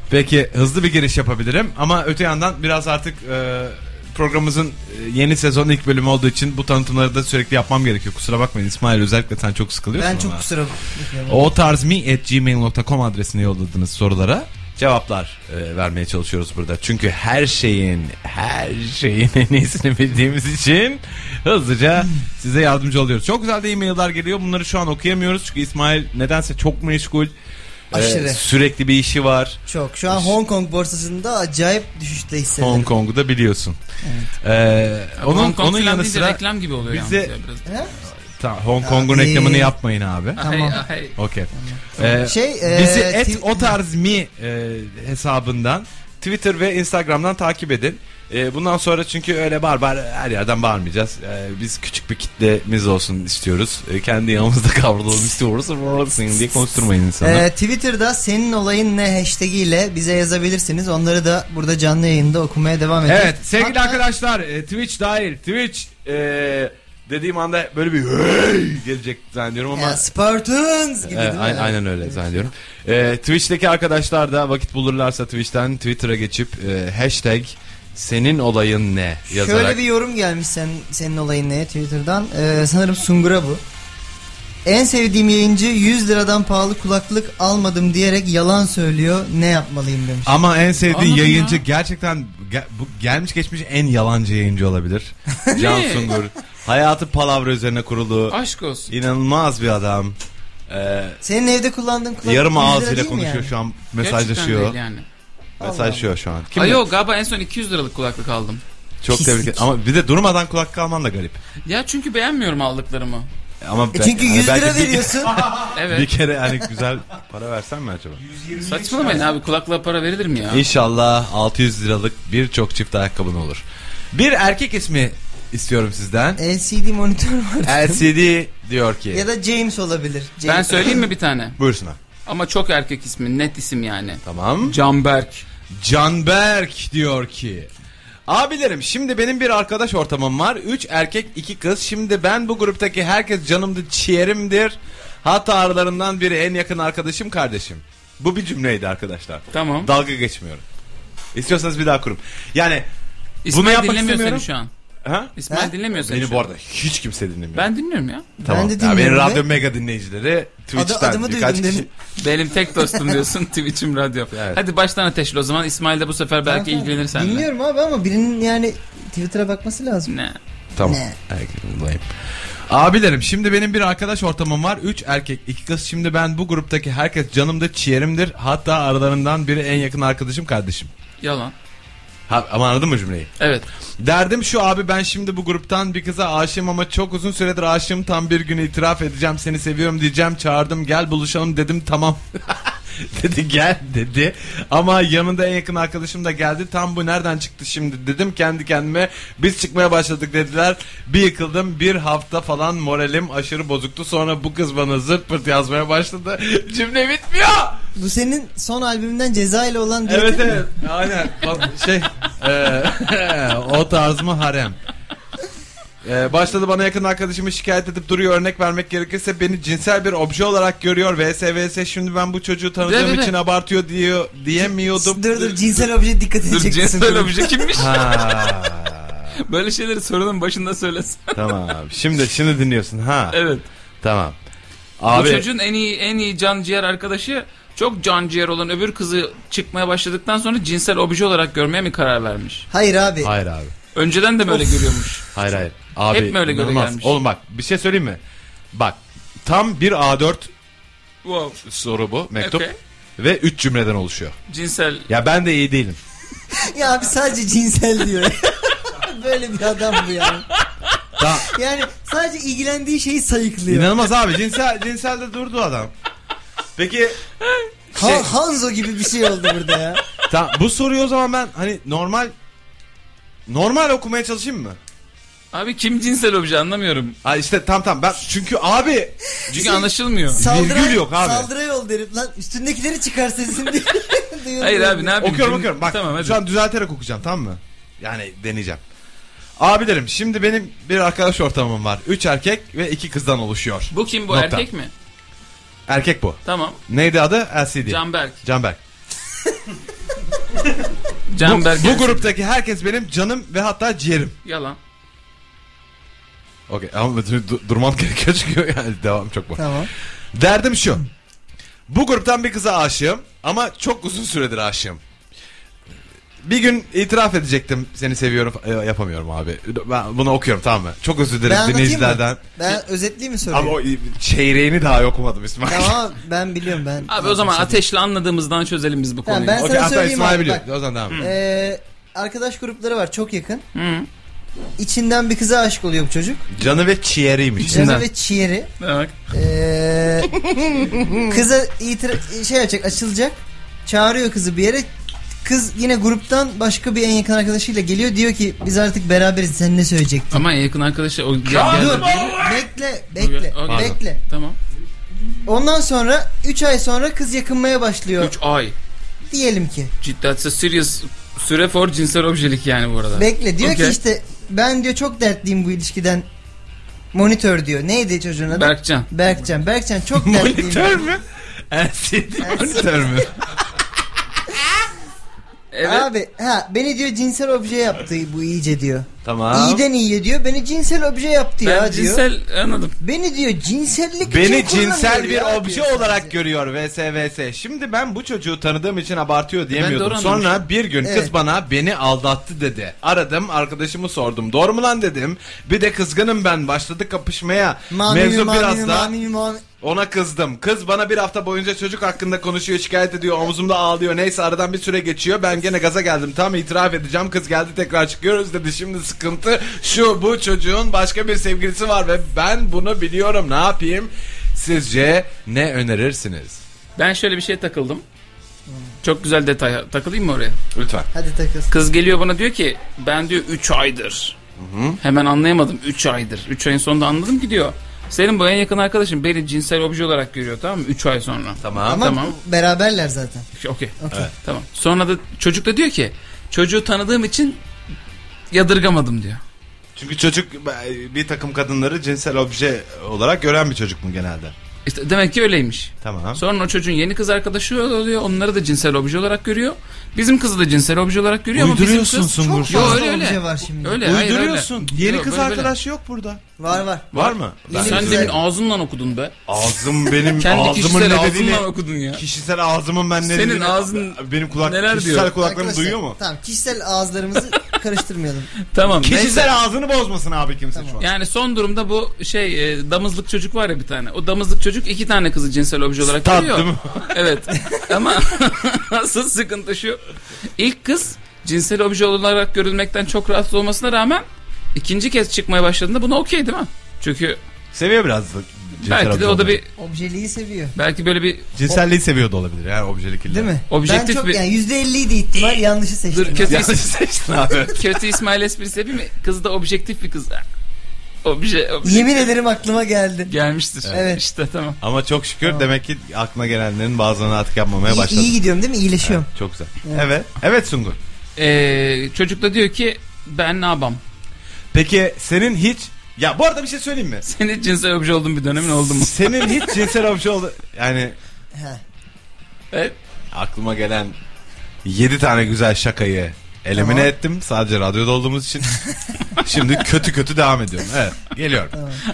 Speaker 1: Peki hızlı bir giriş yapabilirim ama öte yandan biraz artık e, programımızın e, yeni sezonun ilk bölümü olduğu için bu tanıtımları da sürekli yapmam gerekiyor. Kusura bakmayın İsmail özellikle sen çok sıkılıyorsun
Speaker 2: ben çok
Speaker 1: ama.
Speaker 2: kusura bakmayın.
Speaker 1: O tarz mi at gmail.com adresine yolladığınız sorulara cevaplar e, vermeye çalışıyoruz burada. Çünkü her şeyin her şeyin en iyisini bildiğimiz için hızlıca size yardımcı oluyoruz. Çok güzel de e-mail'lar geliyor. Bunları şu an okuyamıyoruz. Çünkü İsmail nedense çok meşgul. E,
Speaker 2: Aşırı.
Speaker 1: sürekli bir işi var.
Speaker 2: Çok. Şu an Hong Kong borsasında acayip düşüşte hissediyorum.
Speaker 1: Hong Kong'u da biliyorsun. Ee, onun
Speaker 3: Hong Kong
Speaker 1: onun
Speaker 3: filan
Speaker 1: yanı
Speaker 3: deyince
Speaker 1: sıra
Speaker 3: reklam gibi oluyor
Speaker 1: bize-
Speaker 3: yalnız ya biraz.
Speaker 2: He?
Speaker 1: Ta- Hong Kong'un
Speaker 2: Abi.
Speaker 1: reklamını yapmayın abi.
Speaker 2: Tamam.
Speaker 3: Hey, hey.
Speaker 1: Okey. Ee,
Speaker 2: Şey, e,
Speaker 1: bizi et
Speaker 2: ti-
Speaker 1: o tarz mi e, hesabından Twitter ve Instagram'dan takip edin. E, bundan sonra çünkü öyle barbar her yerden bağırmayacağız. E, biz küçük bir kitlemiz olsun istiyoruz. E, kendi yanımızda kavrulalım istiyoruz. Rolasın diye konuşturmayın insanı.
Speaker 2: e, Twitter'da senin olayın ne hashtag'iyle bize yazabilirsiniz. Onları da burada canlı yayında okumaya devam edeceğiz.
Speaker 1: Evet sevgili
Speaker 2: Hatta-
Speaker 1: arkadaşlar e, Twitch dahil Twitch e, dediğim anda böyle bir hey gelecek zannediyorum ama
Speaker 2: Ya, Spartans gibi
Speaker 1: e,
Speaker 2: değil mi?
Speaker 1: a- aynen öyle zannediyorum. E, Twitch'teki arkadaşlar da vakit bulurlarsa Twitch'ten Twitter'a geçip e, hashtag senin olayın ne yazarak.
Speaker 2: Şöyle bir yorum gelmiş sen, senin olayın ne Twitter'dan. Ee, sanırım Sungur'a bu. En sevdiğim yayıncı 100 liradan pahalı kulaklık almadım diyerek yalan söylüyor. Ne yapmalıyım demiş.
Speaker 1: Ama en sevdiğin
Speaker 3: Anladım
Speaker 1: yayıncı
Speaker 3: ya.
Speaker 1: gerçekten ge- bu gelmiş geçmiş en yalancı yayıncı olabilir. Can
Speaker 3: Ne?
Speaker 1: Sungur. Hayatı palavra üzerine kurulu.
Speaker 3: Aşk olsun.
Speaker 1: inanılmaz bir adam. E,
Speaker 2: Senin evde kullandığın kulaklık
Speaker 1: yarım
Speaker 2: 100 lira
Speaker 1: ağzıyla
Speaker 2: değil mi
Speaker 1: konuşuyor
Speaker 2: yani?
Speaker 1: şu an
Speaker 3: Gerçekten
Speaker 1: mesajlaşıyor.
Speaker 3: değil yani.
Speaker 1: Mesajlaşıyor şu an. Kim
Speaker 3: Ay yok gaba en son 200 liralık kulaklık aldım.
Speaker 1: Çok
Speaker 2: Pislik.
Speaker 1: tebrik ederim. Ama bir de durmadan kulak kalman da garip.
Speaker 3: Ya çünkü beğenmiyorum aldıklarımı.
Speaker 1: Ama
Speaker 2: E
Speaker 1: be-
Speaker 2: çünkü
Speaker 1: yani
Speaker 2: 100
Speaker 1: belki
Speaker 2: lira
Speaker 1: bir-
Speaker 2: veriyorsun.
Speaker 1: Bir,
Speaker 3: Evet.
Speaker 1: kere hani güzel para versen mi acaba?
Speaker 3: Saçmalamayın abi kulaklığa para verilir mi ya?
Speaker 1: İnşallah 600 liralık birçok çift ayakkabın olur. Bir erkek ismi istiyorum sizden.
Speaker 2: LCD monitör var.
Speaker 1: LCD diyor ki.
Speaker 2: Ya da James olabilir. James.
Speaker 3: Ben söyleyeyim mi bir tane?
Speaker 1: Buyursun abi.
Speaker 3: Ama çok erkek ismi net isim yani.
Speaker 1: Tamam.
Speaker 3: Canberk.
Speaker 1: Canberk diyor ki. Abilerim şimdi benim bir arkadaş ortamım var. 3 erkek 2 kız. Şimdi ben bu gruptaki herkes canımdır, ciğerimdir. Hatta aralarından biri en yakın arkadaşım kardeşim. Bu bir cümleydi arkadaşlar.
Speaker 3: Tamam.
Speaker 1: Dalga geçmiyorum. İstiyorsanız bir daha kurum. Yani
Speaker 3: İsmail
Speaker 1: bunu yapmak
Speaker 3: dinlemiyor
Speaker 1: istemiyorum.
Speaker 3: seni şu an.
Speaker 1: ha?
Speaker 3: İsmail
Speaker 2: He?
Speaker 3: dinlemiyor seni
Speaker 1: Beni
Speaker 3: şu
Speaker 1: bu
Speaker 3: an.
Speaker 1: arada hiç kimse dinlemiyor.
Speaker 3: Ben dinliyorum ya.
Speaker 1: tamam.
Speaker 2: Ben de
Speaker 1: Ya
Speaker 2: dinliyorum
Speaker 1: benim
Speaker 2: ya.
Speaker 1: Radyo Mega dinleyicileri Twitch'ten
Speaker 2: adımı
Speaker 1: birkaç
Speaker 2: duydum
Speaker 1: kişi.
Speaker 2: demin.
Speaker 3: Benim tek dostum diyorsun Twitch'im radyo.
Speaker 1: Evet.
Speaker 3: Hadi baştan ateşle o zaman. İsmail de bu sefer belki
Speaker 2: Tamam,
Speaker 3: ilgilenir
Speaker 2: tamam.
Speaker 3: seninle.
Speaker 2: Dinliyorum abi ama birinin yani Twitter'a bakması lazım.
Speaker 3: Ne?
Speaker 1: Tamam.
Speaker 2: Ne?
Speaker 1: Erkek olayım. Abilerim şimdi benim bir arkadaş ortamım var. 3 erkek 2 kız. Şimdi ben bu gruptaki herkes canımdır ciğerimdir. Hatta aralarından biri en yakın arkadaşım kardeşim.
Speaker 3: Yalan.
Speaker 1: Ha, ama anladın mı cümleyi?
Speaker 3: Evet.
Speaker 1: Derdim şu abi ben şimdi bu gruptan bir kıza aşığım ama çok uzun süredir aşığım tam bir gün itiraf edeceğim seni seviyorum diyeceğim çağırdım gel buluşalım dedim tamam dedi gel dedi ama yanında en yakın arkadaşım da geldi tam bu nereden çıktı şimdi dedim kendi kendime biz çıkmaya başladık dediler bir yıkıldım bir hafta falan moralim aşırı bozuktu sonra bu kız bana zırt pırt yazmaya başladı cümle bitmiyor
Speaker 2: Bu senin son albümünden ceza ile olan düetin
Speaker 1: evet
Speaker 2: mi?
Speaker 1: evet aynen şey e, o tarz mı harem Ee, başladı bana yakın arkadaşımı şikayet edip duruyor örnek vermek gerekirse beni cinsel bir obje olarak görüyor vsvs şimdi ben bu çocuğu tanıdığım
Speaker 3: Değil mi?
Speaker 1: için abartıyor diyor diyemiyordum
Speaker 2: Dur dur cinsel obje dikkat
Speaker 3: Dur
Speaker 2: edeceksin.
Speaker 3: cinsel obje şey kimmiş?
Speaker 1: ha,
Speaker 3: Böyle şeyleri sorunun başında söylesin.
Speaker 1: tamam şimdi şimdi dinliyorsun ha
Speaker 3: evet.
Speaker 1: tamam
Speaker 3: Bu
Speaker 1: abi
Speaker 3: çocuğun en iyi en iyi can ciğer arkadaşı çok can ciğer olan öbür kızı çıkmaya başladıktan sonra cinsel obje olarak görmeye mi karar vermiş?
Speaker 2: Hayır abi.
Speaker 1: hayır abi
Speaker 3: Önceden de böyle görüyormuş.
Speaker 1: Hayır hayır. Abi,
Speaker 3: Hep mi öyle göre
Speaker 1: inanılmaz.
Speaker 3: gelmiş?
Speaker 1: Oğlum bak bir şey söyleyeyim mi? Bak tam bir A4
Speaker 3: Wow.
Speaker 1: soru bu mektup.
Speaker 3: Okey.
Speaker 1: Ve 3 cümleden oluşuyor.
Speaker 3: Cinsel
Speaker 1: Ya ben de iyi değilim.
Speaker 2: Ya abi sadece cinsel diyor. Böyle bir adam bu yani.
Speaker 1: Tamam.
Speaker 2: Yani sadece ilgilendiği şeyi sayıklıyor.
Speaker 1: İnanılmaz abi cinsel cinselde durdu adam. Peki
Speaker 2: Ha- Hanzo gibi bir şey oldu burada ya.
Speaker 1: tamam, bu soruyu o zaman ben hani normal normal okumaya çalışayım mı?
Speaker 3: Abi kim cinsel obje anlamıyorum.
Speaker 1: Ha işte tam tam ben çünkü abi
Speaker 3: Çünkü anlaşılmıyor.
Speaker 1: Virgül yok abi.
Speaker 2: Saldıra yol derim lan. Üstündekileri çıkar sesin diye. Duyulmuyor
Speaker 3: Hayır abi ne
Speaker 2: diye.
Speaker 3: yapayım?
Speaker 1: okuyorum
Speaker 3: Cin-
Speaker 1: okuyorum bak
Speaker 3: Tamam hadi.
Speaker 1: şu an düzelterek okuyacağım tamam mı? Yani deneyeceğim. Abilerim şimdi benim bir arkadaş ortamım var. 3 erkek ve 2 kızdan oluşuyor.
Speaker 3: Bu kim bu
Speaker 1: Nokta.
Speaker 3: erkek mi?
Speaker 1: Erkek bu.
Speaker 3: Tamam.
Speaker 1: Neydi adı? LCD.
Speaker 3: Canberk.
Speaker 1: Canberk. Bu,
Speaker 3: Canberk.
Speaker 1: bu gruptaki herkes benim canım ve hatta ciğerim.
Speaker 3: Yalan.
Speaker 1: Okey ama dur- durmam gerekiyor çünkü yani devam çok var.
Speaker 2: Tamam.
Speaker 1: Derdim şu. Bu gruptan bir kıza aşığım ama çok uzun süredir aşığım. Bir gün itiraf edecektim seni seviyorum e, yapamıyorum abi. Ben bunu okuyorum tamam mı? Çok özür dilerim
Speaker 2: Ben anlatayım
Speaker 1: dinleyicilerden.
Speaker 2: mı? Ben özetleyeyim mi soruyu?
Speaker 1: Ama o e, çeyreğini daha okumadım İsmail.
Speaker 2: Tamam ben biliyorum ben.
Speaker 3: Abi o zaman ateşle anladığımızdan çözelim biz bu
Speaker 2: Tamam,
Speaker 3: konuyu.
Speaker 2: ben-
Speaker 1: Okey
Speaker 2: sana
Speaker 1: hatta
Speaker 2: söyleyeyim
Speaker 1: İsmail
Speaker 2: abi,
Speaker 1: biliyor.
Speaker 2: bak.
Speaker 1: O zaman devam.
Speaker 2: Ee, arkadaş grupları var çok yakın.
Speaker 3: Hı.
Speaker 2: İçinden bir kıza aşık oluyor bu çocuk.
Speaker 1: Canı ve ciğeriymiş.
Speaker 3: İçinden.
Speaker 2: Canı ve ciğeri.
Speaker 3: Demek.
Speaker 2: Ee, kıza itira- şey yapacak açılacak. Çağırıyor kızı bir yere. Kız yine gruptan başka bir en yakın arkadaşıyla geliyor. Diyor ki biz artık beraberiz sen ne söyleyecektin?
Speaker 3: Ama en yakın arkadaşı o
Speaker 2: Dur,
Speaker 3: geldi.
Speaker 2: bekle bekle
Speaker 3: Okey, okey.
Speaker 2: bekle.
Speaker 3: Tamam.
Speaker 2: Ondan sonra 3 ay sonra kız yakınmaya başlıyor
Speaker 3: 3 ay.
Speaker 2: diyelim ki.
Speaker 3: Cidden it's a serious süre for cinsel objelik yani bu arada.
Speaker 2: Bekle diyor
Speaker 3: Okey.
Speaker 2: ki işte ben diyor çok dertliyim bu ilişkiden. Monitör diyor. Neydi çocuğun adı?
Speaker 3: Berkcan.
Speaker 2: Berkcan. Berkcan çok dertliyim.
Speaker 1: Monitör mü? LCD monitör mü?
Speaker 3: Evet.
Speaker 2: Abi ha beni diyor cinsel obje yaptı bu iyice diyor.
Speaker 1: Tamam.
Speaker 2: İyiden iyiye diyor. Beni cinsel obje yaptı
Speaker 3: Ben
Speaker 2: ya diyor.
Speaker 3: cinsel anladım.
Speaker 2: Beni diyor cinsellik
Speaker 1: Beni
Speaker 2: için
Speaker 1: cinsel
Speaker 2: kullanıyor
Speaker 1: bir
Speaker 2: ya
Speaker 1: obje
Speaker 2: diyor sadece.
Speaker 1: olarak görüyor VSVS. Şimdi ben bu çocuğu tanıdığım için abartıyor diyemiyordum.
Speaker 3: doğru
Speaker 1: Sonra
Speaker 3: anlamıştım.
Speaker 1: bir gün kız
Speaker 2: Evet.
Speaker 1: bana beni aldattı dedi. Aradım arkadaşımı sordum. Doğru mu lan dedim. Bir de kızgınım ben başladık kapışmaya.
Speaker 2: Mami,
Speaker 1: Mevzu
Speaker 2: mami,
Speaker 1: biraz da
Speaker 2: mami, mami.
Speaker 1: ona kızdım. Kız bana bir hafta boyunca çocuk hakkında konuşuyor şikayet ediyor omzumda ağlıyor. Neyse aradan bir süre geçiyor. Ben gene gaza geldim tam itiraf edeceğim. Kız geldi tekrar çıkıyoruz dedi. Şimdi sıkıntı şu bu çocuğun başka bir sevgilisi var ve ben bunu biliyorum ne yapayım. Sizce ne önerirsiniz?
Speaker 3: Ben şöyle bir şeye takıldım.
Speaker 2: Hmm.
Speaker 3: Çok güzel detaya takılayım mı oraya?
Speaker 1: Lütfen.
Speaker 2: Hadi takıl.
Speaker 3: Kız geliyor bana diyor ki ben diyor 3 aydır. Hemen anlayamadım 3 aydır. 3 ayın sonunda anladım ki diyor. Senin bu en yakın arkadaşın beni cinsel obje olarak görüyor tamam mı? 3 ay sonra.
Speaker 1: Tamam.
Speaker 2: Ama
Speaker 3: tamam.
Speaker 2: beraberler zaten.
Speaker 3: Okey. Tamam. Sonra da çocuk da diyor ki çocuğu tanıdığım için yadırgamadım diyor.
Speaker 1: Çünkü çocuk e, bir takım kadınları cinsel obje olarak gören bir çocuk mu genelde?
Speaker 3: İşte demek ki öyleymiş.
Speaker 1: Tamam.
Speaker 3: Sonra o çocuğun yeni kız arkadaşı oluyor. Onları da cinsel obje olarak görüyor. Bizim kızı da cinsel obje olarak görüyor ama bizim
Speaker 5: Uyduruyorsun
Speaker 3: kız...
Speaker 5: Sungur.
Speaker 2: Çok
Speaker 3: Yo
Speaker 2: fazla
Speaker 3: öyle öyle.
Speaker 2: obje var şimdi.
Speaker 3: Öyle, hayır, öyle.
Speaker 5: Uyduruyorsun. Yeni
Speaker 3: Yo,
Speaker 5: kız
Speaker 3: böyle, böyle.
Speaker 5: arkadaş yok burada.
Speaker 2: Var var.
Speaker 1: Var mı? Ben-
Speaker 2: Yeni-
Speaker 3: Sen
Speaker 2: Güzel.
Speaker 3: demin ağzından okudun be.
Speaker 1: Ağzım benim
Speaker 3: Kendi
Speaker 1: ağzımın
Speaker 3: kişisel
Speaker 1: ne
Speaker 3: ağzından
Speaker 1: dediğini...
Speaker 3: okudun ya.
Speaker 1: Kişisel ağzımın ben ne
Speaker 3: Senin
Speaker 1: dediğini...
Speaker 3: ağzın
Speaker 1: Benim kulak...
Speaker 3: neler
Speaker 1: kişisel
Speaker 3: diyor?
Speaker 1: kulaklarım
Speaker 2: Arkadaşlar,
Speaker 1: duyuyor mu?
Speaker 2: Tamam kişisel ağızlarımızı karıştırmayalım.
Speaker 3: Tamam. neyse.
Speaker 1: Kişisel ağzını bozmasın abi kimse şu an.
Speaker 3: Yani son durumda bu şey e, damızlık çocuk var ya bir tane. O damızlık çocuk iki tane kızı cinsel obje olarak
Speaker 1: Stat,
Speaker 3: görüyor.
Speaker 1: değil mi?
Speaker 3: Evet. Ama asıl sıkıntı şu. İlk kız cinsel obje olarak görülmekten çok rahatsız olmasına rağmen ikinci kez çıkmaya başladığında buna okey değil mi? Çünkü
Speaker 1: Seviyor biraz da cinsel
Speaker 3: belki de
Speaker 1: obje
Speaker 3: o da
Speaker 1: olmayı.
Speaker 3: bir
Speaker 2: Objeliği seviyor.
Speaker 3: belki böyle bir
Speaker 1: Cinselliği seviyor da olabilir yani objelik illa.
Speaker 2: Değil mi?
Speaker 3: Objektif
Speaker 2: ben çok,
Speaker 3: bir-
Speaker 2: yani %50'ydi ihtimal yanlışı seçtim.
Speaker 3: Dur,
Speaker 2: ben.
Speaker 3: kes-
Speaker 1: Yanlış seçtin abi.
Speaker 3: kötü İsmail esprisi yapayım mı? Kız da objektif bir kız. Obje, obje.
Speaker 2: Yemin ederim aklıma geldi.
Speaker 3: Gelmiştir.
Speaker 2: Evet.
Speaker 3: İşte tamam.
Speaker 1: Ama çok şükür demek ki aklına gelenlerin bazılarını artık yapmamaya
Speaker 2: İyi,
Speaker 1: başladım.
Speaker 2: iyi gidiyorum değil mi? İyileşiyorum.
Speaker 1: Çok güzel. Evet. Evet Sungur.
Speaker 3: Ee, çocuk da diyor ki ben ne yapam?
Speaker 1: Peki senin hiç ya bu arada bir şey söyleyeyim mi?
Speaker 3: Senin cinsel obje olduğun bir dönemin oldu mu?
Speaker 1: Senin hiç cinsel obje oldu. Yani
Speaker 2: He.
Speaker 3: Evet.
Speaker 1: aklıma gelen 7 tane güzel şakayı elimine
Speaker 2: Tamam.
Speaker 1: ettim. Sadece radyoda olduğumuz için. Şimdi kötü kötü devam ediyorum. Evet. Geliyorum.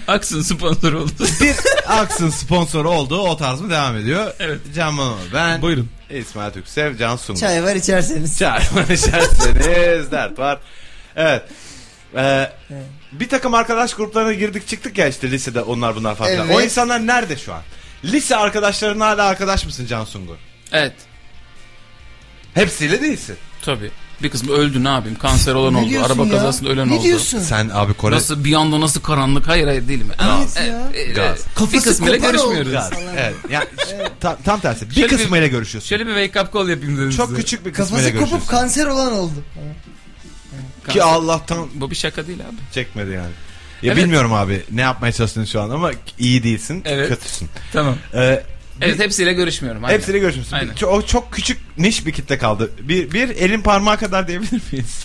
Speaker 3: Aksın sponsor oldu.
Speaker 1: Bir Aks'ın sponsoru olduğu o tarz mı devam ediyor?
Speaker 3: Evet.
Speaker 1: Can Manoğlu, Ben
Speaker 3: Buyurun.
Speaker 1: İsmail Türksev, Can Sungur.
Speaker 2: Çay var içerseniz.
Speaker 1: Çağırma içerseniz dert var. Evet. Ee, bir takım arkadaş gruplarına girdik çıktık ya işte lisede onlar bunlar falan. filan. O
Speaker 2: Evet.
Speaker 1: insanlar nerede şu an? Lise arkadaşların hala arkadaş mısın Can Sungur?
Speaker 3: Evet.
Speaker 1: Hepsiyle değilsin.
Speaker 3: Tabii. Bir kısmı öldü ne yapayım? Kanser olan
Speaker 2: Ne
Speaker 3: oldu.
Speaker 2: diyorsun
Speaker 3: Araba
Speaker 2: ya?
Speaker 3: kazasında ölen
Speaker 2: ne
Speaker 3: oldu.
Speaker 2: Diyorsun?
Speaker 1: Sen abi Kore...
Speaker 3: Nasıl bir anda nasıl karanlık? Hayır hayır değil mi?
Speaker 2: Gaz. ya.
Speaker 1: Gaz.
Speaker 3: Bir
Speaker 2: Kafası
Speaker 3: kısmıyla
Speaker 2: kopar
Speaker 3: görüşmüyoruz.
Speaker 2: oldu.
Speaker 1: Biraz, Evet. Yani, tam, tam tersi. Bir
Speaker 3: Şöyle bir-
Speaker 1: kısmıyla görüşüyorsun.
Speaker 3: Şöyle bir wake up call yapayım dedim
Speaker 1: Çok
Speaker 3: size.
Speaker 1: küçük bir kısmıyla
Speaker 2: Kafası
Speaker 1: görüşüyorsun.
Speaker 2: kopup kanser olan oldu.
Speaker 1: Ki Allah'tan
Speaker 3: Bu bir şaka değil abi.
Speaker 1: çekmedi yani. Ya
Speaker 3: Evet.
Speaker 1: bilmiyorum abi ne yapmaya çalıştın şu an ama iyi değilsin,
Speaker 3: Evet.
Speaker 1: kötüsün.
Speaker 3: Tamam.
Speaker 1: Ee,
Speaker 3: Evet hepsiyle görüşmüyorum. aynen.
Speaker 1: Hepsiyle görüşmüşsün.
Speaker 3: Aynen.
Speaker 1: Ço- o çok küçük niş bir kitle kaldı. Bir, bir elin parmağı kadar diyebilir miyiz?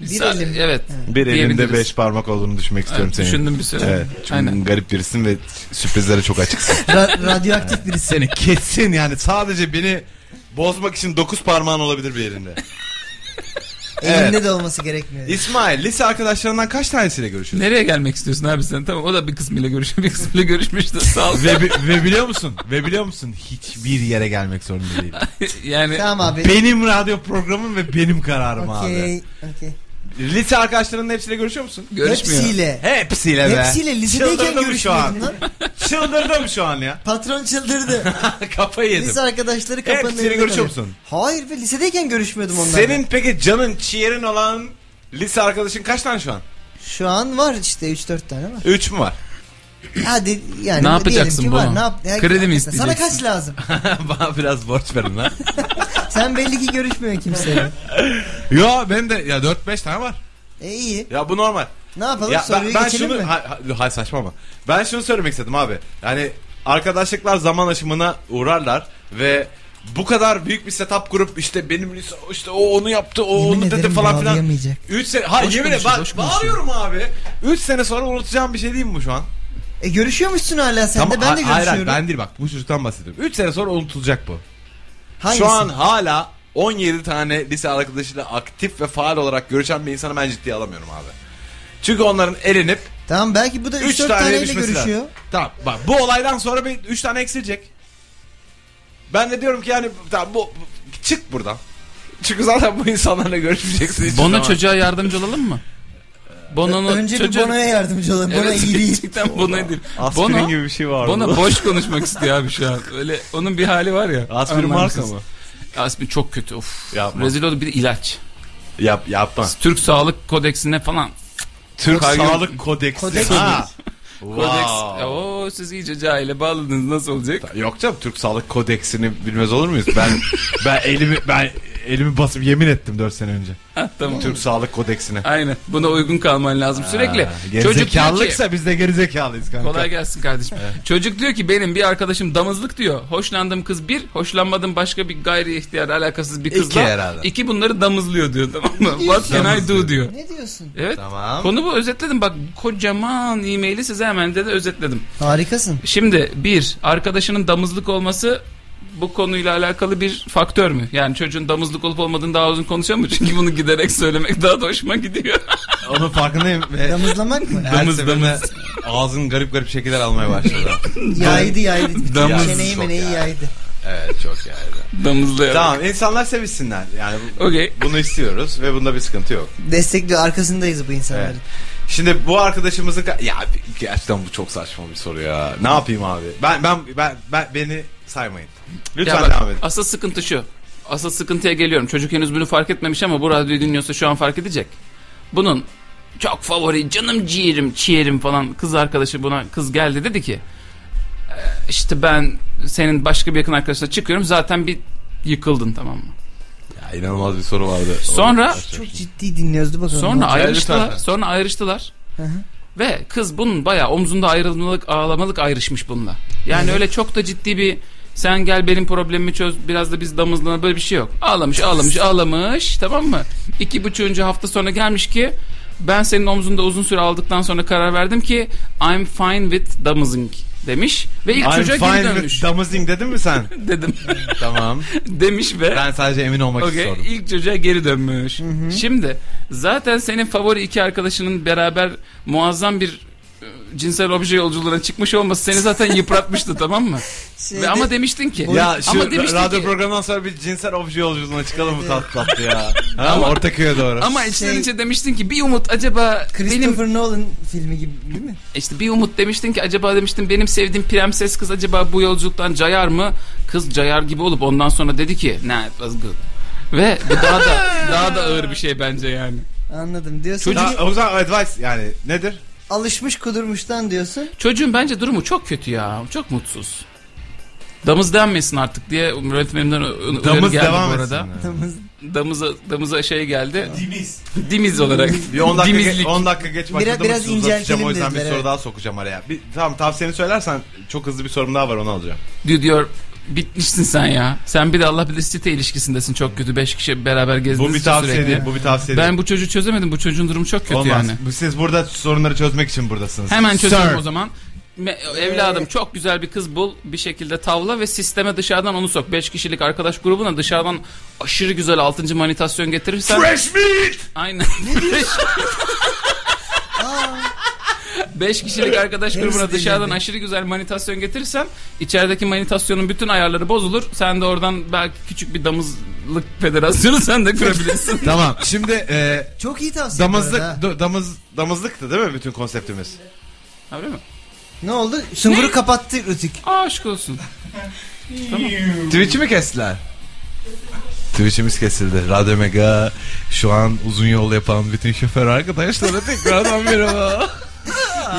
Speaker 2: Bir
Speaker 3: Sa-
Speaker 2: elim.
Speaker 3: Evet.
Speaker 1: Bir elinde
Speaker 3: Diyebiliriz.
Speaker 1: beş parmak olduğunu düşünmek istiyorum
Speaker 3: Evet,
Speaker 1: senin.
Speaker 3: düşündüm bir süre.
Speaker 1: Evet. Çünkü
Speaker 3: Aynen.
Speaker 1: garip birisin ve sürprizlere çok açıksın.
Speaker 2: Ra- radyoaktif birisi.
Speaker 1: Seni kesin yani sadece beni bozmak için dokuz parmağın olabilir bir elinde.
Speaker 2: Elinde de olması gerekmiyor.
Speaker 1: İsmail lise arkadaşlarından kaç tanesiyle görüşüyorsun?
Speaker 3: Nereye gelmek istiyorsun abi sen? Tamam o da bir kısmıyla görüşüyor. Bir kısmıyla görüşmüştü. Sağ ol.
Speaker 1: ve, bi- ve biliyor musun? Ve biliyor musun? Hiçbir yere gelmek zorunda değil.
Speaker 3: yani
Speaker 2: Tamam abi.
Speaker 1: benim radyo programım ve benim kararım
Speaker 2: Okey. Okey.
Speaker 1: abi. Lise arkadaşlarının hepsiyle görüşüyor musun?
Speaker 3: görüşmüyor.
Speaker 2: Hepsiyle.
Speaker 1: Hepsiyle be.
Speaker 2: Hepsiyle lisedeyken
Speaker 1: Çıldırdım şu an.
Speaker 2: görüşmüyordum lan.
Speaker 1: Çıldırdım şu an ya.
Speaker 2: Patron çıldırdı.
Speaker 1: Kafayı yedim.
Speaker 2: Lise arkadaşları kapanın.
Speaker 1: Hepsiyle
Speaker 2: önünde
Speaker 1: görüşüyor
Speaker 2: kalıyor.
Speaker 1: musun?
Speaker 2: Hayır be lisedeyken görüşmüyordum onlarla.
Speaker 1: Senin peki canın ciğerin olan lise arkadaşın kaç tane şu an?
Speaker 2: Şu an var işte 3-4 tane var.
Speaker 1: 3 mü var?
Speaker 2: Hadi yani
Speaker 3: Ne yapacaksın
Speaker 2: diyelim ki var.
Speaker 3: bunu?
Speaker 2: Ne yap- ya-
Speaker 3: Kredi mi
Speaker 2: Sana
Speaker 3: isteyeceksin?
Speaker 2: kaç lazım?
Speaker 1: Bana biraz borç verin lan.
Speaker 2: Sen belli ki görüşmüyorsun kimseyle.
Speaker 1: Yo benim de ya 4-5 tane var.
Speaker 2: E iyi.
Speaker 1: Ya bu normal.
Speaker 2: Ne yapalım
Speaker 1: ya
Speaker 2: soruyu geçelim
Speaker 1: şunu
Speaker 2: mi?
Speaker 1: Hay- hay- hay saçma ama. Ben şunu söylemek istedim abi. Yani arkadaşlıklar zaman aşımına uğrarlar ve bu kadar büyük bir setup kurup işte benim lise işte o onu yaptı o
Speaker 2: Yemin
Speaker 1: onu dedi
Speaker 2: ederim
Speaker 1: falan filan.
Speaker 2: bağlayamayacak.
Speaker 1: 3 sene ha
Speaker 3: Boş
Speaker 1: yemin ederim bak-
Speaker 3: konuşuyor, boş konuşuyor.
Speaker 1: bağırıyorum abi. 3 sene sonra unutacağım bir şey değil mi bu şu an?
Speaker 2: E görüşüyormuşsun hala sen de ben de
Speaker 1: ha- hayır,
Speaker 2: görüşüyorum.
Speaker 1: hayır, ben değil bak bu çocuktan bahsediyorum. 3 sene sonra unutulacak bu.
Speaker 2: Hangisi?
Speaker 1: Şu an hala 17 tane lise arkadaşıyla aktif ve faal olarak görüşen bir insanı ben ciddiye alamıyorum abi. Çünkü onların elenip
Speaker 2: Tamam belki bu da
Speaker 1: 3
Speaker 2: 3-4
Speaker 1: tane
Speaker 2: taneyle
Speaker 1: düşmesi lazım.
Speaker 2: görüşüyor.
Speaker 1: Tamam bak bu olaydan sonra bir 3 tane eksilecek. Ben de diyorum ki yani tamam bu bu- çık buradan. Çünkü zaten bu insanlarla görüşmeyeceksin. hiçbir
Speaker 3: Bono
Speaker 1: zaman.
Speaker 3: çocuğa yardımcı olalım mı? Bono'nun
Speaker 2: Önce
Speaker 3: çocuğu...
Speaker 2: bir Bono'ya yardımcı olalım. Bono
Speaker 3: Evet,
Speaker 2: iyi değil.
Speaker 3: gerçekten Bono'ya değil.
Speaker 1: Aspirin
Speaker 3: Bono,
Speaker 1: gibi bir şey var.
Speaker 3: Bono
Speaker 1: burada.
Speaker 3: boş konuşmak istiyor abi şu an. Öyle onun bir hali var ya.
Speaker 1: Aspirin marka
Speaker 3: anlamsız.
Speaker 1: mı?
Speaker 3: Aspirin çok kötü. Of.
Speaker 1: Yapma.
Speaker 3: Rezil oldu bir de ilaç.
Speaker 1: Yap, yapma.
Speaker 3: Türk Sağlık Kodeksine falan.
Speaker 1: Türk
Speaker 3: Kaygı-
Speaker 1: Sağlık Kodeksi.
Speaker 2: Kodeks.
Speaker 1: Ha.
Speaker 3: Kodeks.
Speaker 1: Wow.
Speaker 3: Ya, Oo siz iyice cahile bağladınız nasıl olacak?
Speaker 1: Yok canım Türk Sağlık Kodeksini bilmez olur muyuz? Ben ben elimi ben elimi basıp yemin ettim 4 sene önce.
Speaker 3: Ha, tamam.
Speaker 1: Türk Sağlık Kodeksine.
Speaker 3: Aynen. Buna uygun kalman lazım sürekli. Çocuk diyor ki,
Speaker 1: Gerizekalıysa biz de gerizekalıyız kanka.
Speaker 3: kolay gelsin kardeşim. Çocuk diyor ki benim bir arkadaşım damızlık diyor. Hoşlandığım kız bir, hoşlanmadığım başka bir gayri ihtiyar alakasız bir
Speaker 7: İki
Speaker 3: kızla.
Speaker 7: herhalde.
Speaker 3: İki bunları damızlıyor diyor tamam mı? What can I do diyor.
Speaker 2: Ne diyorsun?
Speaker 3: Evet.
Speaker 7: Tamam.
Speaker 3: Konu bu özetledim bak kocaman e-maili size hemen de, de özetledim.
Speaker 2: Harikasın.
Speaker 3: Şimdi bir arkadaşının damızlık olması bu konuyla alakalı bir faktör mü? Yani çocuğun damızlık olup olmadığını daha uzun konuşuyor mu? Çünkü bunu giderek söylemek daha da hoşuma gidiyor.
Speaker 7: Onun farkındayım ve
Speaker 2: Damızlamak mı?
Speaker 7: her
Speaker 3: Damız,
Speaker 7: seferinde ağzın garip garip şekiller almaya başladı.
Speaker 2: yaydı yaydı.
Speaker 3: Damız
Speaker 2: Çeneyi
Speaker 7: çok
Speaker 2: meneyi
Speaker 7: ya.
Speaker 2: yaydı.
Speaker 7: evet çok yani.
Speaker 3: Damızlayarak.
Speaker 1: Tamam insanlar sevişsinler. Yani bu-
Speaker 3: Okey.
Speaker 1: bunu istiyoruz ve bunda bir sıkıntı yok.
Speaker 2: Destekliyor arkasındayız bu insanların.
Speaker 1: Evet. Şimdi bu arkadaşımızın ka- ya gerçekten bu çok saçma bir soru ya. Ne yapayım abi? Ben ben ben, ben beni saymayın.
Speaker 3: Ya
Speaker 1: Lütfen
Speaker 3: bak,
Speaker 1: devam edin.
Speaker 3: Asıl sıkıntı şu. Asıl sıkıntıya geliyorum. Çocuk henüz bunu fark etmemiş ama bu radyoyu dinliyorsa şu an fark edecek. Bunun çok favori canım ciğerim ciğerim falan kız arkadaşı buna kız geldi dedi ki "Ee, işte ben senin başka bir yakın arkadaşla çıkıyorum zaten bir yıkıldın tamam mı?
Speaker 1: Ya inanılmaz bir soru vardı.
Speaker 3: Sonra-
Speaker 2: Çok ciddi dinliyoruz. Dur bakalım.
Speaker 3: Sonra
Speaker 2: Hadi.
Speaker 3: ayrıştılar.
Speaker 1: lütfen.
Speaker 3: Sonra ayrıştılar. Ve kız bunun bayağı omzunda ayrılmalık ağlamalık ayrışmış bununla. Yani öyle çok da ciddi bir sen gel benim problemimi çöz biraz da biz damızlana böyle bir şey yok. Ağlamış ağlamış ağlamış tamam mı? İki buçuğuncu hafta sonra gelmiş ki ben senin omzunda uzun süre aldıktan sonra karar verdim ki I'm fine with damızing demiş. Ve ilk
Speaker 1: I'm
Speaker 3: çocuğa geri
Speaker 1: fine with
Speaker 3: dönmüş
Speaker 1: damazing dedin mi sen?
Speaker 3: dedim.
Speaker 7: tamam.
Speaker 3: demiş ve
Speaker 7: Ben sadece emin olmak
Speaker 3: Okey
Speaker 7: istiyorum.
Speaker 3: ilk çocuğa geri dönmüş. Şimdi zaten senin favori iki arkadaşının beraber muazzam bir e, cinsel obje yolculuğuna çıkmış olması seni zaten yıpratmıştı tamam mı?
Speaker 2: Şeyde-
Speaker 3: Ve ama demiştin ki
Speaker 1: Ya şu
Speaker 3: ama demiştin
Speaker 1: radyo
Speaker 3: ki
Speaker 1: programından sonra bir cinsel obje yolculuğuna çıkalım mı tat tatlı ya? Ha, Ortaköy'e doğru.
Speaker 3: ama içten
Speaker 2: Şey-
Speaker 3: içe demiştin ki bir umut acaba benim
Speaker 2: Christopher Nolan filmi gibi değil mi?
Speaker 3: işte bir umut demiştin ki acaba demiştin benim sevdiğim prenses kız acaba bu yolculuktan cayar mı? Kız cayar gibi olup ondan sonra dedi ki nah it was good. Ve bu daha da daha da ağır bir şey bence yani.
Speaker 2: Anladım diyorsun.
Speaker 1: Ya,
Speaker 2: ki
Speaker 1: o zaman advice yani nedir?
Speaker 2: alışmış kudurmuştan diyorsun.
Speaker 3: Çocuğun bence durumu çok kötü ya. Çok mutsuz. Damız denmesin artık diye yönetmenimden ö- ö- uyarı
Speaker 1: Damız
Speaker 3: geldi
Speaker 1: devam
Speaker 3: bu
Speaker 1: etsin.
Speaker 3: arada.
Speaker 2: Tamız
Speaker 3: Damıza, damıza şey geldi. Dimiz. Dimiz olarak.
Speaker 1: Bir 10 dakika,
Speaker 3: Dimizlik.
Speaker 1: ge- 10 dakika geç başladı
Speaker 2: Biraz- biraz
Speaker 1: mutsuzluğa
Speaker 2: inceltelim
Speaker 1: tutacağım, O yüzden bir
Speaker 2: dediler,
Speaker 1: soru
Speaker 2: evet.
Speaker 1: daha sokacağım araya. Bir, tamam tavsiyeni söylersen çok hızlı bir sorum daha var onu alacağım.
Speaker 3: Diyor, diyor bitmişsin sen ya. Sen bir de Allah bilir site ilişkisindesin çok kötü. Beş kişi beraber gezdiniz
Speaker 1: Bu bir
Speaker 3: ya
Speaker 1: tavsiye
Speaker 3: sürekli.
Speaker 1: değil. Bu bir tavsiye
Speaker 3: Ben
Speaker 1: değil.
Speaker 3: bu çocuğu çözemedim. Bu çocuğun durumu çok kötü
Speaker 1: Olmaz.
Speaker 3: yani.
Speaker 1: Bu- Siz burada sorunları çözmek için buradasınız.
Speaker 3: Hemen çözelim
Speaker 1: Sir.
Speaker 3: o zaman. Me- Evladım çok güzel bir kız bul bir şekilde tavla ve sisteme dışarıdan onu sok. 5 kişilik arkadaş grubuna dışarıdan aşırı güzel 6. manitasyon getirirsen
Speaker 1: Fresh meat!
Speaker 3: Aynen. 5 kişilik arkadaş grubuna dışarıdan aşırı güzel manitasyon getirirsen içerideki manitasyonun bütün ayarları bozulur. Sen de oradan belki küçük bir damızlık federasyonu sen de kurabilirsin.
Speaker 1: Tamam. Şimdi e,
Speaker 2: Çok iyi tavsiye. bu
Speaker 1: damızlık
Speaker 2: arada ha.
Speaker 1: da- damız damızlıktı değil mi bütün konseptimiz?
Speaker 3: Öyle mi?
Speaker 2: Ne oldu? Sungur'u kapattı Rütük.
Speaker 3: Aa, Aşk olsun.
Speaker 7: Twitch'i mi kestiler? Twitch'imiz kesildi. Radyo Mega şu an uzun yol yapan bütün şoför arkadaşlara tekrardan merhaba.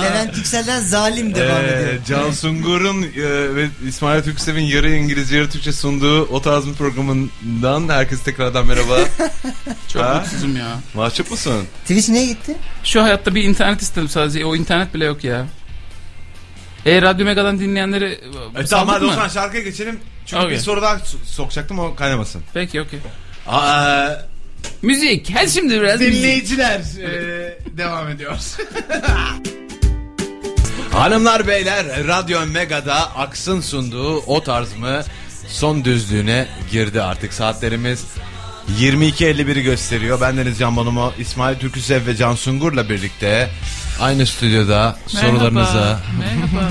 Speaker 2: Levent Yüksel'den zalim devam
Speaker 1: Ee,
Speaker 2: ediyor.
Speaker 1: Can Sungur'un e, ve İsmail Türksev'in yarı İngilizce yarı Türkçe sunduğu O Tarz mı programından herkese tekrardan merhaba.
Speaker 3: Çok
Speaker 1: Ha?
Speaker 3: mutsuzum ya.
Speaker 1: Mahcup musun?
Speaker 2: Twitch niye gitti?
Speaker 3: Şu hayatta bir internet istedim sadece. E, O internet bile yok ya. E Radyo Mega'dan dinleyenleri e,
Speaker 1: E,
Speaker 3: saldık
Speaker 1: tamam hadi
Speaker 3: mı?
Speaker 1: o zaman şarkıya geçelim. Çünkü
Speaker 3: Okey.
Speaker 1: bir soru daha so- sokacaktım o kaynamasın.
Speaker 3: Peki okey.
Speaker 1: Aa,
Speaker 3: Müzik. Hadi şimdi biraz müzik.
Speaker 1: Dinleyiciler e, devam ediyor. Hanımlar beyler Radyo Mega'da Aks'ın sunduğu o tarz mı son düzlüğüne girdi artık saatlerimiz. 22.51'i gösteriyor. Ben Deniz Can Bonomo, İsmail Türküsev ve Can Sungur'la birlikte aynı stüdyoda sorularınıza,
Speaker 3: Merhaba.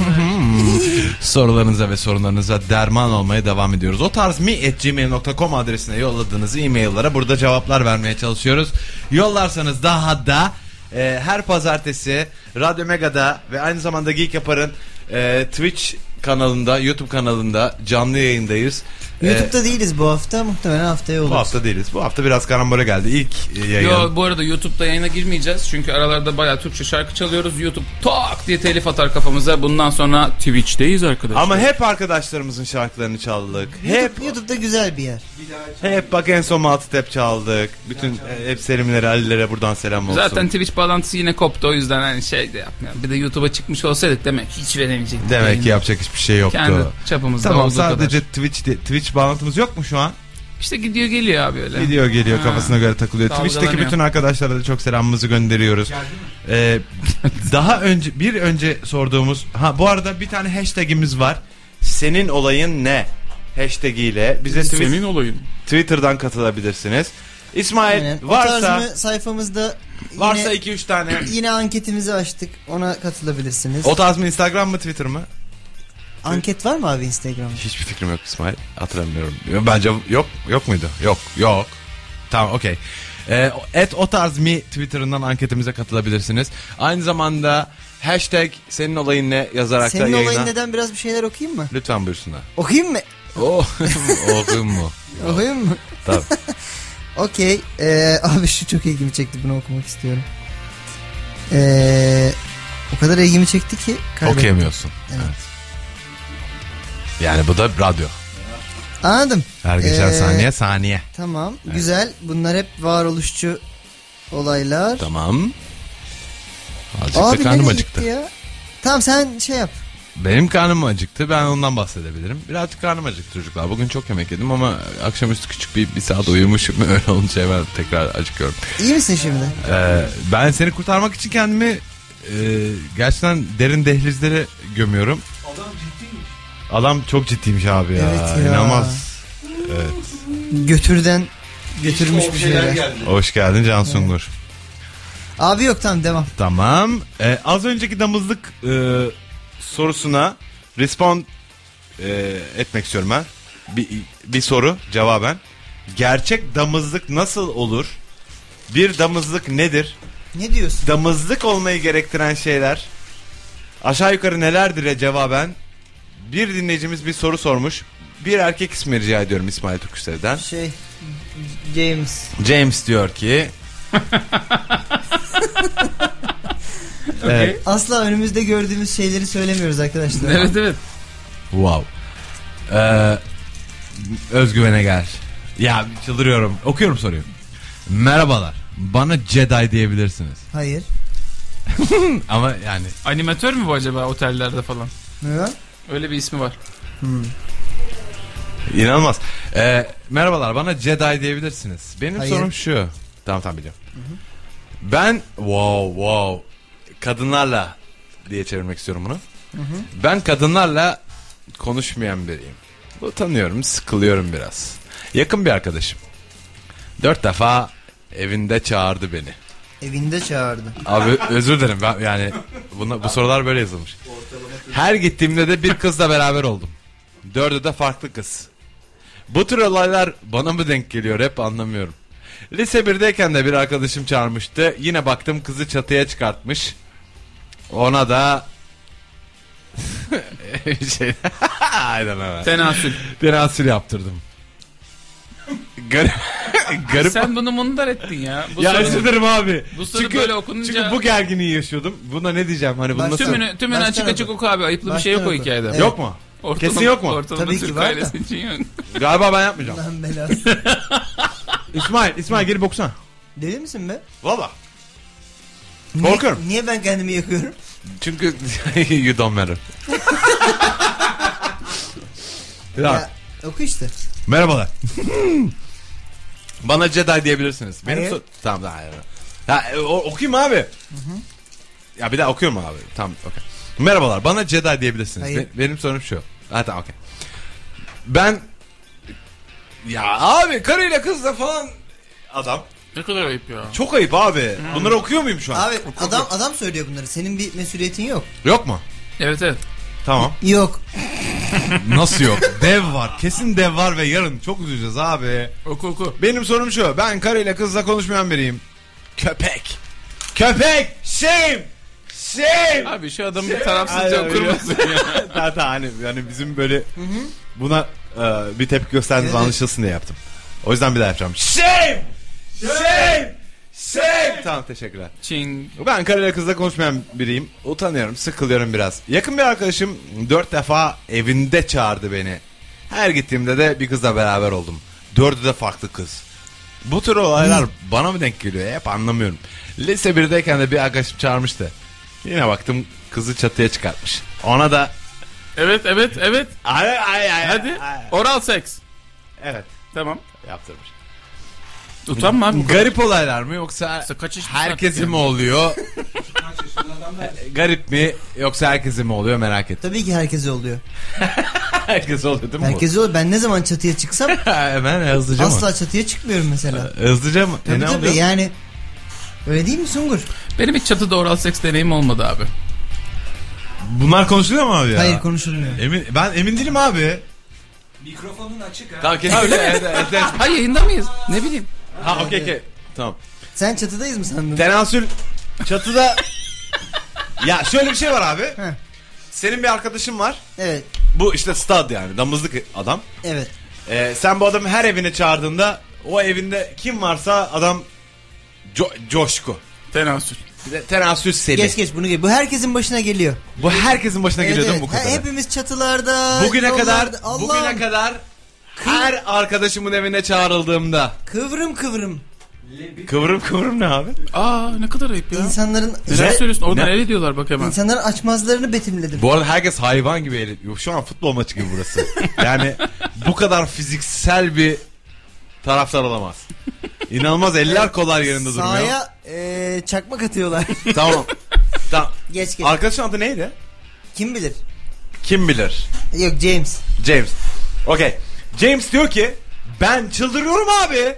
Speaker 1: sorularınıza ve sorunlarınıza derman olmaya devam ediyoruz. O tarz mi at gmail.com adresine yolladığınız e-maillere burada cevaplar vermeye çalışıyoruz. Yollarsanız daha da e, her pazartesi Radyo Mega'da ve aynı zamanda Geek Yapar'ın e, Twitch kanalında, YouTube kanalında canlı yayındayız.
Speaker 2: YouTube'da değiliz bu hafta. Muhtemelen haftaya olur.
Speaker 1: Bu hafta değiliz. Bu hafta biraz karambole geldi. İlk e, yayın.
Speaker 3: Yo bu arada YouTube'da yayına girmeyeceğiz. Çünkü aralarda bayağı Türkçe şarkı çalıyoruz. YouTube tak diye telif atar kafamıza. Bundan sonra Twitch'teyiz arkadaşlar.
Speaker 1: Ama hep arkadaşlarımızın şarkılarını çaldık. Hep
Speaker 2: YouTube, YouTube'da güzel bir yer.
Speaker 1: hep bak en son Maltı Tep çaldık. Bütün e, hep Selimlere, Alilere buradan selam olsun.
Speaker 3: Zaten Twitch bağlantısı yine koptu o yüzden hani şey de yapmayalım. Bir de YouTube'a çıkmış olsaydık demek hiç veremeyecektik.
Speaker 1: Demek ki
Speaker 3: yayını.
Speaker 1: yapacak hiçbir şey yoktu.
Speaker 3: Kendi çapımızda
Speaker 1: Tamam
Speaker 3: olduğu
Speaker 1: sadece
Speaker 3: kadar.
Speaker 1: Twitch de- Twitch bağlantımız yok mu şu an?
Speaker 3: İşte gidiyor geliyor abi öyle.
Speaker 1: Gidiyor geliyor
Speaker 3: Ha.
Speaker 1: kafasına göre takılıyor.
Speaker 3: Dalgalanıyor.
Speaker 1: Twitch'teki bütün arkadaşlara da çok selamımızı gönderiyoruz. Ee, daha önce bir önce sorduğumuz ha bu arada bir tane hashtagimiz var. Senin olayın ne? Hashtagiyle bize twi-
Speaker 3: Senin olayın.
Speaker 1: Twitter'dan katılabilirsiniz. İsmail
Speaker 2: Aynen. O
Speaker 1: varsa
Speaker 2: tarz mı sayfamızda yine,
Speaker 1: varsa 2-3 tane
Speaker 2: yine anketimizi açtık. Ona katılabilirsiniz.
Speaker 1: o tarz mı Instagram mı Twitter mı?
Speaker 2: Anket var mı abi Instagram'da?
Speaker 1: Hiçbir fikrim yok İsmail. Hatırlamıyorum. Bence yok. Yok muydu? Yok. Yok. Tamam okey. Ee, Et o tarz mi Twitter'ından anketimize katılabilirsiniz. Aynı zamanda hashtag senin olayın ne yazarak da
Speaker 2: Senin
Speaker 1: yayına.
Speaker 2: olayın neden biraz bir şeyler okuyayım mı?
Speaker 1: Lütfen buyursunlar.
Speaker 2: Okuyayım mı?
Speaker 1: Oh, okuyun mu?
Speaker 2: Okuyayım mı?
Speaker 1: Tabii.
Speaker 2: Okey. Ee, abi şu çok ilgimi çekti. Bunu okumak istiyorum. Ee, o kadar ilgimi çekti ki. kaybettim.
Speaker 1: Okuyamıyorsun. Evet. Yani bu da radyo.
Speaker 2: Anladım.
Speaker 1: Her geçen
Speaker 2: Ee,
Speaker 1: saniye saniye.
Speaker 2: Tamam. Güzel. Bunlar hep varoluşçu olaylar.
Speaker 1: Tamam. Azıcık da
Speaker 2: Abi
Speaker 1: karnım
Speaker 2: nereye
Speaker 1: acıktı.
Speaker 2: gitti ya? Tamam sen şey yap.
Speaker 1: Benim karnım acıktı. Ben ondan bahsedebilirim. Birazcık karnım acıktı çocuklar. Bugün çok yemek yedim ama akşamüstü küçük bir, bir saat uyumuşum. Öyle olunca hemen tekrar acıkıyorum.
Speaker 2: İyi misin şimdi?
Speaker 1: Ee, ben seni kurtarmak için kendimi e, gerçekten derin dehlizlere gömüyorum. Adam çok ciddiymiş abi ya.
Speaker 2: Evet ya.
Speaker 1: İnanılmaz.
Speaker 2: Götürden götürmüş bir şeyler.
Speaker 1: Hoş geldin Can Sungur.
Speaker 2: Abi yok tamam devam.
Speaker 1: Tamam. Ee, az önceki damızlık e, sorusuna respond e, etmek istiyorum ben. Bir, bir soru cevaben. Gerçek damızlık nasıl olur? Bir damızlık nedir?
Speaker 2: Ne diyorsun?
Speaker 1: Damızlık olmayı gerektiren şeyler aşağı yukarı nelerdir cevaben? Bir dinleyicimiz bir soru sormuş. Bir erkek ismi rica ediyorum İsmail Türküsev'den.
Speaker 2: Şey James.
Speaker 1: James diyor ki... e, Evet.
Speaker 2: Asla önümüzde gördüğümüz şeyleri söylemiyoruz arkadaşlar.
Speaker 3: Evet evet.
Speaker 1: Wow. Ee, özgüvene gel. Ya çıldırıyorum. Okuyorum soruyu. Merhabalar. Bana Jedi diyebilirsiniz.
Speaker 2: Hayır.
Speaker 1: Ama yani
Speaker 3: Animatör mü bu acaba otellerde falan?
Speaker 2: Ne var?
Speaker 3: Öyle bir ismi var.
Speaker 1: inanılmaz. Ee, merhabalar. Bana Jedi diyebilirsiniz. Benim
Speaker 2: Hayır.
Speaker 1: sorum şu. Tamam tamam biliyorum. Ben wow wow kadınlarla diye çevirmek istiyorum bunu. Ben kadınlarla konuşmayan biriyim. Utanıyorum, sıkılıyorum biraz. Yakın bir arkadaşım. Dört defa evinde çağırdı beni.
Speaker 2: Evinde çağırdı.
Speaker 1: Abi özür dilerim ben yani buna, bu sorular böyle yazılmış. Her gittiğimde de bir kızla beraber oldum. Dördü de farklı kız. Bu tür olaylar bana mı denk geliyor hep anlamıyorum. Lise 1'deyken de bir arkadaşım çağırmıştı. Yine baktım kızı çatıya çıkartmış. Ona da bir şey. Aynen öyle.
Speaker 3: Tenasül.
Speaker 1: Tenasül yaptırdım. Garip. Garip.
Speaker 3: Sen bunu mundar ettin ya. Bu
Speaker 1: ya
Speaker 3: sorunun
Speaker 1: özür dilerim abi.
Speaker 3: Bu soru böyle okununca-
Speaker 1: Çünkü bu gerginliği yaşıyordum. Buna ne diyeceğim? Hani bunu
Speaker 2: Ben
Speaker 1: nasıl...
Speaker 3: Tümünü, tümünü
Speaker 2: Baştan
Speaker 3: açık
Speaker 2: oku.
Speaker 3: açık oku abi. Ayıplı bir şey yok o
Speaker 2: Baştan oku.
Speaker 3: hikayede.
Speaker 2: Evet.
Speaker 1: Yok mu?
Speaker 3: Ortalama-
Speaker 1: Kesin yok mu?
Speaker 3: Ortalama
Speaker 2: Tabii ki
Speaker 3: Türk
Speaker 2: var da.
Speaker 3: ailesi için yok.
Speaker 1: Galiba ben yapmayacağım.
Speaker 2: Lan belası.
Speaker 1: İsmail, İsmail gelip okusana.
Speaker 2: Deli misin be?
Speaker 1: Valla.
Speaker 2: Niye-
Speaker 1: Korkuyorum.
Speaker 2: Niye ben kendimi yakıyorum?
Speaker 1: Çünkü you don't matter. Ya,
Speaker 2: Ya, oku işte.
Speaker 1: Merhabalar. Bana Jedi diyebilirsiniz. Benim
Speaker 2: Hayır.
Speaker 1: so- Tamam daha hayır. Ha, e, o- okuyayım abi. Ya bir daha okuyorum abi. Tamam okey. Merhabalar bana Jedi diyebilirsiniz.
Speaker 2: Hayır.
Speaker 1: Be- benim sorum şu. Ha tamam okey. Ben... Ya abi karıyla kızla falan adam.
Speaker 3: Ne kadar ayıp ya.
Speaker 1: Çok ayıp abi. Bunları okuyor muyum şu an?
Speaker 2: Abi adam adam söylüyor bunları. Senin bir mesuliyetin yok.
Speaker 1: Yok mu?
Speaker 3: Evet evet.
Speaker 1: Tamam.
Speaker 2: Yok.
Speaker 1: Nasıl yok? dev var. Kesin dev var ve yarın çok üzüleceğiz abi.
Speaker 3: Oku oku.
Speaker 1: Benim sorum şu. Ben karıyla kızla konuşmayan biriyim. Köpek. Köpek. Shame. Shame.
Speaker 3: Abi şu adam
Speaker 1: Şey-
Speaker 3: bir tarafsızca
Speaker 1: Ay,
Speaker 3: okur musun ya?
Speaker 1: Zaten hani, yani bizim böyle buna e, bir tepki gösterdiğiniz
Speaker 2: Evet.
Speaker 1: anlaşılsın diye yaptım. O yüzden bir daha yapacağım. Shame! Shame! Shame! Tamam teşekkürler.
Speaker 3: Çing.
Speaker 1: Ben karıyla kızla konuşmayan biriyim. Utanıyorum, sıkılıyorum biraz. Yakın bir arkadaşım dört defa evinde çağırdı beni. Her gittiğimde de bir kızla beraber oldum. Dördü de farklı kız. Bu tür olaylar bana mı denk geliyor? Hep anlamıyorum. Lise 1'deyken de bir arkadaşım çağırmıştı. Yine baktım kızı çatıya çıkartmış. Ona da
Speaker 3: Evet evet evet.
Speaker 1: ay ay ay
Speaker 3: Hadi.
Speaker 1: ay.
Speaker 3: Oral seks.
Speaker 1: Evet
Speaker 3: Tamam.
Speaker 1: yaptırmış.
Speaker 3: Utanma abi. bu kadar.
Speaker 1: Garip olaylar mı yoksa
Speaker 3: Sa- kaçış-
Speaker 1: herkesi mi oluyor? Garip mi yoksa herkesi mi oluyor merak ettim.
Speaker 2: Tabii ki herkese oluyor.
Speaker 1: Herkes oluyor değil mi? bu?
Speaker 2: Herkese oluyor. Ben ne zaman çatıya çıksam
Speaker 1: Ha, Hemen hızlıca mı?
Speaker 2: asla çatıya çıkmıyorum mesela.
Speaker 1: Hızlıca mı? E,
Speaker 2: Tabii
Speaker 1: ne
Speaker 2: tabii
Speaker 1: oluyor?
Speaker 2: yani. Öyle değil mi Sungur?
Speaker 3: Benim hiç çatıda oral seks deneyim olmadı abi.
Speaker 1: Bunlar konuşuluyor mu abi ya?
Speaker 2: Hayır konuşulmuyor.
Speaker 1: Emin, ben emin değilim abi.
Speaker 5: Mikrofonun açık ha.
Speaker 1: Tamam kesin. evet, evet, evet.
Speaker 3: Ha yayında mıyız? Ne bileyim.
Speaker 1: Ha okey okey. Tamam.
Speaker 2: Sen çatıdayız mı sandın?
Speaker 1: Tenasül çatıda... ya şöyle bir şey var abi. Senin bir arkadaşın var.
Speaker 2: Evet.
Speaker 1: Bu işte stud yani damızlık adam.
Speaker 2: Evet.
Speaker 1: Ee, sen bu adamı her evine çağırdığında o evinde kim varsa adam co- coşku.
Speaker 3: Tenasül.
Speaker 1: Bir de Tenasül seli.
Speaker 2: Geç geç bunu geç. Bu herkesin başına geliyor.
Speaker 1: Bu herkesin başına
Speaker 2: Evet,
Speaker 1: geliyor değil
Speaker 2: evet.
Speaker 1: mi bu
Speaker 2: Ha,
Speaker 1: kadar?
Speaker 2: Hepimiz çatılarda.
Speaker 1: Bugüne kadar
Speaker 2: yollarda. Allah'ım,
Speaker 1: bugüne kadar her arkadaşımın evine çağrıldığımda
Speaker 2: Kıvrım kıvrım.
Speaker 1: kıvırım kıvırım ne abi?
Speaker 3: Aa ne kadar ayıp ya.
Speaker 2: İnsanların
Speaker 3: Neler
Speaker 2: işte,
Speaker 3: söylüyorsun? Orada
Speaker 1: Ne?
Speaker 3: ne diyorlar bak hemen.
Speaker 2: insanların açmazlarını betimledim.
Speaker 1: Bu arada herkes hayvan gibi eğleniyor. Şu an futbol maçı gibi burası. yani bu kadar fiziksel bir taraftar olamaz. İnanılmaz eller kollar yerinde durmuyor.
Speaker 2: Sahaya e, çakmak atıyorlar.
Speaker 1: Tamam. tamam.
Speaker 2: geç geç.
Speaker 1: Arkadaşın adı neydi?
Speaker 2: Kim bilir?
Speaker 1: Kim bilir?
Speaker 2: Yok James.
Speaker 1: James. Okey. James diyor ki ben çıldırıyorum abi.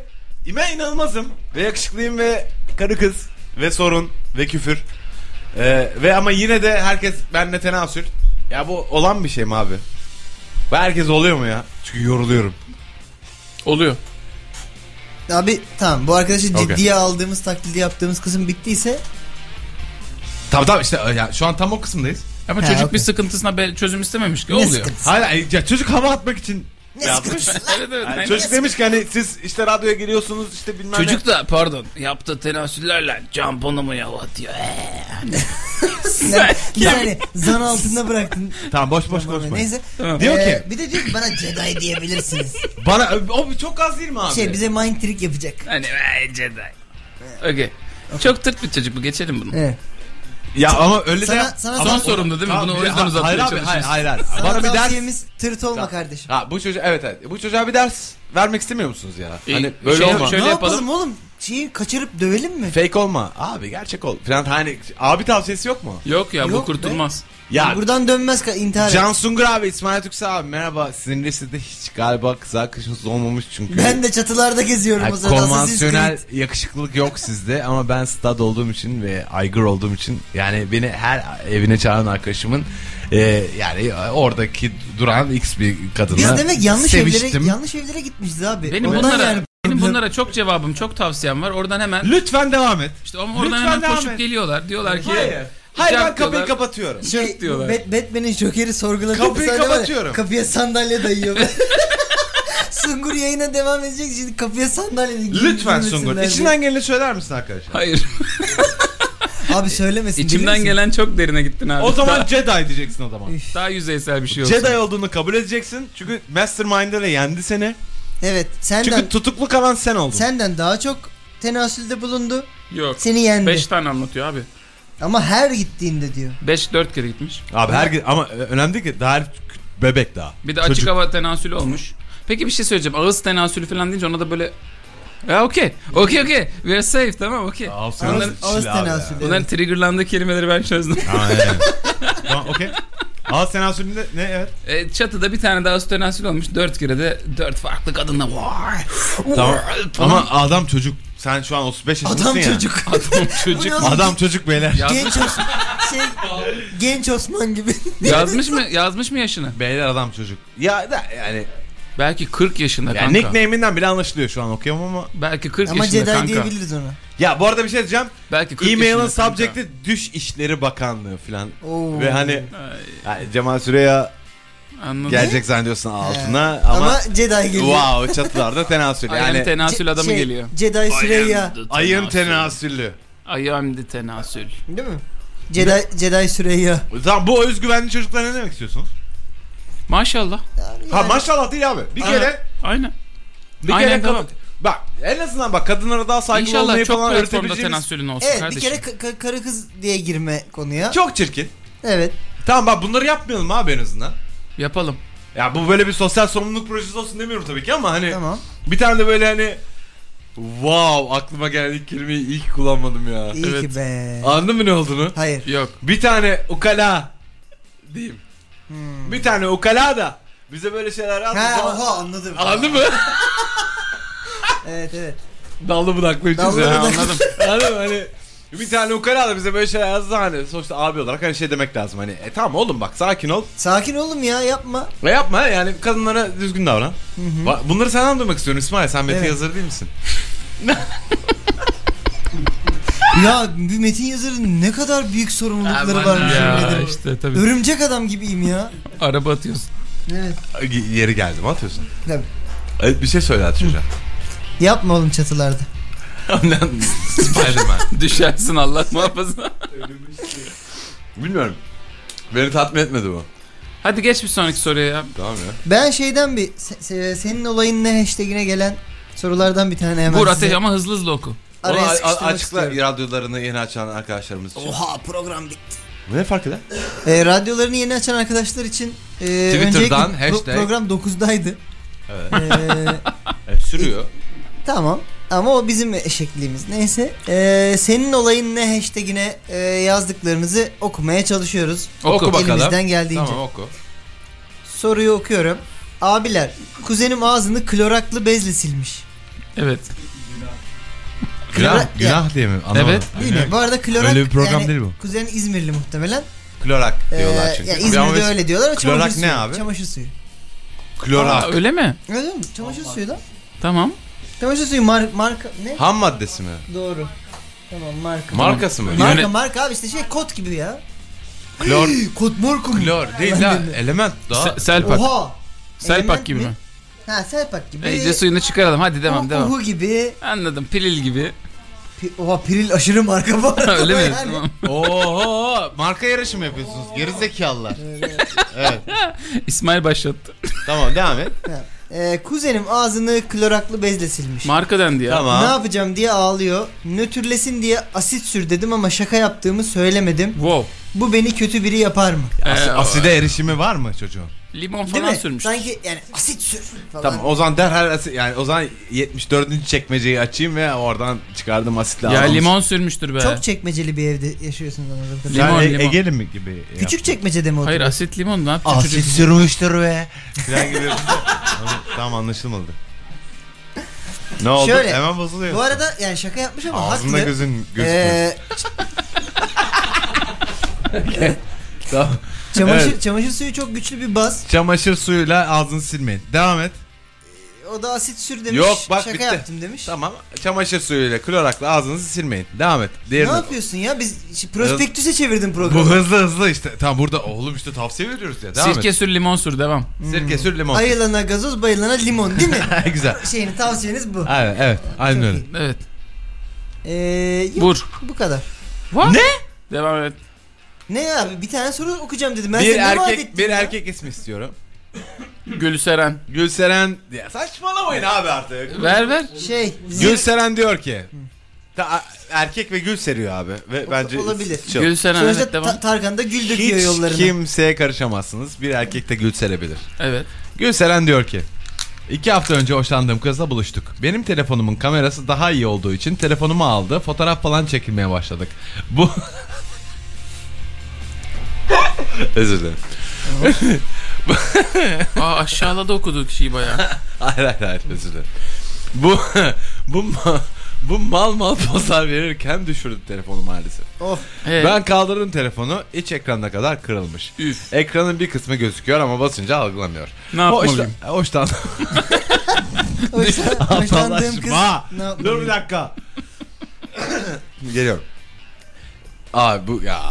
Speaker 1: Ben inanılmazım. Ve yakışıklıyım ve karı kız. Ve sorun ve küfür. Ee, ve ama yine de herkes benle tenasül. Ya bu olan bir şey mi abi? Bu herkes oluyor mu ya? Çünkü yoruluyorum.
Speaker 3: Oluyor.
Speaker 2: Abi tamam bu arkadaşı
Speaker 1: Okey.
Speaker 2: ciddiye aldığımız taklidi yaptığımız kısım bittiyse
Speaker 1: Tamam tamam işte ya şu an tam o kısımdayız.
Speaker 3: Ama
Speaker 2: He,
Speaker 3: çocuk
Speaker 2: okey.
Speaker 3: bir sıkıntısına be- çözüm istememiş ki
Speaker 2: ne
Speaker 3: oluyor.
Speaker 2: sıkıntısı?
Speaker 1: Hala ya çocuk hava atmak için
Speaker 2: Ne
Speaker 1: yapmış.
Speaker 2: sıkıntısı?
Speaker 3: evet evet. aynen.
Speaker 1: Yani çocuk demiş ki hani siz işte radyoya geliyorsunuz işte bilmem ne.
Speaker 3: Çocuk da pardon yaptığı tenasüllerle camponumu yavatıyor.
Speaker 2: Ne- yani zan altında bıraktın.
Speaker 1: Tamam boş boş
Speaker 2: Bana
Speaker 1: konuşma.
Speaker 2: Neyse.
Speaker 1: Diyor
Speaker 2: Ee,
Speaker 1: ki
Speaker 2: bir de diyor ki bana Jedi diyebilirsiniz.
Speaker 1: bana o çok az değil mi abi?
Speaker 2: Şey bize mind trick yapacak.
Speaker 3: Hani "Ey Jedi. Okey. Çok tırt bir çocuk bu geçelim bunu.
Speaker 2: Evet.
Speaker 1: Ya ama öyle
Speaker 2: Sana-
Speaker 1: de yap-
Speaker 2: sana
Speaker 1: ama
Speaker 2: son
Speaker 1: o-
Speaker 3: sorumlu değil mi?
Speaker 1: Tamam,
Speaker 3: Bunu o
Speaker 1: bir-
Speaker 3: yüzden
Speaker 1: ha-
Speaker 3: uzatmaya
Speaker 1: Hayır abi hayır
Speaker 3: çalışıyoruz.
Speaker 1: hayır. hayır.
Speaker 2: Sana
Speaker 1: Bana bir ders.
Speaker 2: tavsiyemiz tırt olma kardeşim.
Speaker 1: Ha bu çocuğa evet evet. Bu çocuğa bir ders vermek istemiyor musunuz ya?
Speaker 3: İyi,
Speaker 1: hani böyle
Speaker 3: şey-
Speaker 1: olma.
Speaker 3: şöyle-
Speaker 2: ne
Speaker 3: yapalım.
Speaker 2: yapalım? oğlum? Şeyi kaçırıp dövelim mi?
Speaker 1: Fake olma. Abi gerçek ol. Falan hani abi tavsiyesi yok mu?
Speaker 3: Yok ya bu
Speaker 2: Yok be.
Speaker 3: kurtulmaz.
Speaker 1: Ya
Speaker 2: Buradan dönmez ka- intihar.
Speaker 1: Can Sungur abi, İsmail Türksel abi merhaba. Sizin lisede hiç galiba kız arkadaşınız olmamış çünkü.
Speaker 2: Ben de çatılarda geziyorum
Speaker 1: Yani
Speaker 2: o sırada. Assassin's Creed.
Speaker 1: konvansiyonel yakışıklılık yok sizde ama ben stud olduğum için ve aygır olduğum için yani beni her evine çağıran arkadaşımın e, yani oradaki duran x bir kadına
Speaker 2: Biz demek yanlış
Speaker 1: seviştim.
Speaker 2: evlere yanlış evlere gitmişiz abi.
Speaker 3: Benim
Speaker 2: Ondan
Speaker 3: bunlara
Speaker 2: yani-
Speaker 3: benim bunlara çok cevabım, çok tavsiyem var. Oradan hemen
Speaker 1: Lütfen devam et.
Speaker 3: işte ama oradan
Speaker 1: Lütfen
Speaker 3: hemen
Speaker 1: devam
Speaker 3: koşup
Speaker 1: et.
Speaker 3: geliyorlar. Diyorlar ki
Speaker 1: Hayır. Hayır ben
Speaker 3: Cevap
Speaker 1: kapıyı
Speaker 3: diyorlar.
Speaker 1: kapatıyorum.
Speaker 2: şey,
Speaker 3: diyorlar.
Speaker 2: Bat- Batman'in Joker'i sorguladığı bir
Speaker 1: Kapıyı
Speaker 2: sahne var ya,
Speaker 1: kapatıyorum.
Speaker 2: Kapıya sandalye dayıyor. Sungur yayına devam edecek şimdi kapıya sandalye
Speaker 1: Lütfen
Speaker 2: girmesinler
Speaker 1: Sungur.
Speaker 2: diye.
Speaker 1: İçinden geleni söyler misin arkadaşlar?
Speaker 3: Hayır.
Speaker 2: Abi söylemesin.
Speaker 3: İçimden
Speaker 2: gelen.
Speaker 3: gelen çok derine gittin abi.
Speaker 1: O zaman
Speaker 3: daha,
Speaker 1: Jedi diyeceksin o zaman.
Speaker 3: daha yüzeysel bir şey olsun.
Speaker 1: Jedi olduğunu kabul edeceksin. Çünkü Mastermind ile yendi seni.
Speaker 2: Evet senden
Speaker 1: Çünkü tutuklu kalan sen oldun.
Speaker 2: senden daha çok tenasülde bulundu.
Speaker 3: Yok.
Speaker 2: Seni yendi.
Speaker 3: 5 tane anlatıyor abi.
Speaker 2: Ama her gittiğinde diyor.
Speaker 3: 5 4 kere gitmiş.
Speaker 1: Abi her ama önemli değil ki daha her- bebek daha.
Speaker 3: Bir de açık
Speaker 1: Çocuk.
Speaker 3: hava tenasülü olmuş. Peki bir şey söyleyeceğim. Ağız tenasülü falan deyince ona da böyle ya okey. Okey okey. We are safe tamam okey.
Speaker 1: Ağustos'un
Speaker 2: Ağız,
Speaker 1: içi
Speaker 2: ağız
Speaker 1: abi ya.
Speaker 2: tenasülü.
Speaker 3: Bunların triggerlandığı kelimeleri ben çözdüm.
Speaker 1: Tamam evet. tamam okey. Ağız tenasülünde ne evet.
Speaker 3: E, çatıda bir tane daha ağız tenasülü olmuş. 4 kere de 4 farklı kadınla. Vay,
Speaker 1: Tamam.
Speaker 3: vay falan.
Speaker 1: Ama adam çocuk. Sen şu an 35 yaşındasın
Speaker 2: Adam
Speaker 1: ya.
Speaker 2: çocuk.
Speaker 3: Adam çocuk
Speaker 2: Bunu-
Speaker 1: Adam çocuk beyler.
Speaker 3: yazmış,
Speaker 2: genç Osman, şey, genç Osman gibi.
Speaker 3: yazmış mı yazmış mı yaşını?
Speaker 1: Beyler adam çocuk. Ya da yani,
Speaker 3: Belki 40 yaşında
Speaker 1: yani
Speaker 3: kanka.
Speaker 1: nickname'inden bile anlaşılıyor şu an okuyamam ama.
Speaker 3: Belki 40
Speaker 2: Ama
Speaker 3: yaşında
Speaker 2: Jedi
Speaker 3: kanka.
Speaker 2: diyebiliriz ona.
Speaker 1: Ya bu arada bir şey diyeceğim.
Speaker 3: Belki 40
Speaker 1: E-mail'in
Speaker 3: yaşında kanka.
Speaker 1: subject'i Düş İşleri Bakanlığı falan.
Speaker 2: Oo.
Speaker 1: Ve hani yani Cemal hani, Süreya
Speaker 3: Anladım.
Speaker 1: Gelecek zannediyorsun altına ama,
Speaker 2: Ama Jedi geliyor.
Speaker 1: wow çatılarda tenasül.
Speaker 3: Ayağın
Speaker 1: Yani
Speaker 3: tenasül
Speaker 2: Ce-
Speaker 3: adamı
Speaker 2: şey,
Speaker 3: geliyor.
Speaker 2: Jedi Süreyya.
Speaker 1: ayın tenasüllü.
Speaker 3: Ayağım de tenasül.
Speaker 2: Değil mi? Jedi, Jedi Süreyya.
Speaker 1: Tamam bu özgüvenli çocuklara ne demek istiyorsun?
Speaker 3: Maşallah.
Speaker 1: Ha maşallah değil abi. Bir kere
Speaker 3: Aynen.
Speaker 1: bir
Speaker 3: Aynen,
Speaker 1: kere
Speaker 3: tamam.
Speaker 1: kadın- Bak en azından bak kadınlara daha saygılı
Speaker 3: İnşallah
Speaker 1: olmayı
Speaker 3: çok
Speaker 1: falan
Speaker 3: platformda
Speaker 1: öğretebileceğimiz
Speaker 3: tenasülün olsun
Speaker 2: Evet
Speaker 3: kardeşim.
Speaker 2: bir kere ka- ka- karı kız diye girme konuya.
Speaker 1: çok çirkin.
Speaker 2: Evet.
Speaker 1: Tamam bak bunları yapmayalım abi en azından.
Speaker 3: Yapalım.
Speaker 1: Ya bu böyle bir sosyal sorumluluk projesi olsun demiyorum tabii ki ama hani
Speaker 2: Tamam.
Speaker 1: bir tane de böyle hani wow aklıma gelen ilk kelimeyi ilk kullanmadım ya.
Speaker 2: İyi
Speaker 3: Evet.
Speaker 2: ki be.
Speaker 1: Anladın mı ne olduğunu?
Speaker 2: Hayır.
Speaker 3: Yok.
Speaker 1: Bir tane ukala diyeyim. Bir tane ukala da bize böyle şeyler
Speaker 2: Hmm. Ha
Speaker 1: atma.
Speaker 2: oha anladım.
Speaker 1: Anladın mı?
Speaker 2: Evet evet.
Speaker 1: Dallı budaklı üçüz
Speaker 2: Dallı
Speaker 1: ya.
Speaker 2: budaklı.
Speaker 1: Anladım. Anladın mı? Hani bir tane ukala da bize böyle şeyler yazsa hani sonuçta abi olarak hani şey demek lazım hani e tamam oğlum bak sakin ol
Speaker 2: Sakin oğlum ya yapma.
Speaker 1: ve yapma yani kadınlara düzgün davran. Ba- Bunları senden duymak istiyorum İsmail sen Metin
Speaker 2: Evet.
Speaker 1: yazarı değil misin?
Speaker 2: Ya bir metin yazarının ne kadar büyük sorumlulukları varmış yemin
Speaker 3: ya
Speaker 2: ederim.
Speaker 3: işte tabii.
Speaker 2: Örümcek adam gibiyim ya.
Speaker 3: Araba atıyorsun.
Speaker 2: Evet.
Speaker 1: Y- Yeri geldi mi atıyorsun?
Speaker 2: Tabii.
Speaker 1: Evet, bir şey söyle at çocuğa.
Speaker 2: Yapma oğlum çatılarda.
Speaker 1: Lan, Spiderman.
Speaker 3: Düşersin Allah muhafaza.
Speaker 1: Bilmiyorum. Beni tatmin etmedi bu.
Speaker 3: Hadi geç bir sonraki soruya ya.
Speaker 1: Tamam ya.
Speaker 2: Ben şeyden bir se- se- senin olayın ne hashtagine gelen sorulardan bir tane hemen
Speaker 3: Vur
Speaker 2: size
Speaker 3: ateş ama hızlı hızlı oku.
Speaker 2: araya
Speaker 1: Onu a- a-
Speaker 2: sıkıştırmak
Speaker 1: açıkla
Speaker 2: istiyorum.
Speaker 1: radyolarını yeni açan arkadaşlarımız için.
Speaker 2: Oha program bitti.
Speaker 1: Ne fark eder?
Speaker 2: E, radyolarını yeni açan arkadaşlar için e,
Speaker 1: Twitter'dan
Speaker 2: öncelikle
Speaker 1: hashtag-
Speaker 2: program 9'daydı.
Speaker 1: Evet.
Speaker 2: E,
Speaker 1: sürüyor.
Speaker 2: Tamam ama o bizim eşekliğimiz. Neyse Ee, senin olayın ne hashtagine e, yazdıklarınızı okumaya çalışıyoruz.
Speaker 1: Oku, bakalım.
Speaker 2: Elimizden geldiğince.
Speaker 1: Tamam oku.
Speaker 2: Soruyu okuyorum. Abiler kuzenim ağzını kloraklı bezle silmiş.
Speaker 3: Evet.
Speaker 2: Günah- günah
Speaker 1: diye mi?
Speaker 3: Evet.
Speaker 2: Değil mi? Bu arada klorak
Speaker 1: Öyle bir program
Speaker 2: yani,
Speaker 1: değil bu.
Speaker 2: Kuzenin İzmirli muhtemelen.
Speaker 1: Klorak
Speaker 2: Ee,
Speaker 1: diyorlar çünkü.
Speaker 2: ya
Speaker 1: Ama
Speaker 2: İzmir'de
Speaker 1: biz-
Speaker 2: öyle diyorlar. ama
Speaker 1: klorak
Speaker 2: çamaşır
Speaker 1: ne
Speaker 2: suyu,
Speaker 1: abi?
Speaker 2: Çamaşır suyu.
Speaker 1: Klorak.
Speaker 3: Aa, öyle mi?
Speaker 2: Öyle mi? Çamaşır suyu da.
Speaker 3: Tamam.
Speaker 2: Çamaşır suyu mar- marka ne?
Speaker 1: Ham maddesi mi?
Speaker 2: Doğru. Tamam marka.
Speaker 1: Markası mı?
Speaker 2: marka
Speaker 3: Yöne-
Speaker 2: marka abi işte şey kot gibi ya.
Speaker 1: Klor.
Speaker 2: Kot marka mı?
Speaker 1: Klor değil la. Element daha.
Speaker 3: Se- selpak.
Speaker 2: Oha.
Speaker 3: selpak
Speaker 2: Element
Speaker 3: gibi mi?
Speaker 2: Ha selpak gibi.
Speaker 3: İyice suyunu çıkaralım. Hadi devam
Speaker 2: Uhu
Speaker 3: devam.
Speaker 2: gibi.
Speaker 3: Anladım. Pilil gibi.
Speaker 2: Pi- Oha piril aşırı marka bu arada.
Speaker 3: Öyle mi?
Speaker 2: Yani.
Speaker 3: Tamam.
Speaker 1: Oho. Marka yarışımı yapıyorsunuz. Geri zekalılar. Ee, evet.
Speaker 3: İsmail başlattı.
Speaker 1: Tamam devam et.
Speaker 2: Ha. Ee, kuzenim ağzını kloraklı bezle silmiş.
Speaker 3: Marka dendi ya.
Speaker 2: ne
Speaker 1: Tamam. Ee,
Speaker 2: yapacağım diye ağlıyor. Nötrlesin diye asit sür dedim ama şaka yaptığımı söylemedim.
Speaker 3: Wow.
Speaker 2: Bu beni kötü biri yapar mı?
Speaker 3: Ee,
Speaker 1: Aside erişimi var mı çocuğun?
Speaker 3: limon
Speaker 2: Değil
Speaker 3: falan
Speaker 2: mi?
Speaker 3: sürmüş.
Speaker 2: Sanki yani asit sür falan.
Speaker 1: Tamam o zaman derhal asit yani o zaman 74. çekmeceyi açayım ve oradan çıkardım asitle
Speaker 3: Ya
Speaker 1: aldım.
Speaker 3: limon sürmüştür be.
Speaker 2: Çok çekmeceli bir evde yaşıyorsunuz anladığım kadarıyla.
Speaker 3: Limon,
Speaker 1: Sen E-
Speaker 3: limon.
Speaker 1: Ege'li mi gibi?
Speaker 2: Küçük çekmecede mi
Speaker 3: Hayır
Speaker 2: oturuyorsun?
Speaker 3: asit limon ne yapacak
Speaker 1: Asit
Speaker 3: çocuk?
Speaker 1: sürmüştür ve. Falan gibi. tamam anlaşılmadı. Ne oldu?
Speaker 2: Şöyle,
Speaker 1: Hemen bozuluyor.
Speaker 2: Bu arada yani şaka yapmış ama
Speaker 1: Ağzında
Speaker 2: haklı.
Speaker 1: gözün gözükmüyor.
Speaker 2: Ee,
Speaker 1: Tamam.
Speaker 2: çamaşır,
Speaker 1: Evet.
Speaker 2: çamaşır suyu çok güçlü bir baz.
Speaker 1: Çamaşır suyuyla ağzını silmeyin. Devam et.
Speaker 2: O da asit sür demiş.
Speaker 1: Yok, bak
Speaker 2: şaka
Speaker 1: bitti.
Speaker 2: yaptım demiş.
Speaker 1: Tamam. Çamaşır suyuyla klorakla ağzınızı silmeyin. Devam et. Diğerine.
Speaker 2: Ne yapıyorsun ya? Biz şi- prospektüse çevirdin
Speaker 1: Bu
Speaker 2: programı.
Speaker 1: hızlı hızlı işte. Tamam burada oğlum işte tavsiye veriyoruz ya. Devam
Speaker 3: Sirke
Speaker 1: et.
Speaker 3: sür limon sür devam.
Speaker 1: Sirke sür limon.
Speaker 2: Ayılana gazoz, bayılana limon değil mi?
Speaker 1: Güzel.
Speaker 2: Şeyini tavsiyeniz bu.
Speaker 1: Evet, evet. Aynen
Speaker 2: Çok
Speaker 1: öyle.
Speaker 2: iyi.
Speaker 3: Evet.
Speaker 2: Ee, yok,
Speaker 3: Vur.
Speaker 2: bu kadar.
Speaker 3: Ne? Devam et.
Speaker 2: Ne abi? Bir tane soru okuyacağım dedim. Ben
Speaker 1: Bir
Speaker 2: size ne vaat
Speaker 1: erkek
Speaker 2: ettim
Speaker 1: bir
Speaker 2: ya?
Speaker 1: erkek ismi istiyorum.
Speaker 3: Gülseren.
Speaker 1: Gülseren ya saçmalamayın abi artık.
Speaker 3: Ver ver.
Speaker 2: Şey,
Speaker 1: Gülseren diyor ki. Ta, erkek ve gül seriyor abi ve bence
Speaker 2: olabilir.
Speaker 1: Çok.
Speaker 3: Gülseren
Speaker 2: sonuçta
Speaker 3: evet devam.
Speaker 2: ta- Tarkan da gül döküyor
Speaker 1: Hiç
Speaker 2: yollarına.
Speaker 1: kimseye karışamazsınız. Bir erkek de gül serebilir.
Speaker 3: Evet.
Speaker 1: Gülseren diyor ki İki hafta önce hoşlandığım kızla buluştuk. Benim telefonumun kamerası daha iyi olduğu için telefonumu aldı. Fotoğraf falan çekilmeye başladık. Bu... Özür dilerim.
Speaker 3: Aa aşağıda okudu kişiyi bayağı.
Speaker 1: Hayır hayır hayır özür dilerim. Bu, bu, ma- bu mal mal pozlar verirken düşürdü telefonu maalesef.
Speaker 2: Of.
Speaker 3: Evet.
Speaker 1: Ben kaldırdım telefonu iç ekrana kadar kırılmış.
Speaker 3: Üf.
Speaker 1: Ekranın bir kısmı gözüküyor ama basınca algılamıyor.
Speaker 3: Ne yapmalıyım?
Speaker 1: Hoşla- Hoşlandım.
Speaker 2: Hoşlan- Hoşlandığım kız.
Speaker 1: Anlaşma.
Speaker 2: Ne yapmadı?
Speaker 1: Dur bir dakika. Geliyorum. Abi bu ya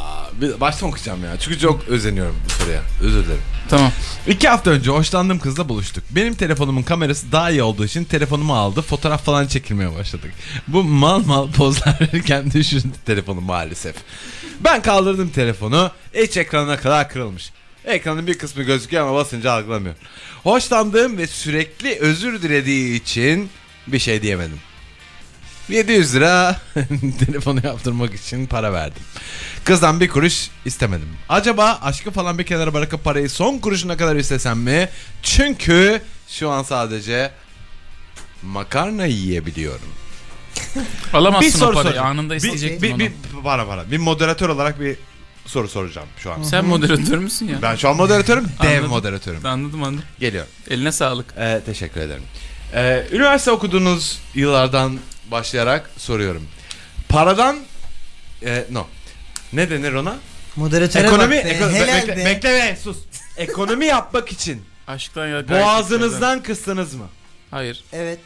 Speaker 6: bir- baştan okuyacağım ya. Çünkü çok özeniyorum bu soruya. Özür dilerim.
Speaker 3: Tamam.
Speaker 1: İki hafta önce hoşlandığım kızla buluştuk. Benim telefonumun kamerası daha iyi olduğu için telefonumu aldı. Fotoğraf falan çekilmeye başladık. Bu mal mal pozlar verirken düşündü telefonu maalesef. Ben kaldırdım telefonu. İç ekranına kadar kırılmış. Ekranın bir kısmı gözüküyor ama basınca algılamıyor. Hoşlandığım ve sürekli özür dilediği için bir şey diyemedim. 700 lira telefonu yaptırmak için para verdim. Kızdan bir kuruş istemedim. Acaba aşkı falan bir kenara bırakıp parayı son kuruşuna kadar istesem mi? Çünkü şu an sadece makarna yiyebiliyorum.
Speaker 3: Alamazsın
Speaker 1: Bir soru
Speaker 3: o parayı.
Speaker 1: soracağım.
Speaker 3: Anında isteyecektin
Speaker 1: bir,
Speaker 3: onu.
Speaker 1: bir para para. Bir moderatör olarak bir soru soracağım şu an.
Speaker 3: Sen moderatör müsün ya?
Speaker 1: Ben şu an moderatörüm, dev
Speaker 3: Anladım.
Speaker 1: moderatörüm.
Speaker 3: Anladım anladım.
Speaker 1: Geliyorum.
Speaker 3: Eline sağlık.
Speaker 1: Ee, teşekkür ederim. Ee, üniversite okuduğunuz yıllardan başlayarak soruyorum. Paradan e, no. Ne denir ona?
Speaker 2: Moderatöre
Speaker 1: Ekonomi,
Speaker 2: bak be.
Speaker 1: eko- be-
Speaker 2: helal
Speaker 1: bekle,
Speaker 2: be.
Speaker 1: bekle be, sus. Ekonomi yapmak için
Speaker 3: Aşktan ya.
Speaker 1: boğazınızdan kıstınız mı?
Speaker 3: Hayır.
Speaker 2: Evet.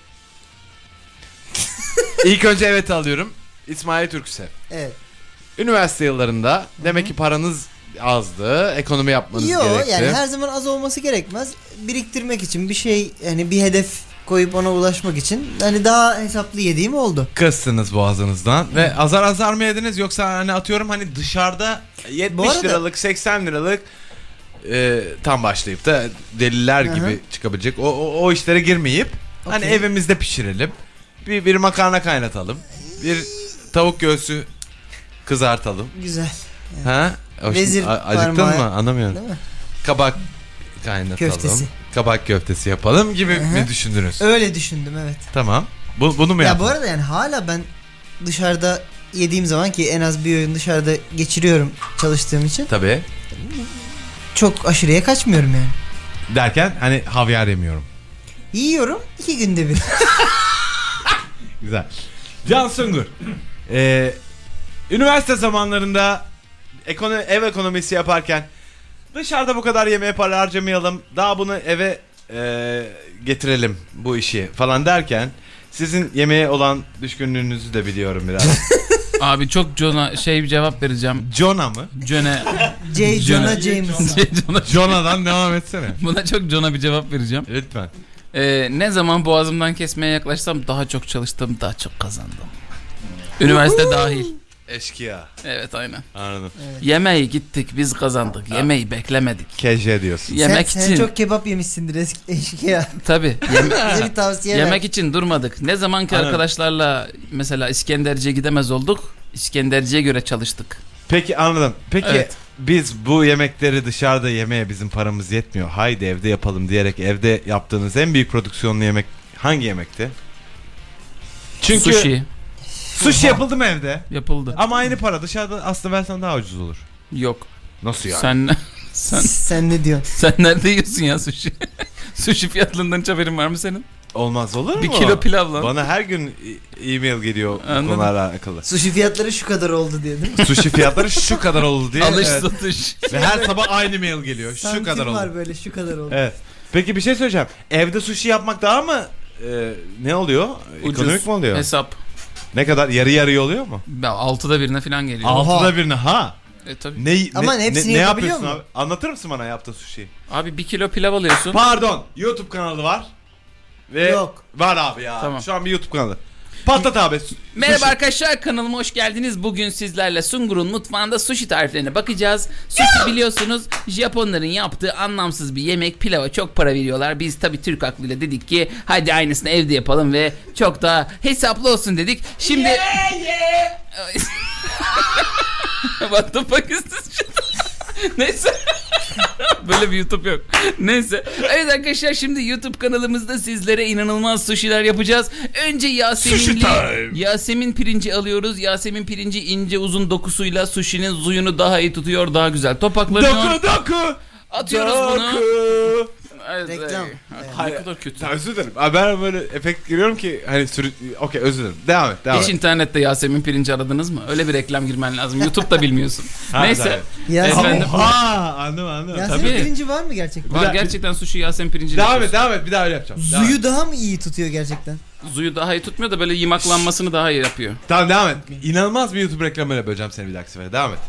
Speaker 1: İlk önce evet alıyorum. İsmail Türksev.
Speaker 2: Evet.
Speaker 1: Üniversite yıllarında demek ki paranız azdı. Ekonomi yapmanız
Speaker 2: Yo
Speaker 1: gerekti.
Speaker 2: yani her zaman az olması gerekmez. Biriktirmek için bir şey yani bir hedef koyup ona ulaşmak için hani daha hesaplı yediğim oldu.
Speaker 1: Kıstınız boğazınızdan ve azar azar mı yediniz yoksa hani atıyorum hani dışarıda 70
Speaker 2: Bu arada-
Speaker 1: liralık 80 liralık e, tam başlayıp da deliler
Speaker 2: Hı hı.
Speaker 1: gibi çıkabilecek o, o, o işlere girmeyip hani
Speaker 2: Okey.
Speaker 1: evimizde pişirelim bir, bir makarna kaynatalım bir tavuk göğsü kızartalım
Speaker 2: Güzel.
Speaker 1: ha O
Speaker 2: Vezir
Speaker 1: şimdi a- acıktın
Speaker 2: parmağı.
Speaker 1: mı anlamıyorum
Speaker 2: Değil mi?
Speaker 1: kabak kaynatalım
Speaker 2: Köftesi.
Speaker 1: kabak köftesi yapalım gibi
Speaker 2: Hı hı.
Speaker 1: mi düşündünüz
Speaker 2: Öyle düşündüm evet.
Speaker 1: tamam bu, bunu mu
Speaker 2: Ya
Speaker 1: yaptın?
Speaker 2: bu arada yani hala ben dışarıda yediğim zaman ki en az bir öğün dışarıda geçiriyorum çalıştığım için
Speaker 1: Tabii.
Speaker 2: çok aşırıya kaçmıyorum yani.
Speaker 1: Derken hani havyar yemiyorum.
Speaker 2: Yiyorum iki günde bir.
Speaker 1: Güzel. Can Sungur. Ee, üniversite zamanlarında ekono- ev ekonomisi yaparken dışarıda bu kadar yemeğe para harcamayalım. Daha bunu eve e, getirelim bu işi falan derken sizin yemeğe olan düşkünlüğünüzü de biliyorum biraz.
Speaker 3: Abi çok John'a şey bir cevap vereceğim.
Speaker 1: Jonah mı?
Speaker 3: John'e.
Speaker 2: J. Jonah Jameson.
Speaker 3: John'a-
Speaker 1: Jonah'dan devam etsene.
Speaker 3: Buna çok John'a bir cevap vereceğim.
Speaker 1: Lütfen.
Speaker 3: Ee, ne zaman boğazımdan kesmeye yaklaşsam daha çok çalıştım, daha çok kazandım. Üniversite dahil.
Speaker 1: Eşkıya.
Speaker 3: Evet aynen.
Speaker 1: Anladım.
Speaker 3: Yemeği gittik biz kazandık. Yemeği beklemedik.
Speaker 1: Keşke diyorsun.
Speaker 3: Yemek
Speaker 2: sen,
Speaker 3: için
Speaker 2: Sen çok kebap yemişsindir eski, eski ya.
Speaker 3: tabi.
Speaker 2: Bize bir tavsiye ver.
Speaker 3: yemek için durmadık. Ne zaman ki
Speaker 1: Anladım.
Speaker 3: arkadaşlarla mesela İskenderci'ye gidemez olduk. İskenderci'ye göre çalıştık.
Speaker 1: Peki anladım. Peki
Speaker 3: Evet.
Speaker 1: biz bu yemekleri dışarıda yemeye bizim paramız yetmiyor. Haydi evde yapalım diyerek evde yaptığınız en büyük prodüksiyonlu yemek hangi yemekti? Çünkü sushi,
Speaker 3: Sushi
Speaker 1: yapıldı mı evde?
Speaker 3: yapıldı.
Speaker 1: Ama aynı para dışarıda aslında versen daha ucuz olur.
Speaker 3: Yok.
Speaker 1: Nasıl yani?
Speaker 3: Sen sen
Speaker 2: Sen ne diyorsun?
Speaker 3: sen nerede yiyorsun ya sushi? sushi fiyatlarından hiç haberin var mı senin?
Speaker 1: Olmaz olur mu?
Speaker 3: Bir kilo pilav lan.
Speaker 1: Bana her gün e- e-mail geliyor
Speaker 3: Anladım.
Speaker 1: bu konularla alakalı.
Speaker 2: Sushi fiyatları şu kadar oldu diye değil mi?
Speaker 1: Sushi fiyatları şu kadar oldu diye.
Speaker 3: Alış
Speaker 1: evet.
Speaker 3: satış.
Speaker 1: Ve her sabah aynı mail geliyor. şu
Speaker 2: Santim
Speaker 1: kadar oldu.
Speaker 2: var böyle şu kadar oldu.
Speaker 1: Evet. Peki bir şey söyleyeceğim. Evde sushi yapmak daha mı e, ne oluyor? Ekonomik mi oluyor?
Speaker 3: Hesap.
Speaker 1: Ne kadar yarı yarıya oluyor mu?
Speaker 3: Ya, Altıda birine falan geliyor.
Speaker 1: Altıda birini ha.
Speaker 3: E, tabii.
Speaker 1: Ne,
Speaker 2: Ama
Speaker 1: ne,
Speaker 2: hepsini
Speaker 1: ne, ne
Speaker 2: yapabiliyor
Speaker 1: yapıyorsun
Speaker 2: mu?
Speaker 1: abi? Anlatır mısın bana yaptığın sushi'yi?
Speaker 3: Abi bir kilo pilav alıyorsun.
Speaker 1: Pardon. YouTube kanalı var. Ve
Speaker 2: Yok.
Speaker 1: Var abi ya.
Speaker 3: Tamam.
Speaker 1: Şu an bir YouTube kanalı. Patlat abi. su-
Speaker 3: Merhaba
Speaker 1: sushi.
Speaker 3: arkadaşlar kanalıma hoş geldiniz. Bugün sizlerle Sungur'un mutfağında sushi tariflerine bakacağız. Sushi biliyorsunuz Japonların yaptığı anlamsız bir yemek. Pilava çok para veriyorlar. Biz tabi Türk aklıyla dedik ki hadi aynısını evde yapalım ve çok daha hesaplı olsun dedik. Şimdi... What the fuck is this shit? Neyse. Böyle bir YouTube yok. Neyse. Evet arkadaşlar şimdi YouTube kanalımızda sizlere inanılmaz suşiler yapacağız. Önce Yasemin'li Yasemin pirinci alıyoruz. Yasemin pirinci ince uzun dokusuyla suşinin zuyunu daha iyi tutuyor, daha güzel topaklanıyor.
Speaker 1: Doku doku.
Speaker 3: Atıyoruz bunu.
Speaker 1: Doku.
Speaker 3: Evet,
Speaker 2: Reklam.
Speaker 3: evet.
Speaker 2: Evet.
Speaker 3: Ne kadar kötü.
Speaker 1: Ya özür dilerim. Abi ben böyle efekt giriyorum ki hani sürü... Okey özür dilerim. Devam et. Devam
Speaker 3: Hiç
Speaker 1: et.
Speaker 3: internette Yasemin pirinci aradınız mı? Öyle bir reklam girmen lazım. YouTube'da bilmiyorsun.
Speaker 1: Ha,
Speaker 3: Neyse.
Speaker 2: Yasemin-
Speaker 3: Efendim.
Speaker 1: Oha anladım anladım.
Speaker 2: Ya
Speaker 1: Tabii.
Speaker 2: senin
Speaker 3: tabii.
Speaker 2: pirinci var mı gerçekten?
Speaker 3: Var gerçekten suşi Yasemin pirinciyle
Speaker 1: Devam et
Speaker 3: yapıyorsun.
Speaker 1: devam et bir daha öyle yapacağım. Devam et.
Speaker 2: Zuyu daha mı iyi tutuyor gerçekten?
Speaker 3: Zuyu daha iyi tutmuyor da böyle yimaklanmasını daha iyi yapıyor.
Speaker 1: Tamam devam et. İnanılmaz bir YouTube reklamıyla böleceğim seni bir dahaki sefere. Devam et.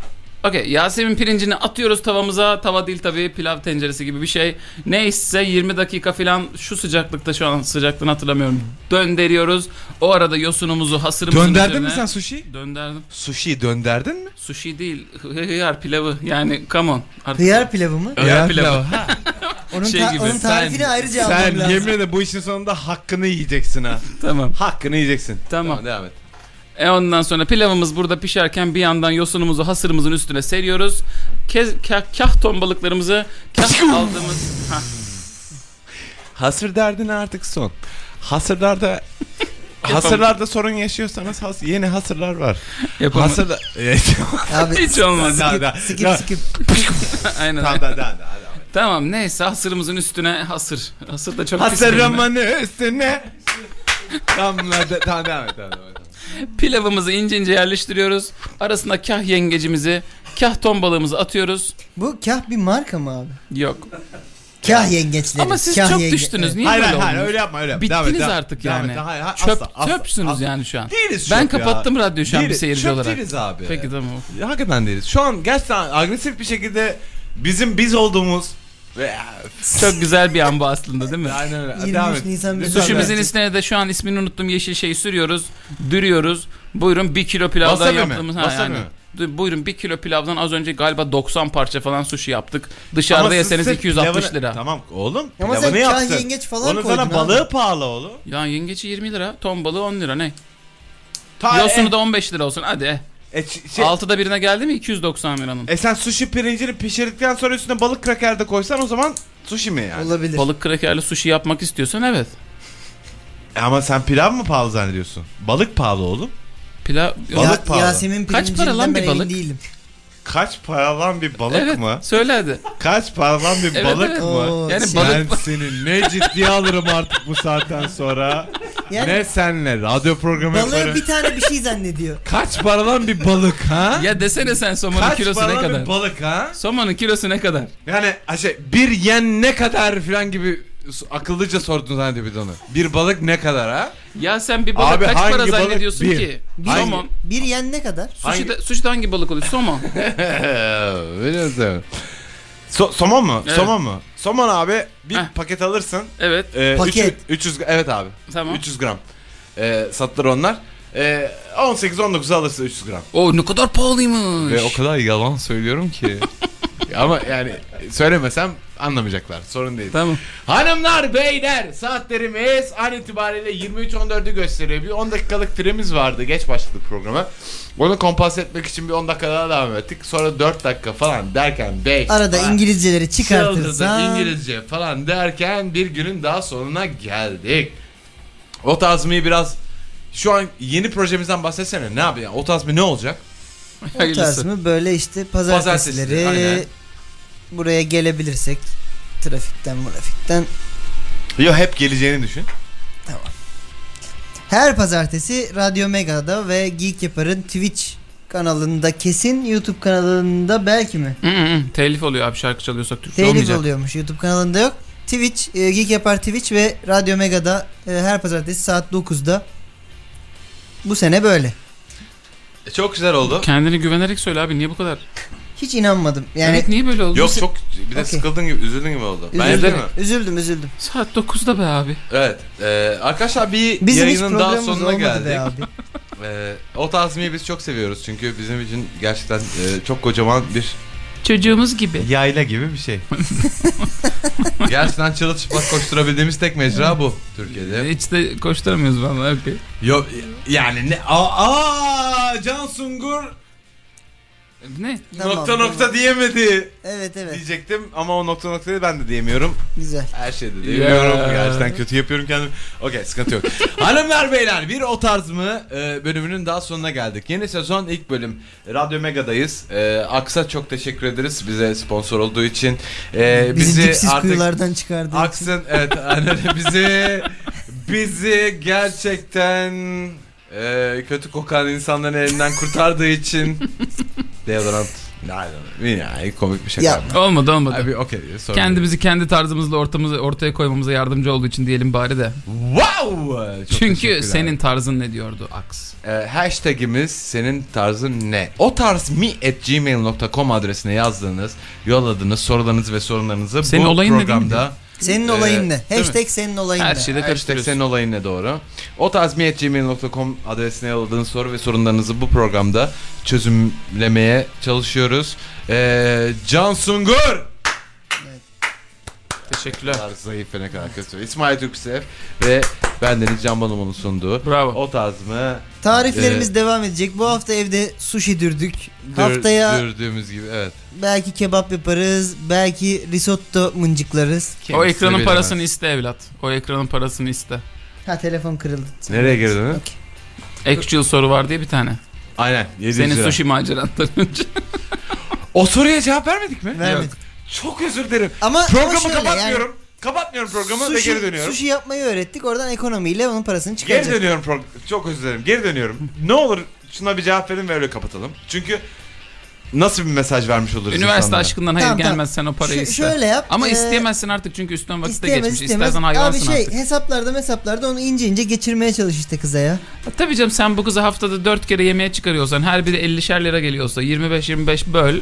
Speaker 3: Okey Yasemin pirincini atıyoruz tavamıza. Tava değil tabii pilav tenceresi gibi bir şey. Neyse 20 dakika falan şu sıcaklıkta şu an sıcaklığını hatırlamıyorum. Dönderiyoruz. O arada yosunumuzu hasırımızın
Speaker 8: Dönderdin
Speaker 3: üzerine-
Speaker 8: mi sen sushi?
Speaker 3: Dönderdim.
Speaker 1: Sushi dönderdin mi?
Speaker 3: Sushi değil hı- hıyar pilavı yani come on. Artık
Speaker 2: Hıyar pilavı mı?
Speaker 3: Hıyar pilavı.
Speaker 2: Onun,
Speaker 3: Şey
Speaker 2: ta-
Speaker 3: gibi,
Speaker 2: onun tarifini
Speaker 3: sen-
Speaker 2: ayrıca almam
Speaker 1: Sen
Speaker 2: lazım.
Speaker 1: yemin ederim bu işin sonunda hakkını yiyeceksin ha.
Speaker 3: tamam
Speaker 1: Hakkını yiyeceksin.
Speaker 3: tamam.
Speaker 1: devam et.
Speaker 3: E ondan sonra pilavımız burada pişerken bir yandan yosunumuzu hasırımızın üstüne seriyoruz. Kez, kah, kah ton balıklarımızı kah aldığımız... Hah.
Speaker 1: Hasır derdine artık son. Hasırlarda hasırlarda sorun yaşıyorsanız has- yeni hasırlar var.
Speaker 3: Yapamadım.
Speaker 1: Hasırda...
Speaker 2: Abi
Speaker 3: Hiç olmadı.
Speaker 1: Daha, daha.
Speaker 2: skip
Speaker 1: Daha-
Speaker 2: skip.
Speaker 3: Aynen.
Speaker 1: Tamam,
Speaker 3: Tamam,
Speaker 1: daha, daha, daha, daha.
Speaker 3: neyse hasırımızın üstüne hasır. Hasır da çok pis kelime.
Speaker 1: Hasırımın üstüne. tamam, da- tamam, devam et. Tamam, devam et.
Speaker 3: Pilavımızı ince ince yerleştiriyoruz. Arasına kah yengecimizi, kah ton balığımızı atıyoruz.
Speaker 2: Bu kah bir marka mı abi?
Speaker 3: Yok.
Speaker 2: Kah yengeçleri.
Speaker 3: Ama siz
Speaker 2: kah
Speaker 3: çok
Speaker 2: yenge-
Speaker 3: düştünüz.
Speaker 2: Evet.
Speaker 3: Niye
Speaker 1: Hayır,
Speaker 3: böyle
Speaker 1: hayır, hayır,
Speaker 3: oldunuz?
Speaker 1: öyle yapma, öyle yapma. Devam et,
Speaker 3: Bittiniz
Speaker 1: devam-
Speaker 3: artık
Speaker 1: devam
Speaker 3: yani.
Speaker 1: et, hayır, hayır,
Speaker 3: Çöp,
Speaker 1: asla, asla,
Speaker 3: çöpsünüz
Speaker 1: asla.
Speaker 3: yani şu an.
Speaker 1: Değiliz
Speaker 3: ben
Speaker 1: çöp ya.
Speaker 3: kapattım radyoyu şu an bir
Speaker 1: Değiliz,
Speaker 3: seyirci
Speaker 1: çöp
Speaker 3: olarak.
Speaker 1: değiliz abi.
Speaker 3: Peki tamam.
Speaker 1: Ya hakikaten değiliz. Şu an gerçekten agresif bir şekilde bizim biz olduğumuz ve
Speaker 3: Çok güzel bir an bu aslında değil mi?
Speaker 1: aynen öyle.
Speaker 2: 23
Speaker 1: Devam et.
Speaker 2: Nisan
Speaker 1: Lütfen
Speaker 2: bizim-
Speaker 1: devam et.
Speaker 3: Suşimizin üstüne de şu an ismini unuttum yeşil şeyi sürüyoruz. Dürüyoruz. Buyurun bir kilo pilavdan
Speaker 1: Wasabi mi?
Speaker 3: yaptığımız.
Speaker 1: Wasabi mi?
Speaker 3: Du- Buyurun bir kilo pilavdan az önce galiba 90 parça falan sushi yaptık.
Speaker 1: Ama
Speaker 3: Dışarıda
Speaker 1: siz
Speaker 3: yeseniz
Speaker 1: sırf
Speaker 3: 260
Speaker 1: pilavını-
Speaker 3: lira.
Speaker 1: Tamam oğlum.
Speaker 2: Ama sen
Speaker 1: pilavını
Speaker 2: kah
Speaker 1: yaptın.
Speaker 2: yengeç falan
Speaker 1: Onun
Speaker 2: koydun
Speaker 1: sana
Speaker 2: abi.
Speaker 1: balığı pahalı oğlum.
Speaker 3: Ya yengeci 20 lira, ton balığı 10 lira ne?
Speaker 1: Ta-
Speaker 3: Yosunu da 15 lira olsun hadi. eh.
Speaker 1: E, e, ç- e- şey-
Speaker 3: Altıda birine geldi mi 290 liranın.
Speaker 1: e sen sushi pirincini pişirdikten sonra üstüne balık kraker de koysan o zaman sushi mi yani?
Speaker 2: Olabilir.
Speaker 3: Balık krakerli sushi yapmak istiyorsan evet.
Speaker 1: E ama sen pilav mı pahalı zannediyorsun? Balık pahalı oğlum.
Speaker 3: Pilav
Speaker 1: Balık
Speaker 2: Ya-
Speaker 1: pahalı.
Speaker 2: Yasemin
Speaker 3: Kaç para
Speaker 2: pirincinden
Speaker 3: lan bir
Speaker 2: ben emin
Speaker 3: balık?
Speaker 2: değilim.
Speaker 1: Kaç para lan bir balık
Speaker 3: evet,
Speaker 1: mı?
Speaker 3: Söyle hadi.
Speaker 1: Kaç para lan bir
Speaker 3: Evet,
Speaker 1: balık
Speaker 3: evet.
Speaker 1: mı?
Speaker 2: Oo,
Speaker 3: Yani
Speaker 2: şey-
Speaker 3: balık-
Speaker 1: Ben seni ne ciddiye alırım artık bu saatten sonra.
Speaker 2: Yani-
Speaker 1: ne senle radyo programı
Speaker 2: Balığı
Speaker 1: yaparım.
Speaker 2: bir tane bir şey zannediyor.
Speaker 1: Kaç para lan bir balık ha?
Speaker 3: Ya desene sen somonun
Speaker 1: Kaç
Speaker 3: kilosu
Speaker 1: para
Speaker 3: ne
Speaker 1: lan
Speaker 3: kadar?
Speaker 1: bir balık ha?
Speaker 3: Somonun kilosu ne kadar?
Speaker 1: Yani ha şey bir yen ne kadar falan gibi s- akıllıca sordun zannediyor bir de onu. Bir balık ne kadar ha?
Speaker 3: Ya sen bir balık
Speaker 1: Abi
Speaker 3: kaç
Speaker 1: hangi
Speaker 3: para
Speaker 1: balık?
Speaker 3: zannediyorsun
Speaker 1: Bir.
Speaker 3: ki?
Speaker 2: Bir,
Speaker 3: Somon.
Speaker 2: bir yen ne kadar?
Speaker 3: Sushi de, sushi de hangi balık oluyor? Somon.
Speaker 1: Biliyorsun. So somon mu?
Speaker 3: Evet.
Speaker 1: Somon mu? Somon abi bir
Speaker 3: Heh.
Speaker 1: paket alırsın.
Speaker 3: Evet.
Speaker 1: Ee,
Speaker 2: Paket.
Speaker 1: 300, 300 evet abi.
Speaker 3: Tamam.
Speaker 1: 300 gram. Ee, sattılar onlar. Ee, 18 19 alırsın 300 gram.
Speaker 3: O ne kadar pahalıymış.
Speaker 1: Ve E, o kadar yalan söylüyorum ki. Ama yani söylemesem anlamayacaklar. Sorun değil.
Speaker 3: Tamam.
Speaker 1: Hanımlar, beyler saatlerimiz an itibariyle 23.14'ü gösteriyor. Bir 10 dakikalık süremiz vardı. Geç başladık programa. Onu kompas etmek için bir 10 dakika daha devam ettik. Sonra 4 dakika falan derken 5
Speaker 2: Arada
Speaker 1: falan,
Speaker 2: İngilizceleri
Speaker 1: çıldırdık,
Speaker 2: çıkartırsan.
Speaker 1: Şey İngilizce falan derken bir günün daha sonuna geldik. O tazmiyi biraz şu an yeni projemizden bahsetsene. Ne yapıyor? O tazmi ne olacak?
Speaker 2: O tarz mı böyle işte pazartesileri
Speaker 1: Pazartesileri, aynen.
Speaker 2: buraya gelebilirsek trafikten trafikten
Speaker 1: Yo hep geleceğini düşün.
Speaker 2: her pazartesi Radyo Mega'da ve Geek Yapar'ın Twitch kanalında kesin YouTube kanalında belki mi?
Speaker 3: Hı hı. Telif oluyor abi şarkı çalıyorsak Türkçe
Speaker 2: Telif
Speaker 3: olmayacak.
Speaker 2: oluyormuş YouTube kanalında yok. Twitch, e, Geek Yapar Twitch ve Radyo Mega'da e, her pazartesi saat 9'da. Bu sene böyle.
Speaker 1: E, Çok güzel oldu.
Speaker 3: Kendini güvenerek söyle abi niye bu kadar?
Speaker 2: Hiç inanmadım. Yani
Speaker 3: evet niye böyle oldu?
Speaker 1: Yok çok bir de
Speaker 2: Okey.
Speaker 1: sıkıldın gibi üzüldün gibi oldu.
Speaker 2: üzüldüm,
Speaker 1: mi?
Speaker 2: üzüldüm, üzüldüm.
Speaker 3: Saat 9'da be abi.
Speaker 1: Evet. Ee, arkadaşlar bir
Speaker 2: Bizim hiç
Speaker 1: yayının daha
Speaker 2: programımız
Speaker 1: sonuna
Speaker 2: olmadı
Speaker 1: geldik.
Speaker 2: be abi.
Speaker 1: Ee, o tazmiyi biz çok seviyoruz çünkü bizim için gerçekten e, çok kocaman bir
Speaker 3: Çocuğumuz gibi.
Speaker 1: yayla gibi bir şey. gerçekten çırılçıplak koşturabildiğimiz tek mecra bu Türkiye'de.
Speaker 3: E, Hiç de koşturamıyoruz vallahi okey.
Speaker 1: Yok yani ne aa, aa, Can Sungur
Speaker 3: Ne?
Speaker 2: Tamam,
Speaker 1: nokta
Speaker 2: tamam.
Speaker 1: nokta diyemedi
Speaker 2: Evet evet
Speaker 1: diyecektim ama o nokta noktayı ben de diyemiyorum.
Speaker 2: güzel.
Speaker 1: Her şeyde de
Speaker 3: Ya.
Speaker 1: yapıyorum. Gerçekten kötü yapıyorum kendimi. Okey sıkıntı yok. Hanımlar beyler bir o tarz mı e, bölümünün daha sonuna geldik. Yeni sezon ilk bölüm. Radyo Mega'dayız. E, Aksa çok teşekkür ederiz bize sponsor olduğu için. E,
Speaker 2: Bizi,
Speaker 1: bizi
Speaker 2: dipsiz
Speaker 1: artık
Speaker 2: kuyulardan çıkardığı için.
Speaker 1: Aksın evet aynen öyle. bizi bizi gerçekten e, kötü kokan insanların elinden kurtardığı için deodorant Yani komik bir şaka.
Speaker 2: Ya-
Speaker 1: yapma.
Speaker 3: Olmadı olmadı.
Speaker 1: Abi okey diyor, sorun değil.
Speaker 3: Kendimizi kendi tarzımızla ortamızı ortaya koymamıza yardımcı olduğu için diyelim bari de.
Speaker 1: Wow! Çok teşekkürler.
Speaker 3: Çünkü senin tarzın ne diyordu Aks?
Speaker 1: Ee, hashtagimiz senin tarzın ne? O tarz mi at gmail.com adresine yazdığınız, yolladığınız sorularınız ve sorunlarınızı
Speaker 3: Senin
Speaker 1: bu
Speaker 3: olayın ne değil
Speaker 1: programda...
Speaker 2: Senin
Speaker 1: Ee,
Speaker 2: olayın ne?
Speaker 1: değil mi? şey-
Speaker 2: Hashtag senin olayın
Speaker 3: Her
Speaker 2: ne?
Speaker 3: şeyde
Speaker 1: Hashtag
Speaker 3: karıştırıyorsun.
Speaker 1: senin olayın ne doğru? O tarz mi at gmail.com adresine yolladığınız soru ve sorunlarınızı bu programda çözümlemeye çalışıyoruz. Ee, Can Sungur!
Speaker 3: Teşekkürler.
Speaker 1: kadar zayıf ve ne kadar kötü. İsmail Türksev ve bendeniz Can Balaman'ın sunduğu.
Speaker 3: Bravo.
Speaker 1: O tarz mı?
Speaker 2: Tariflerimiz devam edecek. Bu hafta evde sushi dürdük.
Speaker 1: Ee, Dür-
Speaker 2: Haftaya
Speaker 1: Dürdüğümüz gibi evet.
Speaker 2: belki kebap yaparız. Belki risotto mıncıklarız.
Speaker 3: o
Speaker 1: Kendisi
Speaker 3: ekranın
Speaker 1: bilemez.
Speaker 3: parasını iste evlat. O ekranın parasını iste.
Speaker 2: Ha telefon kırıldı.
Speaker 1: Nereye geri dönün?
Speaker 2: Okey.
Speaker 3: Actual soru var diye bir tane.
Speaker 1: Aynen. 700
Speaker 3: Senin
Speaker 1: lira.
Speaker 3: sushi macerandan önce.
Speaker 1: O soruya cevap vermedik mi?
Speaker 2: Vermedik.
Speaker 1: Çok özür dilerim.
Speaker 2: Ama
Speaker 1: Programı
Speaker 2: ama şöyle
Speaker 1: kapatmıyorum. Kapatmıyorum programı ve
Speaker 2: sushi-
Speaker 1: geri dönüyorum.
Speaker 2: Sushi yapmayı öğrettik. Oradan ekonomiyle onun parasını
Speaker 1: Geri
Speaker 2: çıkaracak.
Speaker 1: dönüyorum prog- Çok özür dilerim. Geri dönüyorum. ne olur şuna bir cevap verin ve öyle kapatalım. Çünkü nasıl bir mesaj vermiş oluruz
Speaker 3: Üniversite
Speaker 1: insanlara?
Speaker 3: aşkından hayır
Speaker 2: Tamam, tamam.
Speaker 3: gelmez sen o parayı
Speaker 2: Şö-
Speaker 3: iste.
Speaker 2: şöyle yap,
Speaker 3: Ama
Speaker 2: ee,
Speaker 3: isteyemezsin artık çünkü üstten vakit de
Speaker 2: İstemez
Speaker 3: geçmiş.
Speaker 2: istemez.
Speaker 3: İstersen
Speaker 2: Abi
Speaker 3: hayvansın
Speaker 2: şey
Speaker 3: artık.
Speaker 2: hesaplarda hesaplarda onu ince ince geçirmeye çalış işte kıza ya.
Speaker 3: Ha, E, Tabii canım sen bu kızı haftada 4 kere yemeğe çıkarıyorsan her biri 50'şer lira geliyorsa 25-25 böl.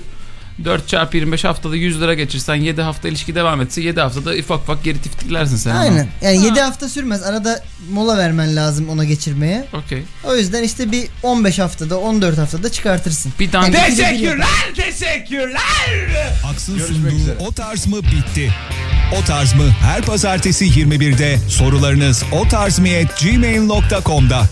Speaker 3: 4 çarpı 25 haftada 100 lira geçirsen 7 hafta ilişki devam etse 7 haftada ufak ufak geri tiftiklersin sen. ama.
Speaker 2: Aynen. Yani 7 hafta sürmez. Arada mola vermen lazım ona geçirmeye.
Speaker 3: Okey.
Speaker 2: O yüzden işte bir 15 haftada 14 haftada çıkartırsın.
Speaker 3: Bir tane
Speaker 2: Yani ikide bir
Speaker 1: Teşekkürler, teşekkürler.
Speaker 5: Aksın
Speaker 1: Görüşmek
Speaker 5: sunduğu
Speaker 1: üzere.
Speaker 5: O Tarz mı bitti. O Tarz mı her pazartesi 21'de sorularınız otarzmi@gmail.com'da.